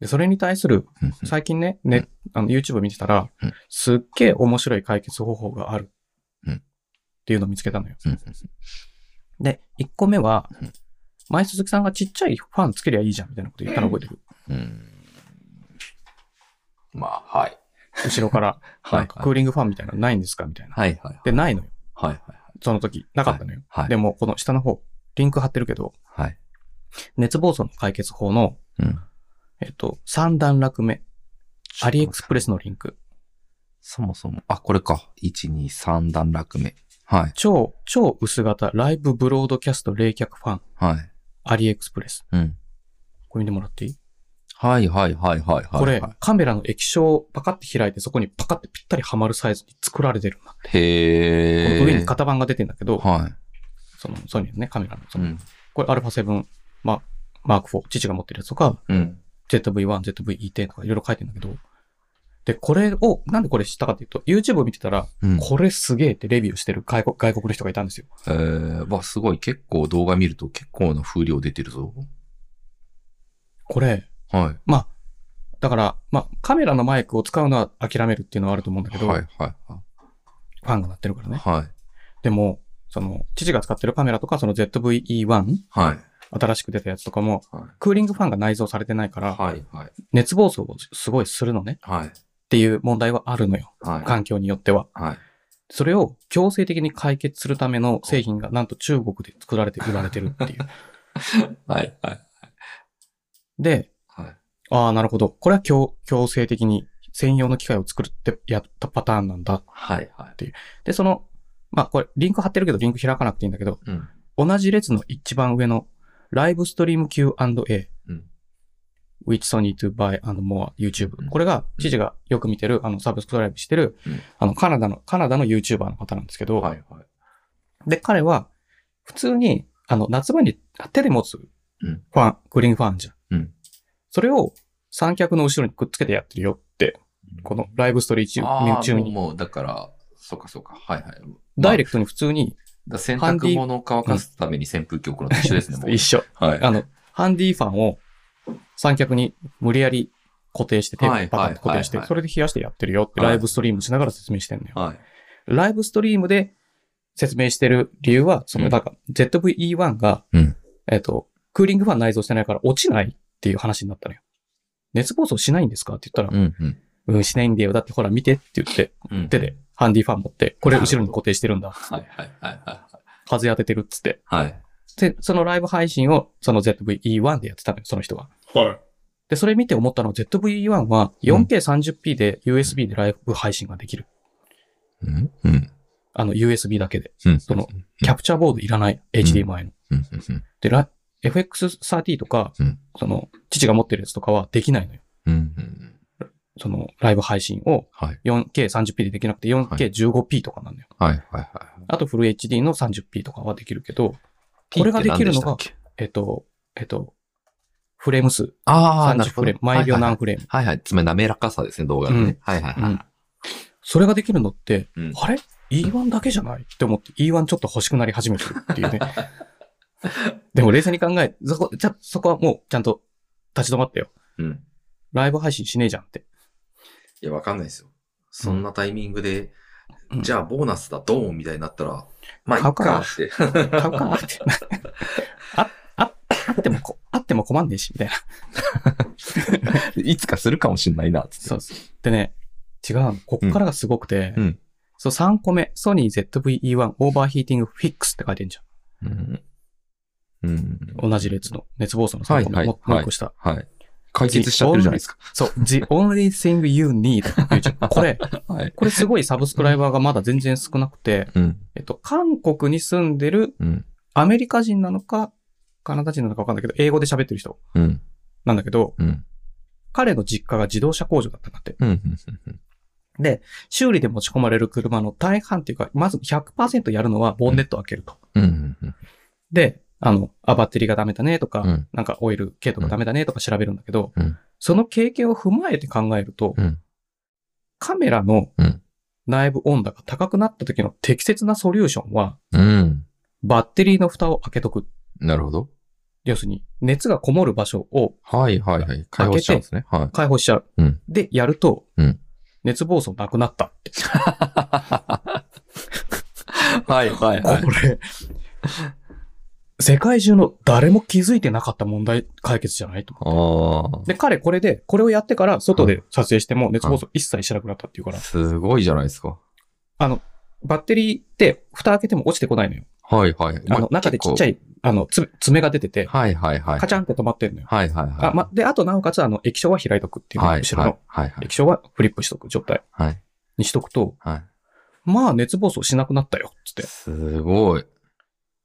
Speaker 1: で、それに対する、
Speaker 2: うん
Speaker 1: 最近ね、ね、あの、YouTube 見てたら
Speaker 2: うん、
Speaker 1: すっげえ面白い解決方法がある。
Speaker 2: うん
Speaker 1: っていうのを見つけたのよ。
Speaker 2: うん
Speaker 1: で、1個目は
Speaker 2: うん、
Speaker 1: 前鈴木さんがちっちゃいファンつけりゃいいじゃんみたいなこと言ったの覚えてる。
Speaker 2: うん。まあ、はい。
Speaker 1: 後ろから、
Speaker 2: は
Speaker 1: ないんかクーリングファンみたいなのないんですかみたいな。
Speaker 2: はいはい。
Speaker 1: で、ないのよ。
Speaker 2: はいはい
Speaker 1: その時、なかったのよ。
Speaker 2: はい。
Speaker 1: で
Speaker 2: も、
Speaker 1: も、この下の方、リンク貼ってるけど、
Speaker 2: はい。
Speaker 1: 熱暴走の解決法の、
Speaker 2: うん。
Speaker 1: えっと、3段落目、アリエクスプレスのリンク。
Speaker 2: そもそも、あ、これか。1、2、3段落目。はい。
Speaker 1: 超、超薄型、ライブブロードキャスト冷却ファン、
Speaker 2: はい。
Speaker 1: アリエクスプレス。
Speaker 2: うん。
Speaker 1: これ見てもらっていい、
Speaker 2: はいはいはいはいはい。
Speaker 1: これ、カメラの液晶をパカって開いて、そこにパカってぴったりはまるサイズに作られてるんだ。こ
Speaker 2: へ
Speaker 1: の
Speaker 2: ー。
Speaker 1: 上に型番が出てんだけど、
Speaker 2: は
Speaker 1: そのソニーのね、カメラの。
Speaker 2: い。
Speaker 1: そうの
Speaker 2: ん。
Speaker 1: これ α7、ま、マーク4、父が持ってるやつとか、
Speaker 2: うん。
Speaker 1: ZV1、ZVE10 とかいろいろ書いてんだけど、で、これを、なんでこれ知ったかっていうと、YouTube を見てたら、
Speaker 2: うん。
Speaker 1: これすげえってレビューしてる外国外国の人がいたんですよ。
Speaker 2: えー、わ、すごい。結構動画見ると結構な風量出てるぞ。
Speaker 1: これ、
Speaker 2: は
Speaker 1: まあ、だから、まあ、カメラのマイクを使うのは諦めるっていうのはあると思うんだ
Speaker 2: い。
Speaker 1: けど、
Speaker 2: はいは
Speaker 1: ファンが鳴ってるから
Speaker 2: い。
Speaker 1: ね。
Speaker 2: はい。
Speaker 1: でも、その、父が使ってるカメラとか、その ZVE1、
Speaker 5: はい。
Speaker 1: 新しく出たやつとかも、
Speaker 5: はい
Speaker 1: クーリングファンが内蔵されてないから、
Speaker 5: はい。はい。
Speaker 1: 熱暴走をすごいするのね、
Speaker 5: はい。
Speaker 1: っていう問題はあるのよ。
Speaker 5: はい。
Speaker 1: 環境によっては。
Speaker 5: はい。
Speaker 1: それを強制的に解決するための製品がなんと中国で作られて売られてる っていう。
Speaker 2: はいはい。
Speaker 1: で、
Speaker 5: はい。
Speaker 1: ああ、なるほど。これは強強制的に専用の機械を作るってやったパターンなんだ。
Speaker 5: はい。はい。
Speaker 1: で、その、まあこれリンク貼ってるけどリンク開かなくていいんだけど、
Speaker 5: うん。
Speaker 1: 同じ列の一番上のライブストリーム Q&A、
Speaker 5: うん、
Speaker 1: which Sony to buy and more YouTube
Speaker 5: う。ん
Speaker 1: これが、知事がよく見てる、あの、サブスクライブしてる、
Speaker 5: うん
Speaker 1: あの、カナダの、カナダの YouTuber の方なんですけど、
Speaker 5: はい。はい。
Speaker 1: で、彼は、普通に、あの、夏場に手で持つ、
Speaker 5: う
Speaker 1: フ
Speaker 5: ん
Speaker 1: ァン、クーリングファンじゃん。
Speaker 5: うん
Speaker 1: それを三脚の後ろにくっつけてやってるよって、このライブストリーチミュー
Speaker 5: あ
Speaker 1: 中
Speaker 5: あ、もう、
Speaker 1: に、
Speaker 5: もうだから、そうかそうか。はいはい。
Speaker 1: ダイレ
Speaker 5: ク
Speaker 1: クトに普通に、
Speaker 5: ト。だ洗濯物を乾かすために扇風機を送るのと一緒ですね、もう
Speaker 1: 一緒。
Speaker 5: はい。
Speaker 1: あの、ハンディファンを三脚に無理やり固定して、テープでパカッと固定して
Speaker 5: はいはいはいは、い
Speaker 1: それで冷やしてやってるよって、
Speaker 5: はい
Speaker 1: ライブストリームしながら説明してんのよ。
Speaker 5: はい。
Speaker 1: ライブストリームで説明してる理由は、その、
Speaker 5: うん
Speaker 1: なんか ZVE1 が、
Speaker 2: うん
Speaker 1: えっと、クーリングファン内蔵してないから落ちないっていう話になったのよ。熱暴走しないんですかって言った
Speaker 2: う
Speaker 1: ら、
Speaker 2: んうん。
Speaker 1: うん、しないんだよ。だってほら見てって言って、
Speaker 5: うん
Speaker 1: 手でハンディファン持って、これ後ろに固定してるんだ。
Speaker 5: はいはいはいは
Speaker 1: 風当ててるっつって。
Speaker 5: い。はい。
Speaker 1: で、そのライブ配信をその ZVE1 でやってたのよ、その人は。
Speaker 5: はい。
Speaker 1: で、それ見て思ったのは ZVE1 は 4K30p で USB でライブ配信ができる。
Speaker 2: うんうん。
Speaker 1: あの USB だけで。
Speaker 2: うん。
Speaker 1: その、キャプチャーボードいらない HDMI の。
Speaker 2: うんうんうん。
Speaker 1: で、ラ FX30 とか、
Speaker 2: うん
Speaker 1: その、父が持ってるやつとかはできないのよ。
Speaker 2: うんうん。
Speaker 1: その、ライブ配信を
Speaker 2: はい。
Speaker 1: 4K30p でできなくて 4K15p とかなんだよ。
Speaker 2: はいはいはい。
Speaker 1: あとフル HD の 30p とかはできるけど、これができるのが
Speaker 2: ピーって何でしたっ
Speaker 1: え
Speaker 2: け
Speaker 1: っと、えっと、フレーム数、
Speaker 2: ああ、な
Speaker 1: 30
Speaker 2: る
Speaker 1: フ
Speaker 2: ほ
Speaker 1: レ
Speaker 2: ど
Speaker 1: ーム、。毎秒
Speaker 2: はいはい
Speaker 1: 何フレーム。
Speaker 2: はいはい。つまり滑らかさですね、動画のね。はいはいはい。
Speaker 1: それができるのって、
Speaker 5: うん
Speaker 1: あれ ?E1 だけじゃないって思って E1 ちょっと欲しくなり始めてるって いうね。でも冷静に考え、そこ、じゃ、そこはもうちゃんと立ち止まってよ。
Speaker 5: うん。
Speaker 1: ライブ配信しねえじゃんって。
Speaker 5: いや、わかんないですよ。そんなタイミングで、
Speaker 1: うん
Speaker 5: じゃあボーナスだ、ドーンみたいになったら、まあ、い
Speaker 1: 買
Speaker 5: っ
Speaker 1: うか
Speaker 5: かって。
Speaker 1: 買う かって。あ、あ、あってもこ、あっても困んねえし、みたいな。
Speaker 2: いつかするかもしんないな、つって。
Speaker 1: そうでね、違うの。こっからがすごくて、
Speaker 2: うん
Speaker 1: そう、3個目。ソニー ZVE1 オーバーヒーティングフィックスって書いてんじゃ
Speaker 2: うん。うん。
Speaker 1: ん。同じ列の。熱暴走の3個目。
Speaker 2: はいはい
Speaker 1: ももう一個下。
Speaker 2: はい。解決しちゃってるじゃないですか。
Speaker 1: そう、The only thing you need っていうじゃん。これ、
Speaker 2: はい。
Speaker 1: これすごいサブスクライバーがまだ全然少なくて、
Speaker 2: うん。
Speaker 1: えっと、韓国に住んでる
Speaker 2: うん。
Speaker 1: アメリカ人なのか、カナダ人なのかわかんないけど、英語で喋ってる人
Speaker 2: うん。
Speaker 1: なんだけど、
Speaker 2: うん。
Speaker 1: 彼の実家が自動車工場だったんだって。
Speaker 2: うん。
Speaker 1: 修理で持ち込まれる車の大半っていうか、まず100%やるのはボンネットを開けると。
Speaker 2: うん。
Speaker 1: で、あの、あ、バッテリーがダメだねとか、
Speaker 2: うん
Speaker 1: なんかオイル系とかダメだねとか調べるんだけど、
Speaker 2: うん
Speaker 1: その経験を踏まえて考えると、
Speaker 2: うん
Speaker 1: カメラの
Speaker 2: うん
Speaker 1: 内部温度が高くなった時の適切なソリューションは、
Speaker 2: うん。
Speaker 1: バッテリーの蓋を開けとく。
Speaker 2: なるほど。
Speaker 1: 要するに、熱がこもる場所を
Speaker 2: はいはいはい。解放しちゃうんですね。は
Speaker 1: 解放しちゃう。
Speaker 2: うん
Speaker 1: で、やると、
Speaker 2: うん
Speaker 1: 熱暴走なくなったって。
Speaker 2: い。はいはい
Speaker 1: これ、 世界中の誰も気づいてなかった問題解決じゃないと。
Speaker 2: あ
Speaker 1: で、彼これで、これをやってから外で撮影しても熱暴走一切しなくなったっていうか
Speaker 2: あ。
Speaker 1: ら、
Speaker 2: すごいじゃないですか。
Speaker 1: あの、バッテリーって蓋開けても落ちてこないのよ。
Speaker 2: はいはい。
Speaker 1: あの、中でちっちゃ
Speaker 2: い。
Speaker 1: い、あの、つ爪が出てて、
Speaker 2: はいはいはい。
Speaker 1: カチャンって止まってんのよ。
Speaker 2: はいはいはい。
Speaker 1: あ、ま、で、あとなおかつ、あの、液晶は開いとくっていうの、
Speaker 2: はい
Speaker 1: 後ろ
Speaker 2: はい
Speaker 1: の。
Speaker 2: はいはい。
Speaker 1: 液晶はフリップしとく状態
Speaker 2: はい
Speaker 1: にしとくと、
Speaker 2: はい。
Speaker 1: まあ、熱暴走しなくなったよ、つって。
Speaker 2: すごい。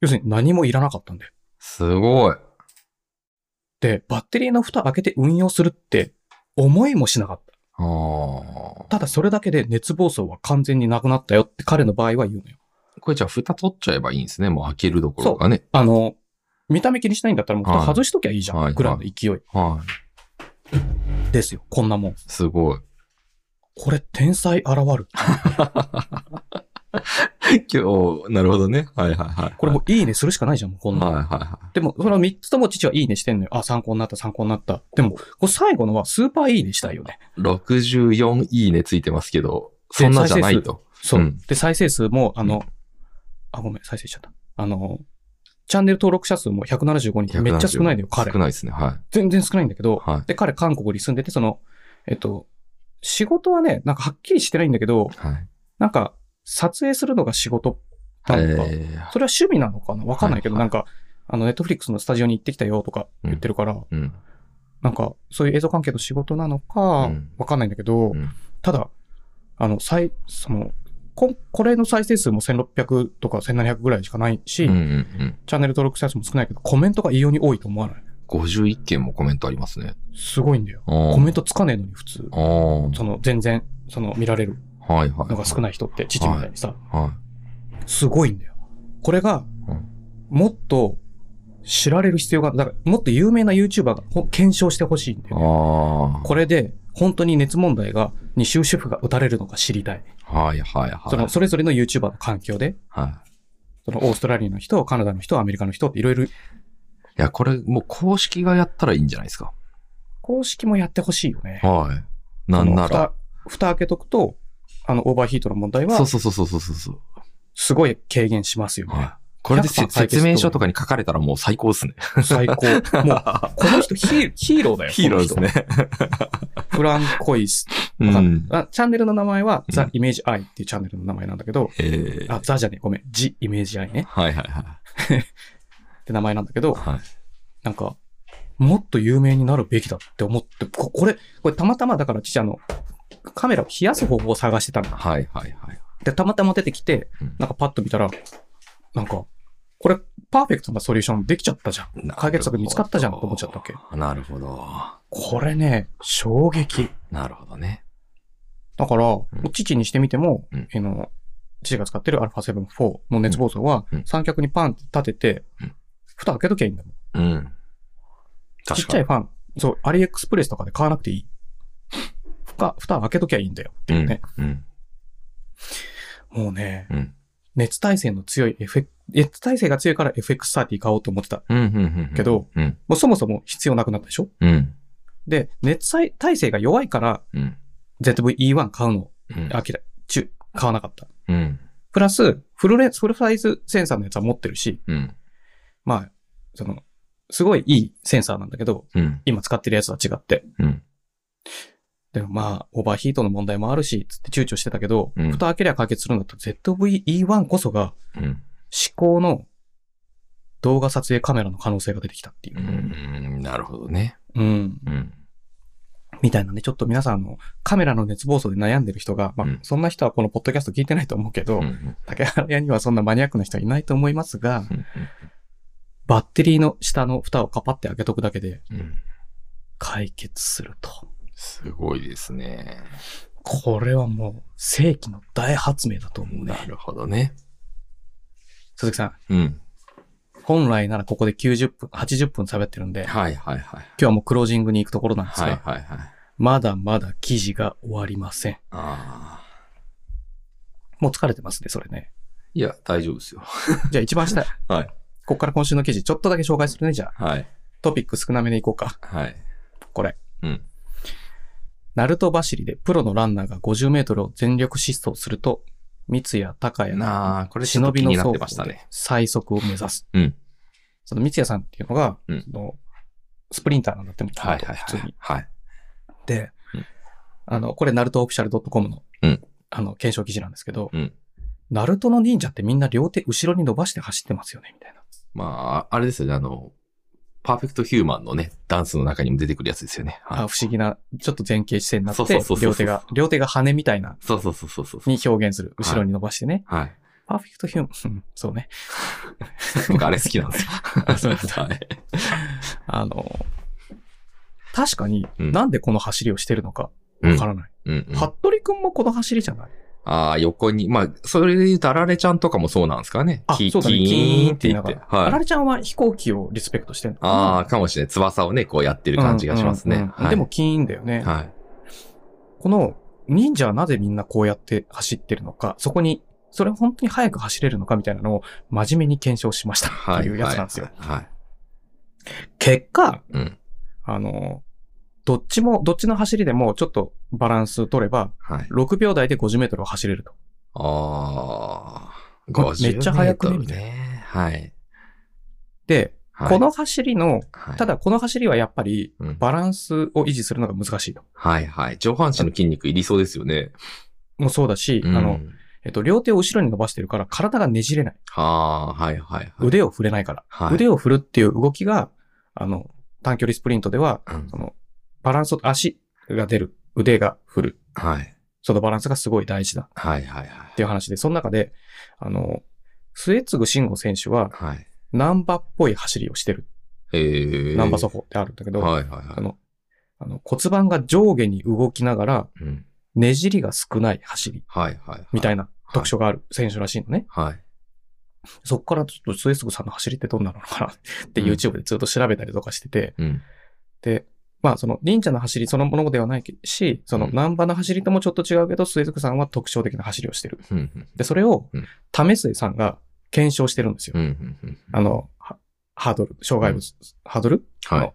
Speaker 1: 要するに何もいらなかったんで。
Speaker 2: すごい。
Speaker 1: で、バッテリーの蓋開けて運用するって、思いもしなかった。
Speaker 2: ああ。
Speaker 1: ただそれだけで熱暴走は完全になくなったよって彼の場合は言うのよ。
Speaker 2: これじゃあ蓋取っちゃえばいいんですね。もう開けるどころかね。
Speaker 1: あの、見た目気にしないんだったらもう蓋
Speaker 2: はい
Speaker 1: 外しときゃいいじゃん、
Speaker 2: はい
Speaker 1: ぐらいの勢い
Speaker 2: はい。
Speaker 1: ですよ。こんなもん。
Speaker 2: すごい。
Speaker 1: これ天才現る。
Speaker 2: 今日、なるほどね。はいはいはい。
Speaker 1: これもういいねするしかないじゃん、もうこんな
Speaker 2: はい
Speaker 1: ん。
Speaker 2: はいはい。
Speaker 1: でも、その3つとも父はいいねしてんのよ。あ、参考になった、参考になった。でも、これ最後のはスーパーいいねしたいよね。
Speaker 2: 64いいねついてますけど、そんなじゃないと。
Speaker 1: そう。
Speaker 2: うん
Speaker 1: で、再生数も、あ
Speaker 2: う
Speaker 1: の、あ、ごめん、再生しちゃった。あの、チャンネル登録者数も175人。めっちゃ少ないのよ、彼
Speaker 2: 少。ないですね。は
Speaker 1: 全然少ないんだけど、
Speaker 2: い。はい。
Speaker 1: で、彼、韓国に住んでて、その、えっと、仕事はね、なんかはっきりしてないんだけど、
Speaker 2: はい。
Speaker 1: なんか、撮影するのが仕事なのか、
Speaker 2: えー
Speaker 1: それは趣味なのかなわかんないけど、
Speaker 2: は
Speaker 1: な
Speaker 2: いは
Speaker 1: んか、あの、ネットフリックスのスタジオに行ってきたよとか言ってるから、
Speaker 2: うん。
Speaker 1: なんか、そういう映像関係の仕事なのか、
Speaker 2: う
Speaker 1: わ
Speaker 2: ん
Speaker 1: かんないんだけど、
Speaker 2: うん
Speaker 1: ただ、あの、再、その、ここれの再生数も1600とか1700ぐらいしかないし、
Speaker 2: うんうんうん。
Speaker 1: チャンネル登録者数も少ないけど、コメントが異様に多いと思わない。
Speaker 2: 51件もコメントありますね。
Speaker 1: すごいんだよ。
Speaker 2: コ
Speaker 1: コメン
Speaker 2: ト
Speaker 1: トつかねえのに、普通。
Speaker 2: あー
Speaker 1: その、全然、その、見られる
Speaker 2: はいはい。
Speaker 1: のが少ない人って、父みたいにさ、
Speaker 2: は
Speaker 1: すごいんだよ。これが
Speaker 2: うん、
Speaker 1: もっと知られる必要がある。だから、もっと有名な YouTuber がほ検証してほしいんだ
Speaker 2: い。
Speaker 1: よね。
Speaker 2: ああ。
Speaker 1: これで、本当に熱問題が、に終止符が打たれるのか知りたい。
Speaker 2: はいはいはい。
Speaker 1: その、それぞれの YouTuber の環境で、
Speaker 2: はい。
Speaker 1: その、オーストラリアの人、カナダの人、アメリカの人っていろいろ、
Speaker 2: いや、これ、もう公式がやったらいいんじゃないですか。
Speaker 1: 公式もやってほしいよね。
Speaker 2: はい。なんなら。
Speaker 1: 蓋、蓋開けとくと、あの、オーバーヒートの問題
Speaker 2: そ
Speaker 1: は
Speaker 2: う、そうそうそうそうそう。
Speaker 1: すごい軽減しますよね。
Speaker 2: はい。これでせ
Speaker 1: 100%解決
Speaker 2: 説明書とかに書かれたらもう最高ですね。
Speaker 1: 最 高。もう、この人ヒーヒーローだよ。
Speaker 2: ヒーローですね。
Speaker 1: この人。フランコイス
Speaker 2: う
Speaker 1: わか
Speaker 2: ん。
Speaker 1: あチャンネルの名前は
Speaker 2: うん
Speaker 1: The Image Eye っていうチャンネルの名前なんだけど、
Speaker 2: えー
Speaker 1: あ、ザじゃねえ、ごめん、The Image Eye ね
Speaker 2: はいはいは
Speaker 1: って名前なんだけど
Speaker 2: い。、はい。
Speaker 1: なんか、もっと有名になるべきだって思って、ここれ、これたまたまだから父あの、カメラを冷やす方法を探してたの。
Speaker 2: はいはいはい。
Speaker 1: で、たまたま出てきて
Speaker 2: うん、
Speaker 1: なんかパッと見たら、なんか、これ、パーフェクトなソリューションできちゃったじゃん。解決策見つかったじゃんと思っちゃったっけ
Speaker 2: なるほど。
Speaker 1: これね、衝撃。
Speaker 2: なるほどね。
Speaker 1: だから、父にしてみても、
Speaker 2: うん
Speaker 1: あの、父が使ってる α7-4 の熱暴走は
Speaker 2: うんうん、
Speaker 1: 三脚にパンって立てて、
Speaker 2: うん
Speaker 1: 蓋開けときゃいいんだもん。
Speaker 2: うん。
Speaker 1: ちっちゃいファン、そう、アリエクスプレスとかで買わなくていい。蓋、蓋開けときゃいいんだよっていうね。
Speaker 2: うん。
Speaker 1: もうね、
Speaker 2: うん
Speaker 1: 熱耐性の強い FX、熱耐性が強いから FX30 買おうと思ってた。
Speaker 2: うん。うん。うん。
Speaker 1: けど、
Speaker 2: うん。
Speaker 1: もうそもそも必要なくなったでしょ
Speaker 2: うん。
Speaker 1: で、熱耐耐性が弱いから
Speaker 2: うん。
Speaker 1: ZVE1 買うの、
Speaker 2: うん。
Speaker 1: あきら、中、買わなかった。
Speaker 2: うん。
Speaker 1: プラス、フルレン、フルサイズセンサーのやつは持ってるし、
Speaker 2: うん。
Speaker 1: まあ、その、すごいいいセンサーなんだけど、
Speaker 2: うん。
Speaker 1: 今使ってるやつは違って。
Speaker 2: うん。
Speaker 1: でもまあ、オーバーヒートの問題もあるし、つって躊躇してたけど、
Speaker 2: うん
Speaker 1: 蓋開けりゃ解決するんだったら ZV-E1 こそが
Speaker 2: うん。
Speaker 1: 至高の動画撮影カメラの可能性が出てきたっていう
Speaker 2: う。ん。なるほどね。
Speaker 1: うん。
Speaker 2: うん。
Speaker 1: みたいなね、ちょっと皆さん、あの、カメラの熱暴走で悩んでる人が、まあ、
Speaker 2: うん
Speaker 1: そんな人はこのポッドキャスト聞いてないと思うけど、
Speaker 2: うん
Speaker 1: 竹原屋にはそんなマニアックな人はいないと思いますが、バッテリーの下の蓋をカパって開けとくだけで
Speaker 2: うん。
Speaker 1: 解決すると。
Speaker 2: すごいですね。
Speaker 1: これはもう、世紀の大発明だと思うね
Speaker 2: な。るほどね。
Speaker 1: 鈴木さん、
Speaker 2: うん。
Speaker 1: 本来ならここで90分、80分喋ってるんで、今
Speaker 2: はいはいはい。
Speaker 1: 日はもうクロージングに行くところなんですが、
Speaker 2: はいはいはい。
Speaker 1: まだまだ記事が終わりません。
Speaker 2: ああ。
Speaker 1: もう疲れてますね、それね。
Speaker 2: いや、大丈夫ですよ。
Speaker 1: じゃあ一番下、こ
Speaker 2: はい。
Speaker 1: こから今週の記事、ちょっとだけ紹介するね、じゃあ。
Speaker 2: はい。
Speaker 1: トピック少なめでいこうか。
Speaker 2: はい。
Speaker 1: これ。
Speaker 2: うん。
Speaker 1: ナルト走りでプロのランナーが50メートルを全力疾走すると、三谷高谷
Speaker 2: なあ、これちょ
Speaker 1: 忍
Speaker 2: っと
Speaker 1: び
Speaker 2: 気
Speaker 1: の
Speaker 2: になってま
Speaker 1: 走
Speaker 2: し
Speaker 1: 法
Speaker 2: た
Speaker 1: で
Speaker 2: ね。
Speaker 1: 最速を目指す。
Speaker 2: うん
Speaker 1: その三谷さんっていうのが、
Speaker 2: うん
Speaker 1: そのスプリンターなんだってもと
Speaker 2: は
Speaker 1: も
Speaker 2: い
Speaker 1: と
Speaker 2: はい
Speaker 1: 普通
Speaker 2: はい
Speaker 1: に。。
Speaker 2: はい。
Speaker 1: で
Speaker 2: うん、
Speaker 1: あの、これ、ナルトオフィシャル .com の、
Speaker 2: うん
Speaker 1: あの、検証記事なんですけど、
Speaker 2: うん。
Speaker 1: ナルトの忍者ってみんな両手後ろに伸ばして走ってますよね、みたいな。
Speaker 2: まあ、あれですよね、あの、パーフェクトヒューマンのね、ダンスの中にも出てくるやつですよね。はい
Speaker 1: あ不思議な、ちょっと前傾姿勢にな
Speaker 2: そう
Speaker 1: っ
Speaker 2: そう
Speaker 1: て
Speaker 2: そう、そう
Speaker 1: 両手が、両手が羽みたいな、
Speaker 2: そうそうそうそうそう。
Speaker 1: に表現する。後ろに伸ばしてね。
Speaker 2: はい。
Speaker 1: パーフェクトヒューマン、そう ね。
Speaker 2: 僕あれ好きな んですよ。
Speaker 1: あそうなんですか
Speaker 2: はい。
Speaker 1: あの、確かに、
Speaker 2: うん
Speaker 1: なんでこの走りをしてるのか、
Speaker 2: うん
Speaker 1: わからない。
Speaker 2: うんうん、
Speaker 1: 服部くんもこの走りじゃない
Speaker 2: ああ、横に、まあ、それで言うと、あられちゃんとかもそうなんですかね。
Speaker 1: あ
Speaker 2: キ
Speaker 1: そうだね
Speaker 2: キーンって言っ
Speaker 1: キーンって言いなが
Speaker 2: て。
Speaker 1: らあら
Speaker 2: はい。
Speaker 1: れちゃんは飛行機をリスペクトしてるのかな
Speaker 2: ああ、かもしれない。翼をね、こうやってる感じがします
Speaker 1: うんうん
Speaker 2: ね
Speaker 1: う。ん
Speaker 2: はい
Speaker 1: でも、キーンだよね。
Speaker 2: はい。
Speaker 1: この、忍者はなぜみんなこうやって走ってるのか、そこに、それ本当に速く走れるのかみたいなのを真面目に検証しました
Speaker 2: は
Speaker 1: っ
Speaker 2: い。
Speaker 1: ていうやつなんですよ。
Speaker 2: はい。はい
Speaker 1: 結果、
Speaker 2: うん。
Speaker 1: あの、どっちも、どっちの走りでもちょっとバランス取れば、
Speaker 2: はい。
Speaker 1: 6秒台で50メートルを走れると。
Speaker 2: ああ、
Speaker 1: まめっちゃ速くね
Speaker 2: 50メートルね。はい。
Speaker 1: で、
Speaker 2: はい
Speaker 1: この、走りの、
Speaker 2: はい
Speaker 1: た、だこの走りはやっぱり
Speaker 2: うん
Speaker 1: バランスを維持するのが難しいと。
Speaker 2: はいはい。上半身の筋肉いりそうですよね。
Speaker 1: もうそうだし、あ
Speaker 2: う
Speaker 1: の、
Speaker 2: ん、
Speaker 1: えっと、両手を後ろに伸ばしてるから体がねじれない。
Speaker 2: はあ、はいはいはい。
Speaker 1: 腕を振れないから。
Speaker 2: はい
Speaker 1: 腕を振るっていう動きが、あの、短距離スプリントでは、
Speaker 2: うん
Speaker 1: その、バランスを、足が出る、腕が振る。
Speaker 2: はい。
Speaker 1: そのバランスがすごい大事だ
Speaker 2: はいはいはい。
Speaker 1: っていう話で、その中で、あの、末次慎吾選手は、
Speaker 2: はい。
Speaker 1: ナンバっぽい走りをしてる。
Speaker 2: えー。
Speaker 1: ナンバソフォってあるんだけど、
Speaker 2: はいはい
Speaker 1: あ
Speaker 2: はい。
Speaker 1: の、あの骨盤が上下に動きながら、
Speaker 2: うん。
Speaker 1: ねじりが少ない走り
Speaker 2: はいはいはい。
Speaker 1: みたいな特徴がある選手らしいのね。
Speaker 2: はい。
Speaker 1: そこからちょっと末次さんの走りってどんなのかな って
Speaker 2: うん
Speaker 1: YouTube でずっと調べたりとかしてて、
Speaker 2: うん。
Speaker 1: で、まあその忍者の走りそのものではないし、その
Speaker 2: うん
Speaker 1: 難波の走りともちょっと違うけど、末次さんは特徴的な走りをしてる。
Speaker 2: うんうん。
Speaker 1: で、それを
Speaker 2: うん、
Speaker 1: 為末さんが検証してるんですよ。
Speaker 2: うんうんうん。
Speaker 1: あの、はハードル、障害物、ハードル
Speaker 2: はい。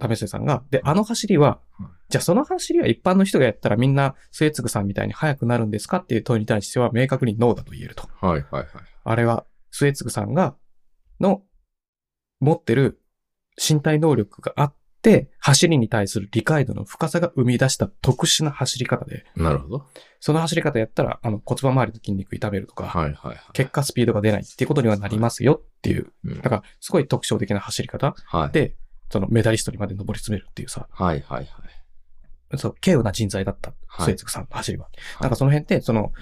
Speaker 1: 為末さんが。で、あの走りは
Speaker 2: うん、
Speaker 1: じゃあその走りは一般の人がやったらみんな末次さんみたいに速くなるんですかっていう問いに対しては明確にノーだと言えると。
Speaker 2: はいはいはい。
Speaker 1: あれは末次さんが、の、持ってる身体能力があって、走りに対する理解度の深さが生み出した特殊な走り方で、
Speaker 2: なるほど。
Speaker 1: その走り方やったら、あの骨盤周りの筋肉痛めるとか、
Speaker 2: はいはいはい。
Speaker 1: 結果スピードが出ないっていうことにはなりますよっていう、
Speaker 2: うん
Speaker 1: だからすごい特徴的な走り方
Speaker 2: はい。
Speaker 1: で、そのメダリストにまで上り詰めるっていうさ、
Speaker 2: はいはいはい。
Speaker 1: そう、軽有な人材だった、
Speaker 2: はい
Speaker 1: 末次さんの走りは。
Speaker 2: い
Speaker 1: なんかその辺って、その、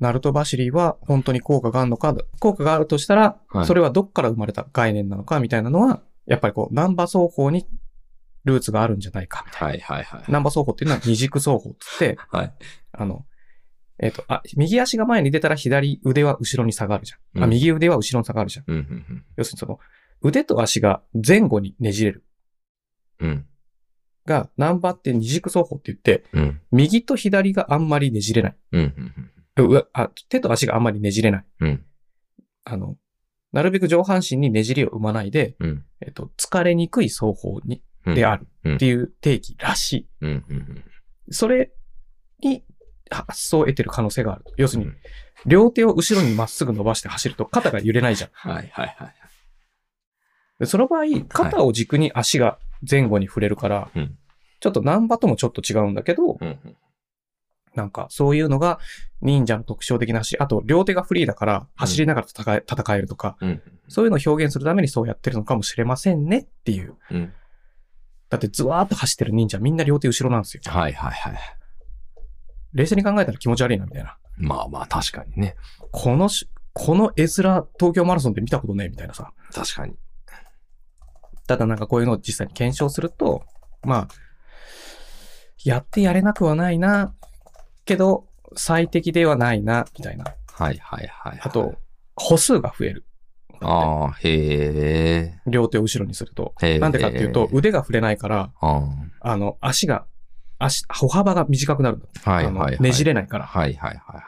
Speaker 1: ナルト走りは本当に効果があるのか、効果があるとしたら
Speaker 2: は、い
Speaker 1: それはどっから生まれた概念なのかみたいなのは、やっぱりこう、ナンバ走法にルーツがあるんじゃないかみたい
Speaker 2: はいはいはい
Speaker 1: な。。ナンバ走法っていうのは二軸走法って言って、
Speaker 2: はい。
Speaker 1: あの、えっ、と、あ、右足が前に出たら左腕は後ろに下がるじゃん。あ、
Speaker 2: うん
Speaker 1: 右腕は後ろに下がるじゃん。
Speaker 2: うんうん
Speaker 1: 要するにその、腕と足が前後にねじれる。
Speaker 2: うん。うん。
Speaker 1: が、ナンバって二軸走法って言って、
Speaker 2: うん。
Speaker 1: 右と左があんまりねじれない。
Speaker 2: うんうん
Speaker 1: うわあ手と足があんまりねじれない。
Speaker 2: うん
Speaker 1: あの、なるべく上半身にねじりを生まないで、
Speaker 2: うん。うん
Speaker 1: えっと、疲れにくい双方に、
Speaker 2: うん。
Speaker 1: である
Speaker 2: うん
Speaker 1: っていう定義らし
Speaker 2: うんうんうん。
Speaker 1: い。それに発想を得てる可能性がある。要する
Speaker 2: う
Speaker 1: に
Speaker 2: ん、
Speaker 1: 両手を後ろにまっすぐ伸ばして走ると肩が揺れないじゃん
Speaker 2: はいはいはい。。
Speaker 1: でその場合、肩を軸に足が前後に触れるから、
Speaker 2: うん
Speaker 1: ちょっとナンバともちょっと違うんだけど、
Speaker 5: うんうん。
Speaker 1: なんかそういうのが忍者の特徴的なし、あと両手がフリーだから走りながら戦え,、戦えるとか、
Speaker 5: うん
Speaker 1: そういうのを表現するためにそうやってるのかもしれませんねっていう。
Speaker 5: うん。うん。
Speaker 1: だってズワーっと走ってる忍者みんな両手後ろなんですよ。
Speaker 2: はいはいはい。
Speaker 1: 冷静に考えたら気持ち悪いなみたいな。
Speaker 2: まあまあ確かにね。
Speaker 1: このし、この絵面東京マラソンで見たことねえみたいなさ。
Speaker 2: 確かに。
Speaker 1: ただなんかこういうのを実際に検証すると、まあ、やってやれなくはないな、けど最適ではないな、みたいな。
Speaker 2: はいはいはい。
Speaker 1: あと、、歩数が増える。
Speaker 2: ああ、へえ。
Speaker 1: 両手を後ろにすると。
Speaker 2: へー
Speaker 1: なんでかっていうと、腕が触れないから、
Speaker 2: あ
Speaker 1: あの、足が、足、歩幅が短くなるんだって。
Speaker 2: あ、は
Speaker 1: あ
Speaker 2: いはい、は
Speaker 1: の
Speaker 2: い。
Speaker 1: ねじれないから。
Speaker 2: はいはいはいはい。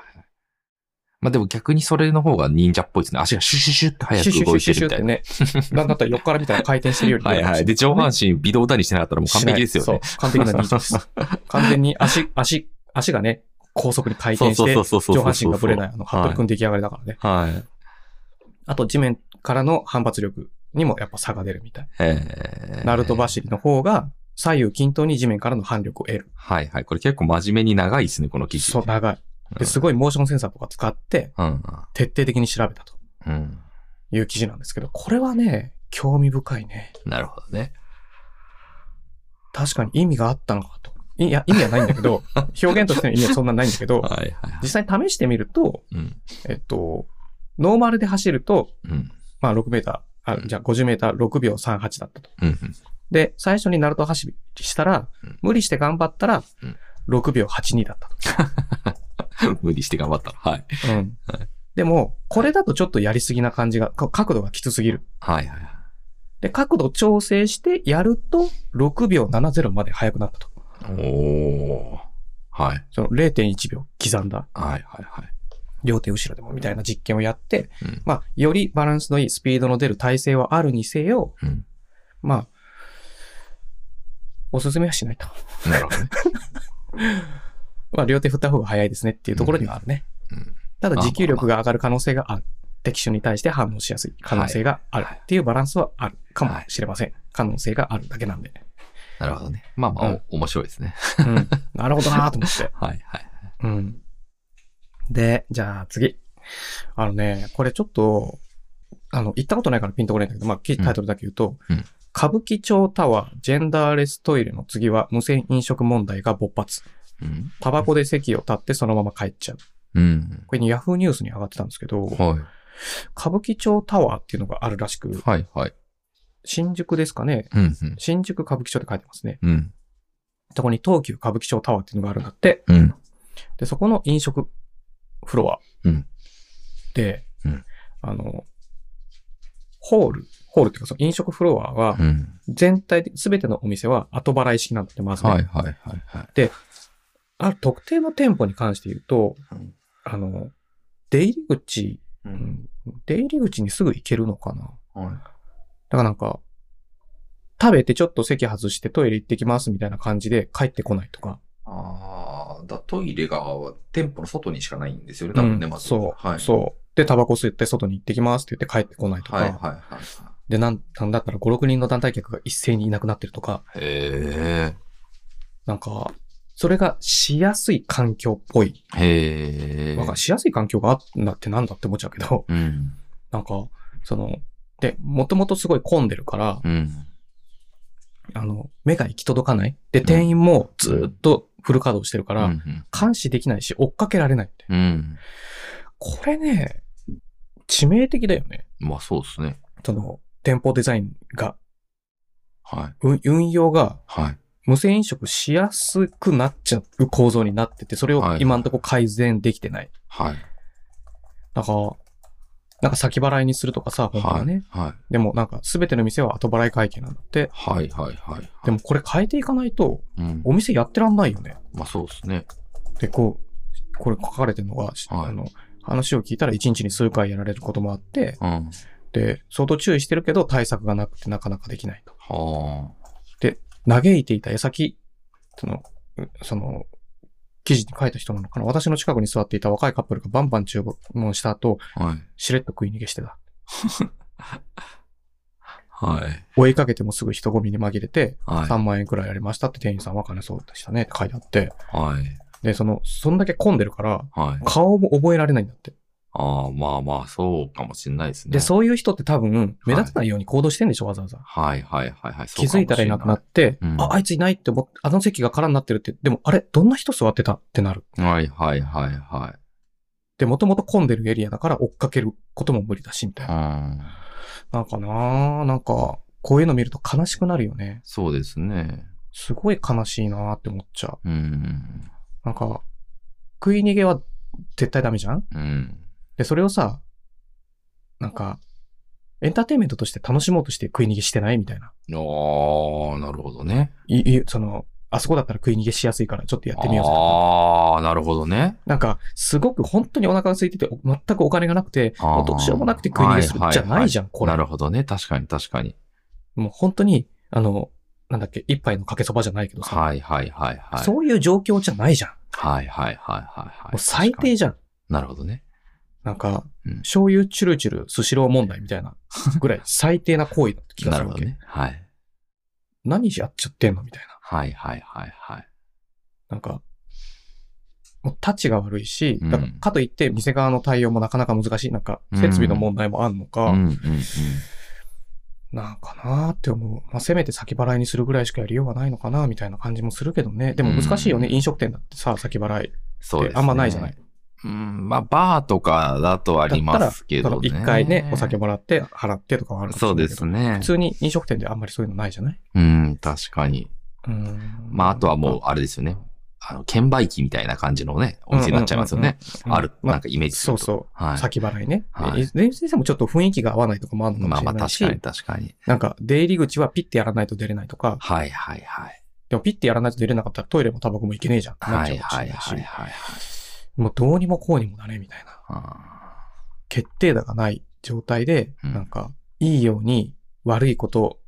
Speaker 2: まあでも逆にそれの方が忍者っぽいですね。足がシュシュシュって早く
Speaker 1: シュシュシ
Speaker 2: 動
Speaker 1: ュ
Speaker 2: い
Speaker 1: シュ
Speaker 2: て
Speaker 1: シュ
Speaker 2: る
Speaker 1: っ
Speaker 2: みた
Speaker 1: て
Speaker 2: いな。
Speaker 1: ね。なんだったら横から見たら回転してるより
Speaker 2: はいはい。で、上半身微動だにしてなかったらもう 完璧ですよ
Speaker 1: しない
Speaker 2: ね。
Speaker 1: そう、完璧な忍者 です。完全に足、足、足がね、高速に回転して、
Speaker 2: そうそ。
Speaker 1: 上半身がぶれないい、あの、服部君出来上がりだからね。
Speaker 2: はい。
Speaker 1: あと、地面からの反発力にもやっぱ差が出るみたい。
Speaker 2: えー
Speaker 1: ナルト走りの方が、左右均等に地面からの反力を得る。
Speaker 2: はいはい。これ結構真面目に長いですね、この記事。
Speaker 1: そう、長い。
Speaker 2: う
Speaker 1: で、
Speaker 2: ん
Speaker 1: すごいモーションセンサーとか使って、
Speaker 2: うん。
Speaker 1: 徹底的に調べたと
Speaker 2: うん。
Speaker 1: いう記事なんですけど、これはね、興味深いね。
Speaker 2: なるほどね。
Speaker 1: 確かに意味があったのかと。いいや、意味はないんだけ ど、表現としての意味はそんなないんだけど、
Speaker 2: はいはいはい。
Speaker 1: 実際に試してみると、
Speaker 2: うん。
Speaker 1: えっと、ノーマルで走ると、
Speaker 2: うん。
Speaker 1: まあ6メーター、あ、
Speaker 2: うん
Speaker 1: じゃあ50メーター6秒38だったと。
Speaker 2: うん。
Speaker 1: で、最初にナルト走りしたら
Speaker 2: うん、
Speaker 1: 無理して頑張ったら
Speaker 2: うん、
Speaker 1: 6秒82だったと。
Speaker 2: うん無理して頑張った。はい。
Speaker 1: うん。でも、これだとちょっとやりすぎな感じが、か角度がきつすぎる。
Speaker 2: はいはい。
Speaker 1: で、角度調整してやると、6秒70まで速くなったと。
Speaker 2: おー。はい。
Speaker 1: その0.1秒刻んだ。
Speaker 2: はいはいはい。
Speaker 1: 両手後ろでもみたいな実験をやって、
Speaker 2: うん
Speaker 1: まあ、よりバランスのいいスピードの出る体勢はあるにせよ、
Speaker 2: うん
Speaker 1: まあ、おすすめはしないと。
Speaker 2: なるほどね。
Speaker 1: まあ、両手振った方が早いですねっていうところにはあるね。
Speaker 2: うんうん
Speaker 1: ただ、持久力が上がる可能性がある。敵手に対して反応しやすい可能性がある
Speaker 2: はい
Speaker 1: っていうバランスはあるかもしれません。可能性があるだけなんで。
Speaker 2: なるほどね。まあまあ、
Speaker 1: うん
Speaker 2: お面白いですね。
Speaker 1: うん、なるほどなーと思って。
Speaker 2: はいはい。
Speaker 1: うん。で、じゃあ次。あのね、これちょっと、あの、行ったことないからピンとこないんだけど、まあ、き
Speaker 2: うん
Speaker 1: タイトルだけ言うと、
Speaker 2: うん
Speaker 1: 歌舞伎町タワー、ジェンダーレストイレの次は無線飲食問題が勃発。
Speaker 2: うん。
Speaker 1: タバコで席を立ってそのまま帰っちゃう。
Speaker 2: うん。
Speaker 1: これにヤフーニュースに上がってたんですけど、
Speaker 2: はい。
Speaker 1: 歌舞伎町タワーっていうのがあるらしく、
Speaker 2: はいはい。
Speaker 1: 新宿ですかね。
Speaker 2: うんうん。
Speaker 1: 新宿歌舞伎町って書いてますね。
Speaker 2: うん。
Speaker 1: そこに東急歌舞伎町タワーっていうのがあるんだって。
Speaker 2: うん。
Speaker 1: で、そこの飲食フロア。
Speaker 2: うん
Speaker 1: で、
Speaker 2: うん
Speaker 1: あの、ホール、ホールっていうかその飲食フロアは
Speaker 2: う、ん。
Speaker 1: 全体で、すべてのお店は後払い式なんだって、まずね、
Speaker 2: はいはいはいはい。
Speaker 1: ある特定の店舗に関して言うと、
Speaker 5: うん
Speaker 1: あの、出入り口、
Speaker 5: う。
Speaker 1: うんん出入り口にすぐ行けるのかなだ
Speaker 5: はい。
Speaker 1: からなんか、食べてちょっと席外してトイレ行ってきますみたいな感じで帰ってこないとか。
Speaker 5: ああ、だトイレが店舗の外にしかないんですよね、多分ね、
Speaker 1: うん
Speaker 5: まず。
Speaker 1: そう、
Speaker 5: はい。う。
Speaker 1: そう。で、タバコ吸って外に行ってきますって言って帰ってこないとか。
Speaker 5: はいはいはい
Speaker 1: で、なん、なんだったら5、6人の団体客が一斉にいなくなってるとか、
Speaker 2: へえ。
Speaker 1: なんか、それがしやすい環境っぽい。
Speaker 2: へえ。
Speaker 1: なんかしやすい環境があったんだってなんだって思っちゃうけど、
Speaker 2: うん。
Speaker 1: なんか、その、で、もともとすごい混んでるから、
Speaker 2: うん。
Speaker 1: あの、目が行き届かない。で、店員もずっとフル稼働してるか
Speaker 2: う
Speaker 1: ら、
Speaker 2: ん。
Speaker 1: 監視できないし、追っかけられないって。
Speaker 2: うん。
Speaker 1: これね、致命的だよね。
Speaker 2: まあそうですね。
Speaker 1: その、店舗デザインが、
Speaker 2: はい。
Speaker 1: 運運用が
Speaker 2: はい。
Speaker 1: 無線飲食しやすくなっちゃう構造になってて、それを今んとこ改善できてない。
Speaker 2: はい。
Speaker 1: なんか、なんか先払いにするとかさ、本当
Speaker 2: は。
Speaker 1: はいね。
Speaker 2: はい。
Speaker 1: でもなんか全ての店は後払い会計なんだって。
Speaker 2: はいはいはい。
Speaker 1: でも、これ変えていかないと、
Speaker 2: うん。
Speaker 1: お店やってらんないよね。
Speaker 2: まあそうですね。
Speaker 1: で、こう、これ書かれてるのが、し
Speaker 2: はい
Speaker 1: あの、話を聞いたら1日に数回やられることもあって、
Speaker 2: うん。
Speaker 1: で、相当注意してるけど対策がなくてなかなかできないと。
Speaker 2: は
Speaker 1: 嘆いていた矢先、その、うその、記事に書いた人なのかな私の近くに座っていた若いカップルがバンバン注文した後、
Speaker 2: あ。はい。
Speaker 1: しれっと食い逃げしてた。
Speaker 2: はい。
Speaker 1: 追いかけてもすぐ人混みに紛れて、3
Speaker 2: は
Speaker 1: 万円くらいありましたって店員さんは金そうでしたねって書いてあって、
Speaker 2: い。はい。
Speaker 1: で、その、そんだけ混んでるから、
Speaker 2: はい。
Speaker 1: 顔も覚えられないんだって。
Speaker 2: ああ、まあまあ、そうかもしんないですね。
Speaker 1: で、そういう人って多分、目立たないように行動してんでしょ、わざわざ。
Speaker 2: はいはいはいはい。
Speaker 1: 気づいたらいなくなって、
Speaker 2: うん
Speaker 1: あ、あいついないって思って、あの席が空になってるって、でも、あれどんな人座ってたってなる。
Speaker 2: て。はいはいはいは
Speaker 1: で、もともと混んでるエリアだから追っかけることも無理だし、みたい
Speaker 2: い。う
Speaker 1: な。
Speaker 2: ん。
Speaker 1: なんかなあなんか、こういうの見ると悲しくなるよね。
Speaker 2: そうですね。
Speaker 1: すごい悲しいなあって思っちゃう。
Speaker 2: うん。
Speaker 1: なんか、食い逃げは絶対ダメじゃん
Speaker 2: うん。
Speaker 1: で、それをさ、なんか、エンターテインメントとして楽しもうとして食い逃げしてないみたいな。
Speaker 2: ああ、なるほどね。
Speaker 1: いいその、あそこだったら食い逃げしやすいからちょっとやってみようぜとか。
Speaker 2: ああ、なるほどね。
Speaker 1: なんか、すごく本当にお腹が空いてて、お全くお金がなくて、もうどうしようもなくて食い逃げする
Speaker 2: あー
Speaker 1: じゃないじゃん、これ
Speaker 2: な。るほどね。確かに確かに。
Speaker 1: もう本当に、あの、なんだっけ、一杯のかけそばじゃないけどさ、
Speaker 2: はいはいはいはい。
Speaker 1: そういう状況じゃないじゃん。も
Speaker 2: はいはいはいはいはい。
Speaker 1: う最
Speaker 2: 確かに
Speaker 1: 低じゃん。
Speaker 2: なるほどね。
Speaker 1: なんか、
Speaker 2: うん
Speaker 1: 醤油チュルチュルスシロー問題みたい なぐらい最低な行為だって気が
Speaker 2: な
Speaker 1: す
Speaker 2: る
Speaker 1: る
Speaker 2: ほ
Speaker 1: わ
Speaker 2: ど
Speaker 1: け。
Speaker 2: ね。はい。
Speaker 1: 何やっちゃってんのみたいな。
Speaker 2: はいはいはいはい。
Speaker 1: なんか、もう、立ちが悪いし、
Speaker 2: うん
Speaker 1: だからかといって、店側の対応もなかなか難しい。なんか、設備の問題もあんのか、
Speaker 2: うんうんうん。
Speaker 1: なんかなーって思う。まあ、せめて先払いにするぐらいしかやりようがないのかな、みたいな感じもするけどね。でも難しいよね。
Speaker 2: うん
Speaker 1: 飲食店だってさ、先払いっ
Speaker 2: そうで
Speaker 1: て
Speaker 2: す、ね。
Speaker 1: あんまないじゃない。。
Speaker 2: うん、まあ、バーとかだとありますけ
Speaker 1: だ
Speaker 2: ど
Speaker 1: から
Speaker 2: ね。
Speaker 1: 一回ね、お酒もらって、払ってとかはあるかもしれ
Speaker 2: そ
Speaker 1: な
Speaker 2: うで
Speaker 1: いけど
Speaker 2: すね
Speaker 1: 普。通に飲食店であんまりそういうのないじゃない
Speaker 2: うん、確かに。
Speaker 1: うん。
Speaker 2: まあ、あとはもう、あれですよね。あの、券売機みたいな感じのね、お店になっちゃいますよね。
Speaker 1: うん、
Speaker 2: ある、
Speaker 1: ま
Speaker 2: なんかイメージす
Speaker 1: そ
Speaker 2: る
Speaker 1: う
Speaker 2: と。
Speaker 1: そう。
Speaker 2: はい
Speaker 1: 先払いね。
Speaker 2: はい
Speaker 1: え全先生もちょっと雰囲気が合わないとかもあるのかも
Speaker 2: まあ
Speaker 1: し
Speaker 2: ま
Speaker 1: れ
Speaker 2: あ、
Speaker 1: ない
Speaker 2: 確
Speaker 1: し、
Speaker 2: かに確かに。
Speaker 1: なんか出入り口はピッてやらないと出れないとか、
Speaker 2: はいはいはい。
Speaker 1: でもピッてやらないと出れなかったらトイレもタバコも行けねえじゃん。なっ
Speaker 2: は
Speaker 1: ちゃ
Speaker 2: いう
Speaker 1: かもし
Speaker 2: は
Speaker 1: れ
Speaker 2: い
Speaker 1: ないし
Speaker 2: はいはい。
Speaker 1: もうどうにもこうにもだねみたいな。
Speaker 2: あ
Speaker 1: 決定打がない状態で、
Speaker 2: うん
Speaker 1: なんか、いいように悪いこと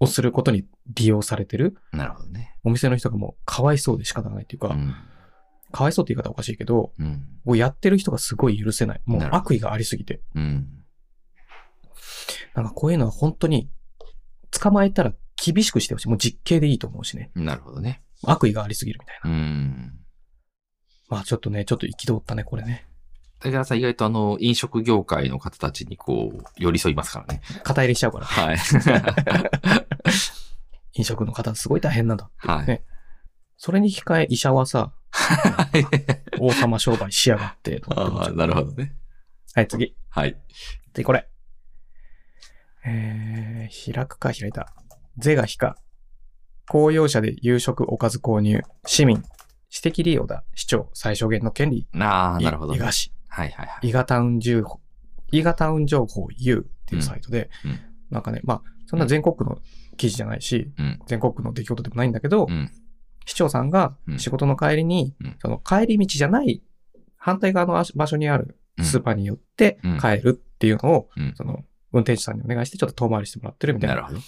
Speaker 1: をすることに利用されてる
Speaker 2: ーなるほどね。
Speaker 1: お店の人がもうかわいそうで仕方がないっていうか、
Speaker 2: うん。
Speaker 1: かわいそうって言い方おかしいけど、
Speaker 2: うん。
Speaker 1: もうやってる人がすごい許せない。もう
Speaker 2: なるほど
Speaker 1: 悪意がありすぎて。
Speaker 2: うん。
Speaker 1: なんかこういうのは本当に捕まえたら厳しくしてほしい。もう実刑でいいと思うしね。
Speaker 2: なるほどね。
Speaker 1: 悪意がありすぎるみたいな。
Speaker 2: うん。
Speaker 1: まあちょっとね、ちょっと憤ったね、これね。
Speaker 2: だからさ、意外とあの、飲食業界の方たちにこう、寄り添いますからね。
Speaker 1: 肩入れしちゃうから。
Speaker 2: はい。
Speaker 1: 飲食の方すごい大変なんだっていうね。
Speaker 2: は
Speaker 1: それに引かえ医者はさ、王様商売しやがって、とかって思っ
Speaker 2: あ
Speaker 1: ち
Speaker 2: あ、
Speaker 1: ゃう
Speaker 2: なるほどね。
Speaker 1: はい、次。
Speaker 2: はい。
Speaker 1: 次、これ。えー、開くか開いた。ゼが非か。公用車で夕食おかず購入。市民。私的利用だ。市長。最小限の権利。
Speaker 2: ああ、なるほど
Speaker 1: 伊
Speaker 2: ね。
Speaker 1: 賀市。
Speaker 2: はいはいはい。
Speaker 1: 伊賀タウン情報、伊賀タウン情報 U っていうサイトで、
Speaker 2: うんうん
Speaker 1: なんかね、まあ、そんな全国区の記事じゃないし、
Speaker 2: うん
Speaker 1: 全国区の出来事でもないんだけど、
Speaker 2: うん
Speaker 1: 市長さんが
Speaker 2: うん
Speaker 1: 仕事の帰りに、
Speaker 2: うん
Speaker 1: その帰り道じゃない反対側の足場所にあるスーパーに寄って
Speaker 2: うん
Speaker 1: 帰るっていうのを、
Speaker 2: うん
Speaker 1: その運転手さんにお願いしてちょっと遠回りしてもらってるみたい
Speaker 2: な
Speaker 1: な。
Speaker 2: るほど。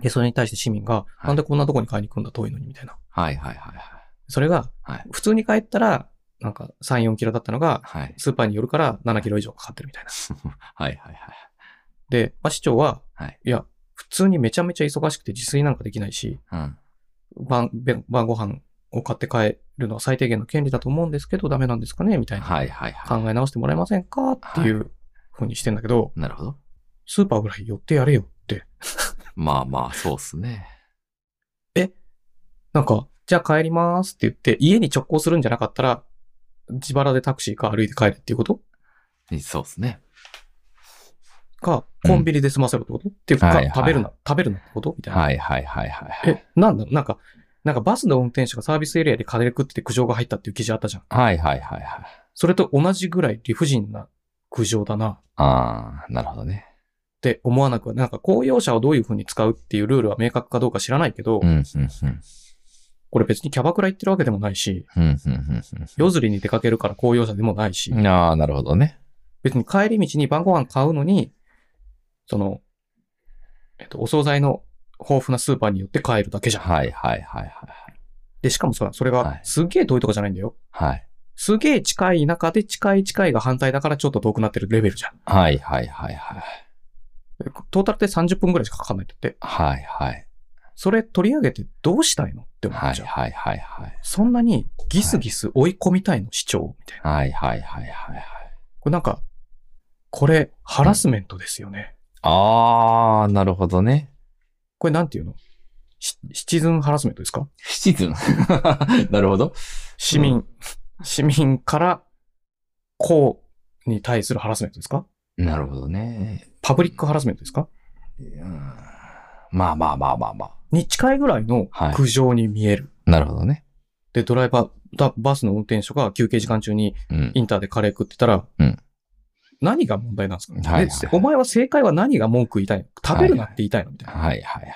Speaker 1: で、それに対して市民が、
Speaker 2: い
Speaker 1: なんでこんなとこに買いに行くんだ遠いのにみたいな。
Speaker 2: はいはいはいはい。
Speaker 1: それが
Speaker 2: はい、
Speaker 1: 普通に帰ったら、なんか3、4キロだったのが、
Speaker 2: はい。
Speaker 1: スーパーに寄るから7キロ以上かかってるみたいな。
Speaker 2: はいはいはい。
Speaker 1: で、まあ、市長は、
Speaker 2: はい
Speaker 1: や、普通にめちゃめちゃ忙しくて自炊なんかできないし、
Speaker 2: うん。
Speaker 1: 晩、べ晩ご飯を買って帰るのは最低限の権利だと思うんですけど、ダメなんですかねみたいな。
Speaker 2: はいはいは
Speaker 1: 考え直してもらえませんかっていうふうにしてんだけど、
Speaker 2: い。なるほど。
Speaker 1: スーパーぐらい寄ってやれよって。
Speaker 2: まあまあ、そうっすね。
Speaker 1: なんか、じゃあ帰りますって言って、家に直行するんじゃなかったら、自腹でタクシーか歩いて帰るっていうこと
Speaker 2: そうっすね。
Speaker 1: か、コンビニで済ませろってこと、っていうか、
Speaker 2: はいはい
Speaker 1: 食べるな、食べるなってことみたいな。
Speaker 2: はいはいはいはい。
Speaker 1: え、なんだなんか、なんかバスの運転手がサービスエリアで金で食ってて苦情が入ったっていう記事あったじゃん。
Speaker 2: はいはいはいはい。
Speaker 1: それと同じぐらい理不尽な苦情だなっ
Speaker 2: ああ、なるほどね。
Speaker 1: て思わなくは、なんか公用車をどういう風に使うっていうルールは明確かどうか知らないけど、
Speaker 2: うん、うん、うん。
Speaker 1: これ別にキャバクラ行ってるわけでもないし、
Speaker 2: うん、うん、
Speaker 1: 夜釣りに出かけるから公用車でもないし、
Speaker 2: うん。ああ、なるほどね。
Speaker 1: 別に帰り道に晩ご飯買うのに、その、えっと、お惣菜の豊富なスーパーによって帰るだけじゃん。
Speaker 2: はいはいはいはい。
Speaker 1: で、しかもさ、それ
Speaker 2: はい
Speaker 1: がすげえ遠いとかじゃないんだよ。
Speaker 2: はい。
Speaker 1: すげえ近い中で近い近いが反対だからちょっと遠くなってるレベルじゃん。
Speaker 2: はいはいはいはい。
Speaker 1: えトータルで30分ぐらいしかかかんないんだって。
Speaker 2: はいはい。
Speaker 1: それ取り上げてどうしたいのって思
Speaker 2: は
Speaker 1: っ
Speaker 2: い
Speaker 1: ちゃう。
Speaker 2: はいはいはい。
Speaker 1: そんなにギスギス追い込みたいの、主張みたいな。
Speaker 2: はいはいはいはいはい。
Speaker 1: これなんか、これハラスメントですよね。
Speaker 2: あー、なるほどね。
Speaker 1: これなんていうのシシチズンハラスメントですか
Speaker 2: シチズン。 なるほど。
Speaker 1: 市民、市民から公に対するハラスメントですか
Speaker 2: なるほどね。
Speaker 1: パブリックハラスメントですか
Speaker 2: うんまあまあまあまあま
Speaker 1: に近いぐらいの
Speaker 2: はい
Speaker 1: 苦情に見える。
Speaker 2: あ。なるほどね。
Speaker 1: で、ドライバーだ、バスの運転手が休憩時間中に
Speaker 2: うん。
Speaker 1: インターでカレー食ってたら、
Speaker 2: うん
Speaker 1: 何が問題なんですか、
Speaker 2: はいはい
Speaker 1: でお前は正解は何が文句言いたいの食べるなって言いたいのみたいな、
Speaker 2: はいはいはい。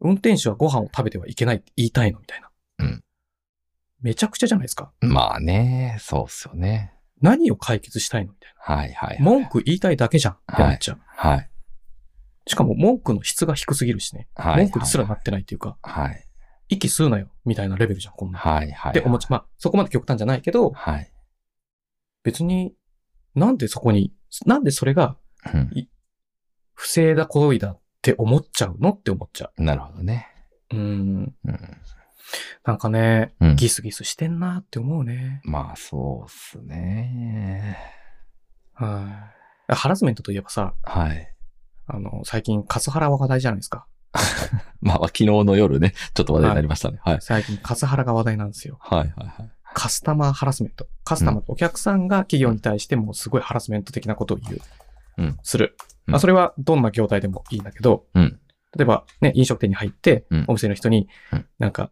Speaker 1: 運転手はご飯を食べてはいけないって言いたいのみたいな。
Speaker 2: うん
Speaker 1: めちゃくちゃじゃないですか。
Speaker 2: まあね、そうっすよね。
Speaker 1: 何を解決したいのみたい
Speaker 2: はいはい、はい。
Speaker 1: な。文句言いたいだけじゃんってなっちゃう。
Speaker 2: はい。
Speaker 1: しかも文句の質が低すぎるしね。
Speaker 2: はい
Speaker 1: 文句にすらなってないっていうか、
Speaker 2: はい。
Speaker 1: 息吸うなよみたいなレベルじゃん、こんなの。
Speaker 2: はいはい。
Speaker 1: って思っちゃう。まあ、そこまで極端じゃないけど、
Speaker 2: はい。
Speaker 1: 別に、なんでそこに、なんでそれが
Speaker 2: うん
Speaker 1: 不正だ行為だって思っちゃうのって思っちゃ
Speaker 2: なるほどね。
Speaker 1: う。うん。
Speaker 2: うん。
Speaker 1: なんかね、
Speaker 2: うん
Speaker 1: ギスギスしてんなって思うね。
Speaker 2: まあそうっすね。
Speaker 1: はい。ハラスメントといえばさ、
Speaker 2: はい。
Speaker 1: あの、最近カスハラが話題じゃないですか。
Speaker 2: まあ昨日の夜ね、ちょっと話題になりましたね。はい。
Speaker 1: 最近カスハラが話題なんですよ。
Speaker 2: はいはいはい。
Speaker 1: カスタマーハラスメント。カスタマー、お客さんが企業に対してもうすごいハラスメント的なことを言う。
Speaker 2: うん
Speaker 1: する。
Speaker 2: うん
Speaker 1: まあ、それはどんな業態でもいいんだけど、
Speaker 2: うん
Speaker 1: 例えばね、飲食店に入って
Speaker 2: うん、
Speaker 1: お店の人に
Speaker 2: うん、
Speaker 1: なんか、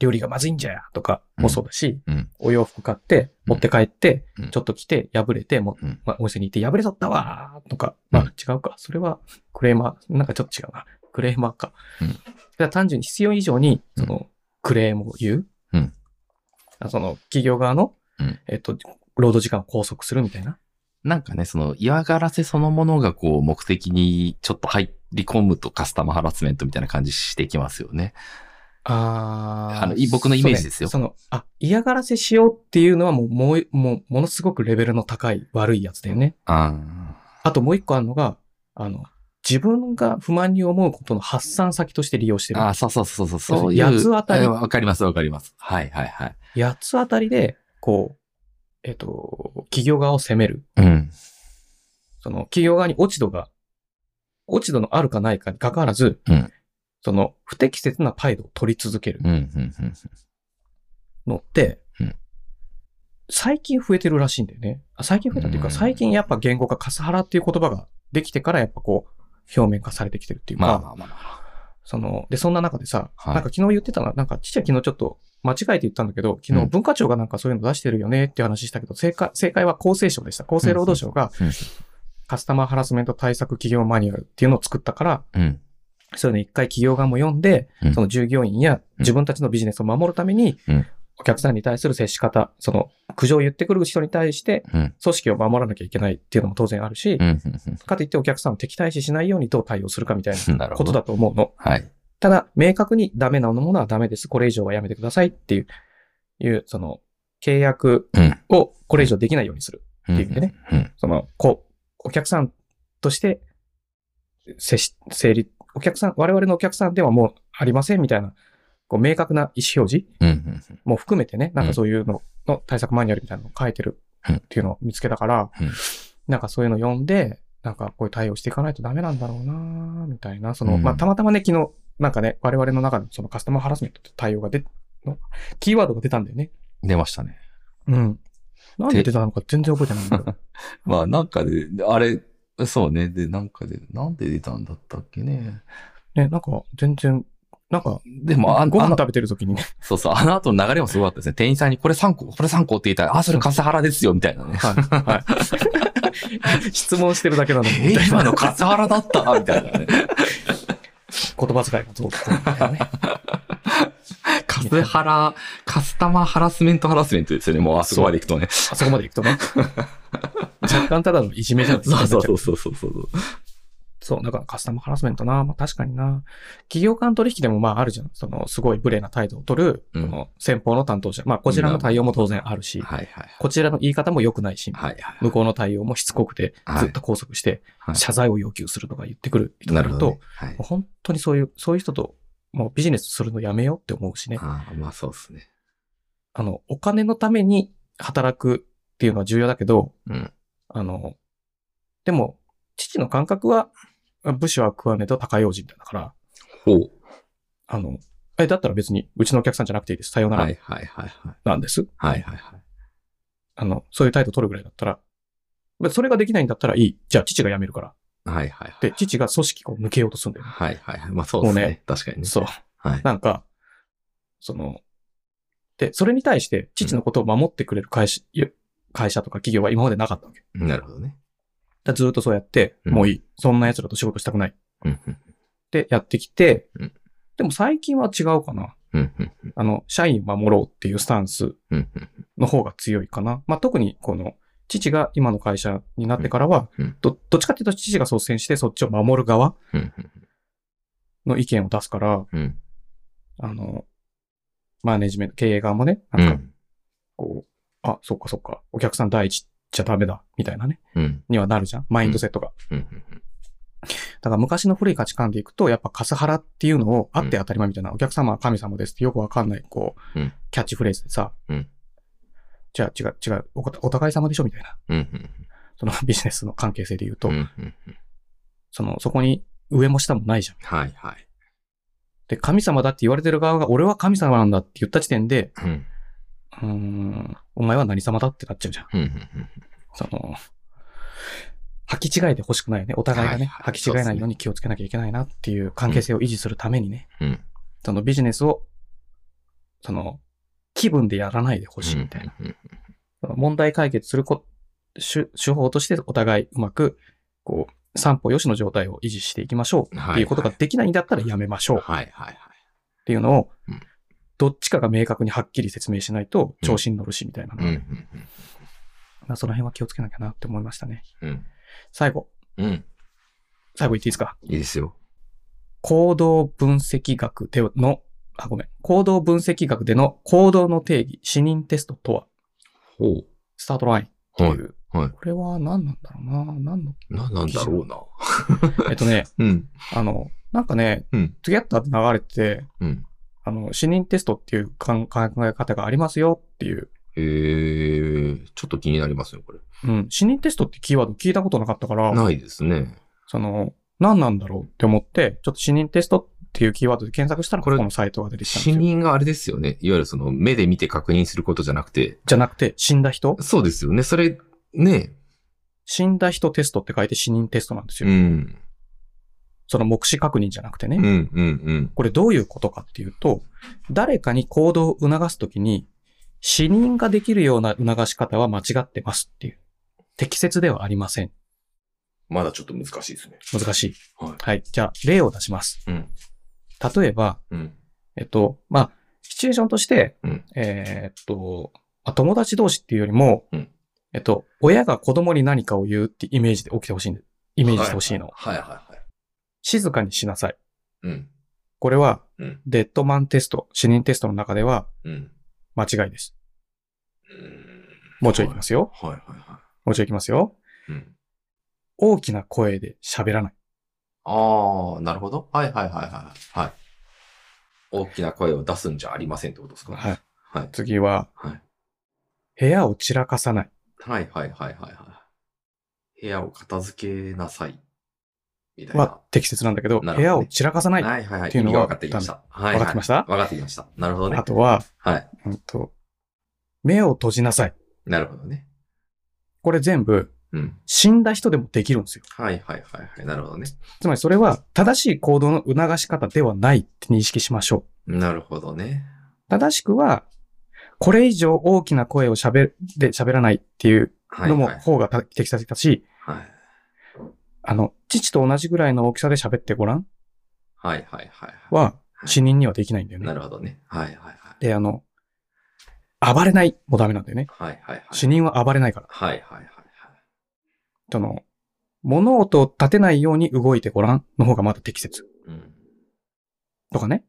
Speaker 1: 料理がまずいんじゃやとかもそうだし、
Speaker 2: うん
Speaker 1: お洋服買って、持って帰って、
Speaker 2: うん
Speaker 1: ちょっと着て、破れて、もう
Speaker 2: うん
Speaker 1: まあ、お店に行って破れちゃったわーとか、
Speaker 2: うん
Speaker 1: まあ違うか。それはクレーマー、なんかちょっと違うな。クレーマーか。
Speaker 2: うん
Speaker 1: だから単純に必要以上に、
Speaker 2: うん
Speaker 1: その、クレームを言う。
Speaker 2: うん
Speaker 1: あその、企業側の、
Speaker 2: うん
Speaker 1: えっと、労働時間を拘束するみたいな。
Speaker 2: なんかね、その嫌がらせそのものがこう目的にちょっと入り込むとカスタマーハラスメントみたいな感じしてきますよね。
Speaker 1: あ
Speaker 2: あのい僕のイメージですよ
Speaker 1: そうねその、あ、嫌がらせしようっていうのはもう、もう、もう、ものすごくレベルの高い悪いやつだよね。
Speaker 2: あ
Speaker 1: あともう一個あるのが、あの、自分が不満に思うことの発散先として利用してる
Speaker 2: あ。。あそうそうそうそう、そういう。
Speaker 1: 八つ当たり
Speaker 2: えわかりますわかります。はいはいはい。
Speaker 1: 八つ当たりで、こう、えっ、と、企業側を責める。
Speaker 2: うん。
Speaker 1: その、企業側に落ち度が、落ち度のあるかないかに関わらず、
Speaker 2: うん
Speaker 1: その、不適切な態度を取り続ける
Speaker 2: うん、うん、うん。
Speaker 1: のって、
Speaker 2: うん
Speaker 1: 最近増えてるらしいんだよね。あ最近増えたっていうか、
Speaker 2: うん
Speaker 1: 最近やっぱ言語化、カスハラっていう言葉ができてから、やっぱこう、表面化されてきてるっていうか、
Speaker 2: まあまあまあまあ。
Speaker 1: その、で、そんな中でさ、
Speaker 2: はい
Speaker 1: なんか昨日言ってたのは、なんか、ちっちゃい昨日ちょっと間違えて言ったんだけど、昨
Speaker 2: う
Speaker 1: 日
Speaker 2: ん
Speaker 1: 文化庁がなんかそういうの出してるよねっていう話したけど、正解、正解は厚生省でした。厚生労働省が
Speaker 2: うんうんうん
Speaker 1: カスタマーハラスメント対策企業マニュアルっていうのを作ったから、
Speaker 2: うん。
Speaker 1: そういうの一回企業側も読んで
Speaker 2: う、ん
Speaker 1: その従業員や自分たちのビジネスを守るために
Speaker 2: うん、
Speaker 1: お客さんに対する接し方、その苦情を言ってくる人に対して
Speaker 2: うん、
Speaker 1: 組織を守らなきゃいけないっていうのも当然あるし
Speaker 2: う、ん、うん
Speaker 1: かといってお客さんを敵対視しないようにどう対応するかみたい
Speaker 2: うん。な
Speaker 1: な
Speaker 2: る
Speaker 1: こ
Speaker 2: ほ
Speaker 1: と
Speaker 2: ど。
Speaker 1: だと思うの。
Speaker 2: はい。
Speaker 1: ただ、明確にダメなものはダメです。これ以上はやめてくださいっていう、いう、その、契約
Speaker 2: うん。っ
Speaker 1: をこれ以上できないようにする。
Speaker 2: て
Speaker 1: いう意味でね。
Speaker 2: うん。
Speaker 1: その、こう、お客さんとして、せし、成立、お客さん、我々のお客さんではもうありませんみたいな、こう、明確な意思表示
Speaker 2: うん。うん。
Speaker 1: も含めてね、なんかそういうのの対策マニュアルみたいなのを書いてる
Speaker 2: うん
Speaker 1: っていうのを見つけたから、
Speaker 2: うん
Speaker 1: なんかそういうの読んで、なんかこういう対応していかないとダメなんだろうなーみたいな、その、
Speaker 2: うん
Speaker 1: まあ、たまたまね、昨日、なんかね、我々の中でそのカスタマーハラスメントって対応が出、の、キーワードが出たんだよね。
Speaker 2: 出ましたね。
Speaker 1: うん。なんで出たのか全然覚えてないんだ けど
Speaker 2: まあなんかで、あれ、そうね。で、なんかで、なんで出たんだったっけね。
Speaker 1: ね、なんか全然、なんか、
Speaker 2: でも、ああ
Speaker 1: ご飯
Speaker 2: の、
Speaker 1: 食べてる時にね、
Speaker 2: そうそう、あの後の流れもすごかったですね。店員さんにこれ3個、これ3個って言ったら、あ、それ笠原ですよ、みたいなね。
Speaker 1: はい。 はい。質問してるだけなのに、
Speaker 2: え
Speaker 1: みたいな
Speaker 2: 今の笠原だったみたい な
Speaker 1: 言
Speaker 2: ね。
Speaker 1: 葉遣いがそうだったみたいなね。
Speaker 2: カスハラ、カスタマーハラスメントハラスメントですよね。もうあ そこまで行くとね。
Speaker 1: あそ こまで行くとね。若干ただのいじめじゃないですか。
Speaker 2: そうそうそうそうそうそう。
Speaker 1: そう、だからカスタマーハラスメントな、まあ確かにな。企業間取引でもまああるじゃん。その、すごい無礼な態度を取る、
Speaker 2: う
Speaker 1: こ
Speaker 2: ん
Speaker 1: の先方の担当者。まあこちらの対応も当然あるし、
Speaker 2: はいはい。
Speaker 1: こちらの言い方も良くないし、
Speaker 2: はいはい。
Speaker 1: 向こうの対応もしつこくて
Speaker 2: は、い
Speaker 1: ずっと拘束して、
Speaker 2: はい
Speaker 1: 謝罪を要求するとか言ってくる人
Speaker 2: な
Speaker 1: がい
Speaker 2: るほ
Speaker 1: る
Speaker 2: ど
Speaker 1: と、
Speaker 2: ね。はい
Speaker 1: もう。本当にそういう、そういう人と、もうビジネスするのやめようって思うしね。
Speaker 2: ああ、まあそうですね。
Speaker 1: あの、お金のために働くっていうのは重要だけど、
Speaker 2: うん
Speaker 1: あの、でも、父の感覚は、武士は食わねえと高用心だから、
Speaker 2: ほう。
Speaker 1: あの、え、だったら別にうちのお客さんじゃなくていいです。さような
Speaker 2: は
Speaker 1: ら
Speaker 2: いはいはいはい。
Speaker 1: なんです。
Speaker 2: はいはいはい。
Speaker 1: あの、そういう態度取るぐらいだったら、まあそれができないんだったらいい。じゃあ父が辞めるから。
Speaker 2: はいはいはい。
Speaker 1: で、父が組織を抜けようとするんだよね。
Speaker 2: はいはいはい。まあそうですね。
Speaker 1: もうね
Speaker 2: 確かにね。
Speaker 1: そう。
Speaker 2: はい。
Speaker 1: なんか、その、で、それに対して父のことを守ってくれる会社、会社とか企業は今までなかったわけ。だか
Speaker 2: なるほどね。
Speaker 1: らずっとそうやって、
Speaker 2: うん
Speaker 1: もういい。そんな奴らと仕事したくない。
Speaker 2: うんうん
Speaker 1: ってやってきて、
Speaker 2: うん
Speaker 1: でも最近は違うかな。
Speaker 2: うんうんうん
Speaker 1: あの、社員を守ろうっていうスタンス
Speaker 2: うんうん
Speaker 1: の方が強いかな。まあ、特にこの、父が今の会社になってからは、
Speaker 2: うんうん
Speaker 1: どどっちかっていうと父が率先してそっちを守る側
Speaker 2: うん
Speaker 1: の意見を出すから、
Speaker 2: うんうん
Speaker 1: あの、マネジメント、経営側もね、
Speaker 2: う
Speaker 1: なんか
Speaker 2: ん
Speaker 1: こう、あ、そっかそっか、お客さん第一じゃダメだ、みたいなね、
Speaker 2: うん
Speaker 1: にはなるじゃん。マインドセットが。
Speaker 2: うんうん
Speaker 1: だから昔の古い価値観でいくと、やっぱカスハラっていうのをあって当たり前みたいな、お客様は神様ですってよくわかんない、こう、
Speaker 2: うん
Speaker 1: キャッチフレーズでさ、
Speaker 2: うん
Speaker 1: じゃあ違う違うおこ、お互い様でしょみたいな、
Speaker 2: うんうん
Speaker 1: その ビジネスの関係性で言うと、
Speaker 2: うんうんうん
Speaker 1: その、そこに上も下もないじゃん。
Speaker 2: はいはい。
Speaker 1: で、神様だって言われてる側が、俺は神様なんだって言った時点で、
Speaker 2: うん
Speaker 1: うーん、お前は何様だってなっちゃうじゃん。
Speaker 2: うんうんうん
Speaker 1: その、履き違えてほしくないよね。お互いがね、
Speaker 2: はいはい
Speaker 1: 履き違えないように気をつけなきゃいけないなっていう関係性を維持するためにね、
Speaker 2: うん
Speaker 1: そのビジネスを、その、気分でやらないでほしいみたいな。
Speaker 2: うんうん
Speaker 1: その問題解決するこ手手法としてお互いうまく、こう、三歩よしの状態を維持していきましょうっていうことができないんだったらやめましょ
Speaker 2: うん
Speaker 1: うっ
Speaker 2: はいはいはい。
Speaker 1: ていうのを
Speaker 2: うん、
Speaker 1: どっちかが明確にはっきり説明しないと調子に乗るしみたいな
Speaker 2: う
Speaker 1: の
Speaker 2: ん
Speaker 1: が、
Speaker 2: うん
Speaker 1: まあその辺は気をつけなきゃなって思いましたね。
Speaker 2: うん
Speaker 1: 最後、
Speaker 2: うんうん
Speaker 1: 最後言っていいですか
Speaker 2: いいですよ。
Speaker 1: 行動分析学での、あ、ごめん。行動分析学での行動の定義、死認テストとは、
Speaker 2: ほ
Speaker 1: スタートラインという。
Speaker 2: う。はい。
Speaker 1: これは何なんだろうな何の、
Speaker 2: な、なんだろ
Speaker 1: えっと ね、
Speaker 2: うな。うん。
Speaker 1: あの、なんかね、
Speaker 2: うん
Speaker 1: ツゲッターで流れてて、
Speaker 2: うん。
Speaker 1: あの、死認テストっていう考考え方がありますよっていう。
Speaker 2: えー、ちょっと気になりますね、これ。
Speaker 1: うん。死認テストってキーワード聞いたことなかったから、
Speaker 2: ないですね。
Speaker 1: その、何なんだろうって思って、ちょっと死認テストっていうキーワードで検索したら、
Speaker 2: こ
Speaker 1: こ
Speaker 2: れ
Speaker 1: このサイトが出てきたんで
Speaker 2: 死
Speaker 1: すよ。
Speaker 2: 人があれですよね。いわゆるその目で見て確認することじゃなくて。
Speaker 1: じゃなくて、死んだ人
Speaker 2: そうですよね。それ、ね。
Speaker 1: 死んだ人テストって書いて死認テストなんですよ。
Speaker 2: うん。
Speaker 1: その目視確認じゃなくてね。
Speaker 2: うんうんうん。
Speaker 1: これどういうことかっていうと、誰かに行動を促すときに、死認ができるような促し方は間違ってますっていう。適切ではありません。
Speaker 2: まだちょっと難しいですね。
Speaker 1: 難しい。
Speaker 2: はい
Speaker 1: じゃあ、例を出します。
Speaker 2: うん。
Speaker 1: 例えば、
Speaker 2: うん。
Speaker 1: えっと、まあ、シチュエーションとして、
Speaker 2: うん
Speaker 1: えーっと、まあ友達同士っていうよりも、
Speaker 2: うん
Speaker 1: えっと、親が子供に何かを言うってイメージで起きてほしいんで、イメージしてほしいの。
Speaker 2: はいはいはい。
Speaker 1: 静かにしなさい。
Speaker 2: うん。
Speaker 1: これは、
Speaker 2: うん
Speaker 1: デッドマンテスト、死認テストの中では
Speaker 2: うん。
Speaker 1: 間違いです。
Speaker 2: うん
Speaker 1: もうちょいいきますよ。
Speaker 2: はいはいは
Speaker 1: もうちょいいきますよ。
Speaker 2: い。うん。
Speaker 1: 大きな声で喋らない。
Speaker 2: ああ、なるほど。はいはいはいはい。はい。大きな声を出すんじゃありませんってことですか
Speaker 1: はい。
Speaker 2: はい。
Speaker 1: 次は、
Speaker 2: はい
Speaker 1: 部屋を散らかさない。
Speaker 2: はいはいはいはいはい。部屋を片付けなさい。みたいな
Speaker 1: は。適切なんだけど、
Speaker 2: なるほどね
Speaker 1: 部屋を散らかさない。
Speaker 2: はいはいはい。
Speaker 1: っていうのは
Speaker 2: 意味が分かってきました。はい、はい。
Speaker 1: 分かってきました
Speaker 2: 分かってきました。なるほどね
Speaker 1: あ。とは、
Speaker 2: はい。
Speaker 1: うんと、目を閉じなさい。
Speaker 2: なるほどね。
Speaker 1: これ全部、
Speaker 2: うん。
Speaker 1: 死んだ人でもできるんですよ。
Speaker 2: はいはいはいはい。なるほどね。
Speaker 1: つまりそれは正しい行動の促し方ではないって認識しましょう。
Speaker 2: なるほどね。
Speaker 1: 正しくは、これ以上大きな声を喋で喋らないっていう
Speaker 2: はい、
Speaker 1: のも
Speaker 2: はい。
Speaker 1: 方がた適切だし、
Speaker 2: はい。
Speaker 1: あの、父と同じぐらいの大きさで喋ってごらん
Speaker 2: はいはいはいは
Speaker 1: は、死人にはできないんだよ
Speaker 2: い。
Speaker 1: ね。
Speaker 2: なるほどね。はいはいはい。
Speaker 1: で、あの、暴れないもダメなんだよね。
Speaker 2: はいはいはい。
Speaker 1: 死人は暴れないから。
Speaker 2: はいはいはいはい。
Speaker 1: その、物音を立てないように動いてごらんの方がまだ適切。
Speaker 2: うん。
Speaker 1: とかね。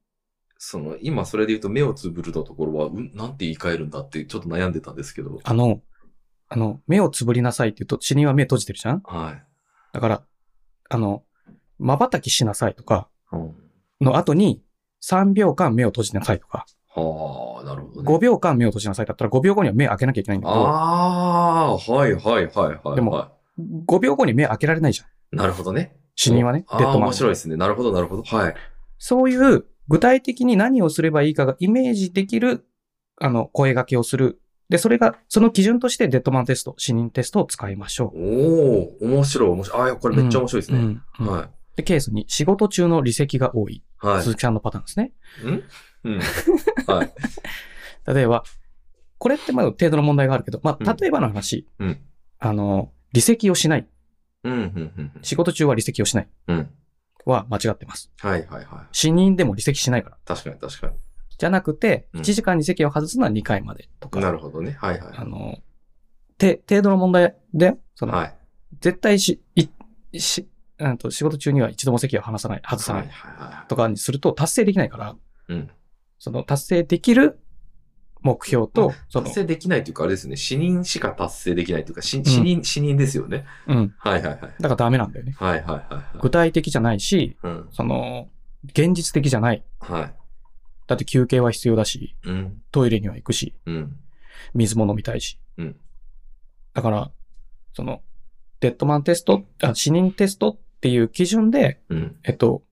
Speaker 2: その、今それで言うと目をつぶるのところは、うん、なんて言い換えるんだってちょっと悩んでたんですけど。
Speaker 1: あの、あの、目をつぶりなさいって言うと、死人は目閉じてるじゃん
Speaker 2: はい。
Speaker 1: だから、あの、瞬きしなさいとか、
Speaker 2: うん
Speaker 1: の後に、3秒間目を閉じなさいとか、
Speaker 2: はあ、なるほどね。
Speaker 1: 5秒間目を閉じなさいだったら5秒後には目開けなきゃいけないんだけど、
Speaker 2: ああー、はいはいはいはい、はい。
Speaker 1: でも5秒後に目開けられないじゃん。
Speaker 2: なるほどね。
Speaker 1: 死人はね、
Speaker 2: あ
Speaker 1: デ
Speaker 2: あ
Speaker 1: ッ
Speaker 2: ー、
Speaker 1: ドマン
Speaker 2: 面
Speaker 1: は。
Speaker 2: 白いですね。なるほどなるほど。はい。
Speaker 1: そういう具体的に何をすればいいかがイメージできる、あの、声掛けをする。で、それが、その基準としてデッドマンテスト、死人テストを使いましょ
Speaker 2: おお面白い面白い。ああー、これめっちゃ面白いです
Speaker 1: う。う
Speaker 2: ね。
Speaker 1: ん。うん
Speaker 2: は
Speaker 1: で、ケースに仕事中の離席が多い。
Speaker 2: い。はい。
Speaker 1: 鈴木さんのパターンですね。
Speaker 2: ん うん。はい。
Speaker 1: 例えば、これってまだ程度の問題があるけど、ま
Speaker 2: う
Speaker 1: あ、
Speaker 2: ん
Speaker 1: 例えばの話、
Speaker 2: うん。
Speaker 1: あの、離席をしない。
Speaker 2: うん、うん、
Speaker 1: 仕事中は離席をしない。
Speaker 2: うん。うん。
Speaker 1: は間違ってます。
Speaker 2: はい、はい、はい。
Speaker 1: 死人でも離席しないから。
Speaker 2: 確かに、確か
Speaker 1: じゃなくて、
Speaker 2: うん
Speaker 1: 1時間に席を外すのは2回までとか。
Speaker 2: に。なるほどね。はい、は
Speaker 1: あの、て、程度の問題で、そ
Speaker 2: い。
Speaker 1: の、
Speaker 2: はい。
Speaker 1: 絶対し、い、し、うんと、仕事中には一度も席を離さない、外さ
Speaker 2: は、
Speaker 1: ないい
Speaker 2: は
Speaker 1: とかにすると達成できないから、
Speaker 2: い。うん。
Speaker 1: その達成できる目標と、その
Speaker 2: 達、成できないというか、あれですよね。死人しか達成できないというか、死死人、死人ですよね。
Speaker 1: うん。
Speaker 2: はい、はい、はい。
Speaker 1: だからダメなんだよね。
Speaker 2: はい、はい、はいは
Speaker 1: 具体的じゃないし、
Speaker 2: い。うん。
Speaker 1: その、現実的じゃない。
Speaker 2: はい。
Speaker 1: だって休憩は必要だし、
Speaker 2: うん。
Speaker 1: トイレには行くし、
Speaker 2: うん。
Speaker 1: 水も飲みたいし。
Speaker 2: うん
Speaker 1: だから、その、デッドマンテスト、あ死人テストっていう基準で、
Speaker 2: うん。
Speaker 1: えっと、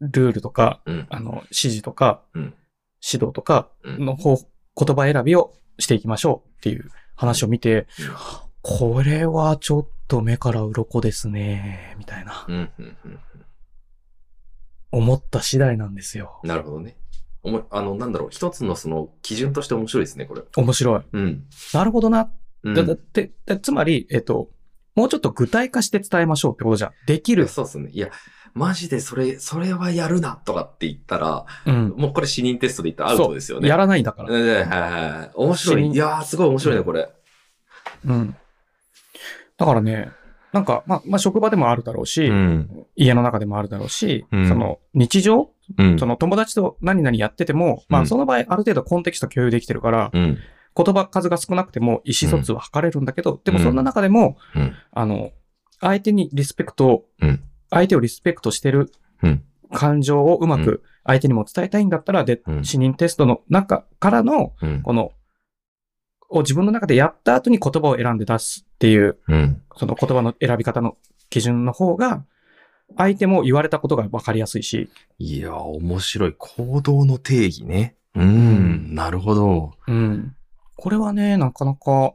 Speaker 1: ルールとか、
Speaker 2: うん。
Speaker 1: あの、指示とか、
Speaker 2: うん
Speaker 1: 指導とか
Speaker 2: うん。
Speaker 1: の方、言葉選びをしていきましょうっていう話を見て、これはちょっと目から鱗ですね、みたいな
Speaker 2: う、ん。うん。うんうん。
Speaker 1: 思った次第なんですよ。
Speaker 2: なるほどね。おも、あの、なんだろう。一つのその、基準として面白いですね、これ。
Speaker 1: 面白い。
Speaker 2: うん。
Speaker 1: なるほどな。
Speaker 2: うん
Speaker 1: だだって、だつまり、えっと、もうちょっと具体化して伝えましょうってことじゃん。でき
Speaker 2: いや
Speaker 1: る。
Speaker 2: そうっすね。いや、マジでそれ、それはやるなとかって言ったら、
Speaker 1: うん。
Speaker 2: もうこれ死人テストで言ったらアウトですよね。
Speaker 1: やらないんだから。
Speaker 2: うんはいはいはい。面白
Speaker 1: 死
Speaker 2: い。
Speaker 1: 人
Speaker 2: いやー、すごい面白いね、これ。
Speaker 1: うん。だからね、なんか、まあ、まあ、職場でもあるだろうし、
Speaker 2: ん。
Speaker 1: 家の中でもあるだろうし、
Speaker 2: うん
Speaker 1: その日常、
Speaker 2: うん
Speaker 1: その友達と何々やってても、ま
Speaker 2: う
Speaker 1: あ
Speaker 2: ん
Speaker 1: その場合ある程度コンテキスト共有できてるから、
Speaker 2: うん。
Speaker 1: 言葉数が少なくても意思疎通は図れるんだけど、でもそんな中でも、
Speaker 2: うん
Speaker 1: あの、相手にリスペクトを、
Speaker 2: うん
Speaker 1: 相手をリスペクトしてる
Speaker 2: うん
Speaker 1: 感情をうまく相手にも伝えたいんだったら、で
Speaker 2: う、ん
Speaker 1: 死人テストの中からの、
Speaker 2: うん。
Speaker 1: この、を自分の中でやった後に言葉を選んで出すっていう、
Speaker 2: うん。
Speaker 1: その言葉の選び方の基準の方が、相手も言われたことが分かりやすいし、
Speaker 2: いやー、面白い。行動の定義ね。う
Speaker 1: うん
Speaker 2: ん。なるほど。
Speaker 1: うん。これはね、なかなか、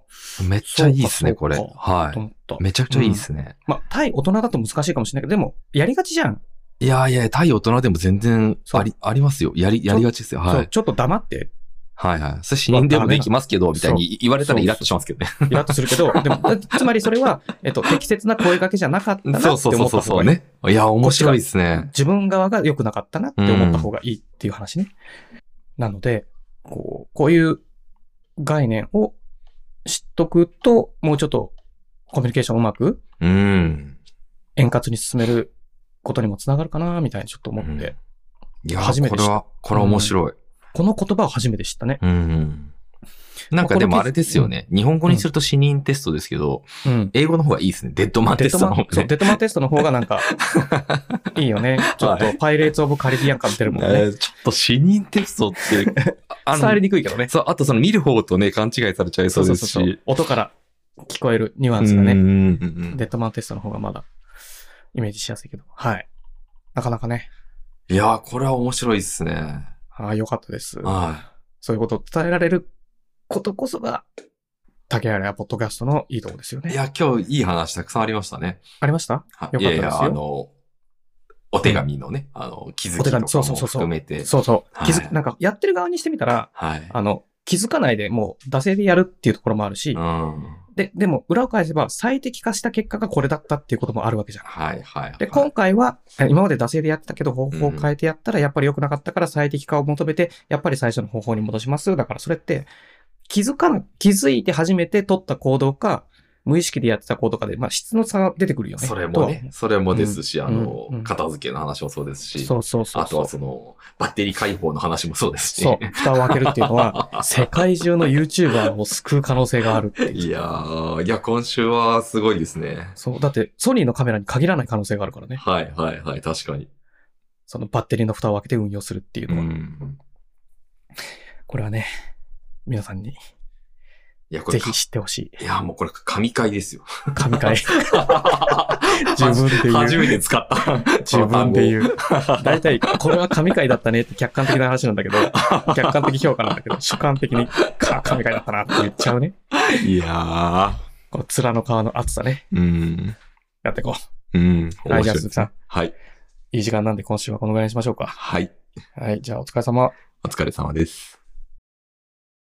Speaker 2: めっちゃいいっすね、
Speaker 1: そ
Speaker 2: こ
Speaker 1: うか
Speaker 2: れ。
Speaker 1: そうか
Speaker 2: は
Speaker 1: と思った。
Speaker 2: い。めちゃくちゃいいっすね。
Speaker 1: まあ、対大人だと難しいかもしれないけど、でも、やりがちじゃん。
Speaker 2: いやーいや、対大人でも全然
Speaker 1: そう
Speaker 2: あり、ありますよ。やり、やりがちですよ。
Speaker 1: そ
Speaker 2: は
Speaker 1: う、
Speaker 2: い。
Speaker 1: ちょっと黙って、
Speaker 2: はいはい。それ死人でもできますけど、みたいに言われたらイラッとしますけどね
Speaker 1: イラッとする けど、でも、だつまりそれは、えっと、適切な声掛けじゃなかったなって
Speaker 2: そ
Speaker 1: 思
Speaker 2: う
Speaker 1: った方がいい。
Speaker 2: そうそうそうね。いや、面白いですね。
Speaker 1: 自分側が良くなかったなって思った方がいいっていう話ね。なので、こう、こういう概念を知っとくと、もうちょっとコミュニケーションをうまく
Speaker 2: うん。
Speaker 1: 円滑に進めることにもつながるかな、みたいにちょっと思って、
Speaker 2: うんいや、
Speaker 1: 初めて
Speaker 2: こ
Speaker 1: 知
Speaker 2: れ
Speaker 1: った
Speaker 2: は、これは面白い。
Speaker 1: この言葉を初めて知ったね。
Speaker 2: うん。なんかでもあれですよね。日本語にすると死人テストですけど、
Speaker 1: うん。
Speaker 2: 英語の方がいいですね。デッドマン
Speaker 1: デ
Speaker 2: テ
Speaker 1: ッド
Speaker 2: スト
Speaker 1: マ
Speaker 2: の
Speaker 1: ン
Speaker 2: 方、
Speaker 1: そう、
Speaker 2: が
Speaker 1: デッドマンテストの方がなん か、いいよね。ちょっと、パイレーツ・オブ・カリビアン感出るもん
Speaker 2: ね。え
Speaker 1: ね。
Speaker 2: ーちょっと死人テストって、あ
Speaker 1: 伝わ
Speaker 2: の
Speaker 1: り、にくいけどね。
Speaker 2: そう、あとその見る方とね、勘違いされちゃいそうですし。う
Speaker 1: 音から聞こえるニュアン
Speaker 2: ん
Speaker 1: ス
Speaker 2: う
Speaker 1: が
Speaker 2: ん
Speaker 1: ね。
Speaker 2: うん
Speaker 1: デッドマンテストの方がまだイメージしやすいけど。はい。なかなかね。
Speaker 2: いや、これは面白いですね。
Speaker 1: ああ、良かったです。
Speaker 2: は
Speaker 1: そういうことを伝えられることこそが、竹原やポッドキャストのいいとこですよ
Speaker 2: い。い
Speaker 1: ね。
Speaker 2: や、今日いい話たくさんありましたね。
Speaker 1: ありました
Speaker 2: はい
Speaker 1: よ
Speaker 2: い
Speaker 1: かったで
Speaker 2: やい
Speaker 1: すよ
Speaker 2: や、あの、お手紙のね、あの、気づ
Speaker 1: お手
Speaker 2: きとか
Speaker 1: 紙そうそう
Speaker 2: も
Speaker 1: そうそう
Speaker 2: 含めて。
Speaker 1: そうそう。気づ、
Speaker 2: はい
Speaker 1: なんか、やってる側にしてみたら、
Speaker 2: はい。
Speaker 1: あの、気づかないでもう、惰性でやるっていうところもあるし、
Speaker 2: うん。
Speaker 1: で、でも、裏を返せば、最適化した結果がこれだったっていうこともあるわけじゃん。
Speaker 2: はいはいはい。
Speaker 1: で、今回は、え今まで惰性でやってたけど、方法を変えてやったら、やっぱり良くなかったから最適化を求めて、やっぱり最初の方法に戻します。だから、それって、気づかな、気づいて初めて取った行動か、無意識でやってた子とかで、まあ、質の差が出てくるよね。
Speaker 2: それもね、それもですし、あの
Speaker 1: うんうん、
Speaker 2: 片付けの話もそうです
Speaker 1: とは。
Speaker 2: し、
Speaker 1: そうそうそう。
Speaker 2: あとはその、バッテリー解放の話もそうですし。
Speaker 1: そう、蓋を開けるっていうのは、世界中の YouTuber を救う可能性があるっていう。
Speaker 2: いやー、いや、今週はすごいですね。
Speaker 1: そう、だって、ソニーのカメラに限らない可能性があるからね。
Speaker 2: はいはいはい、確かに。
Speaker 1: そのバッテリーの蓋を開けて運用するっていう
Speaker 2: う
Speaker 1: のは。
Speaker 2: ん。
Speaker 1: これはね、皆さんに
Speaker 2: いや、こ
Speaker 1: ぜ
Speaker 2: れ、
Speaker 1: ひ知ってほしい。
Speaker 2: いや、もうこれ、神回ですよ。
Speaker 1: 神 回。自分で言う
Speaker 2: 初めて使った。
Speaker 1: 自分で
Speaker 2: う。
Speaker 1: 言う。 大体、これは神回だったねって客観的な話なんだけ ど、客観的評価なんだけど、主観的 に、か神回だったなって言っちゃうね。
Speaker 2: いや
Speaker 1: この面の皮の厚さね。
Speaker 2: ー、うん。
Speaker 1: やっていこ
Speaker 2: うん。
Speaker 1: う。はい、じゃあ
Speaker 2: 面白い
Speaker 1: 鈴木さん、
Speaker 2: はい。
Speaker 1: いい時間なんで今週はこのぐらいにしましょうか。
Speaker 2: はい。
Speaker 1: はい、じゃあお疲れ様。
Speaker 2: お疲れ様です。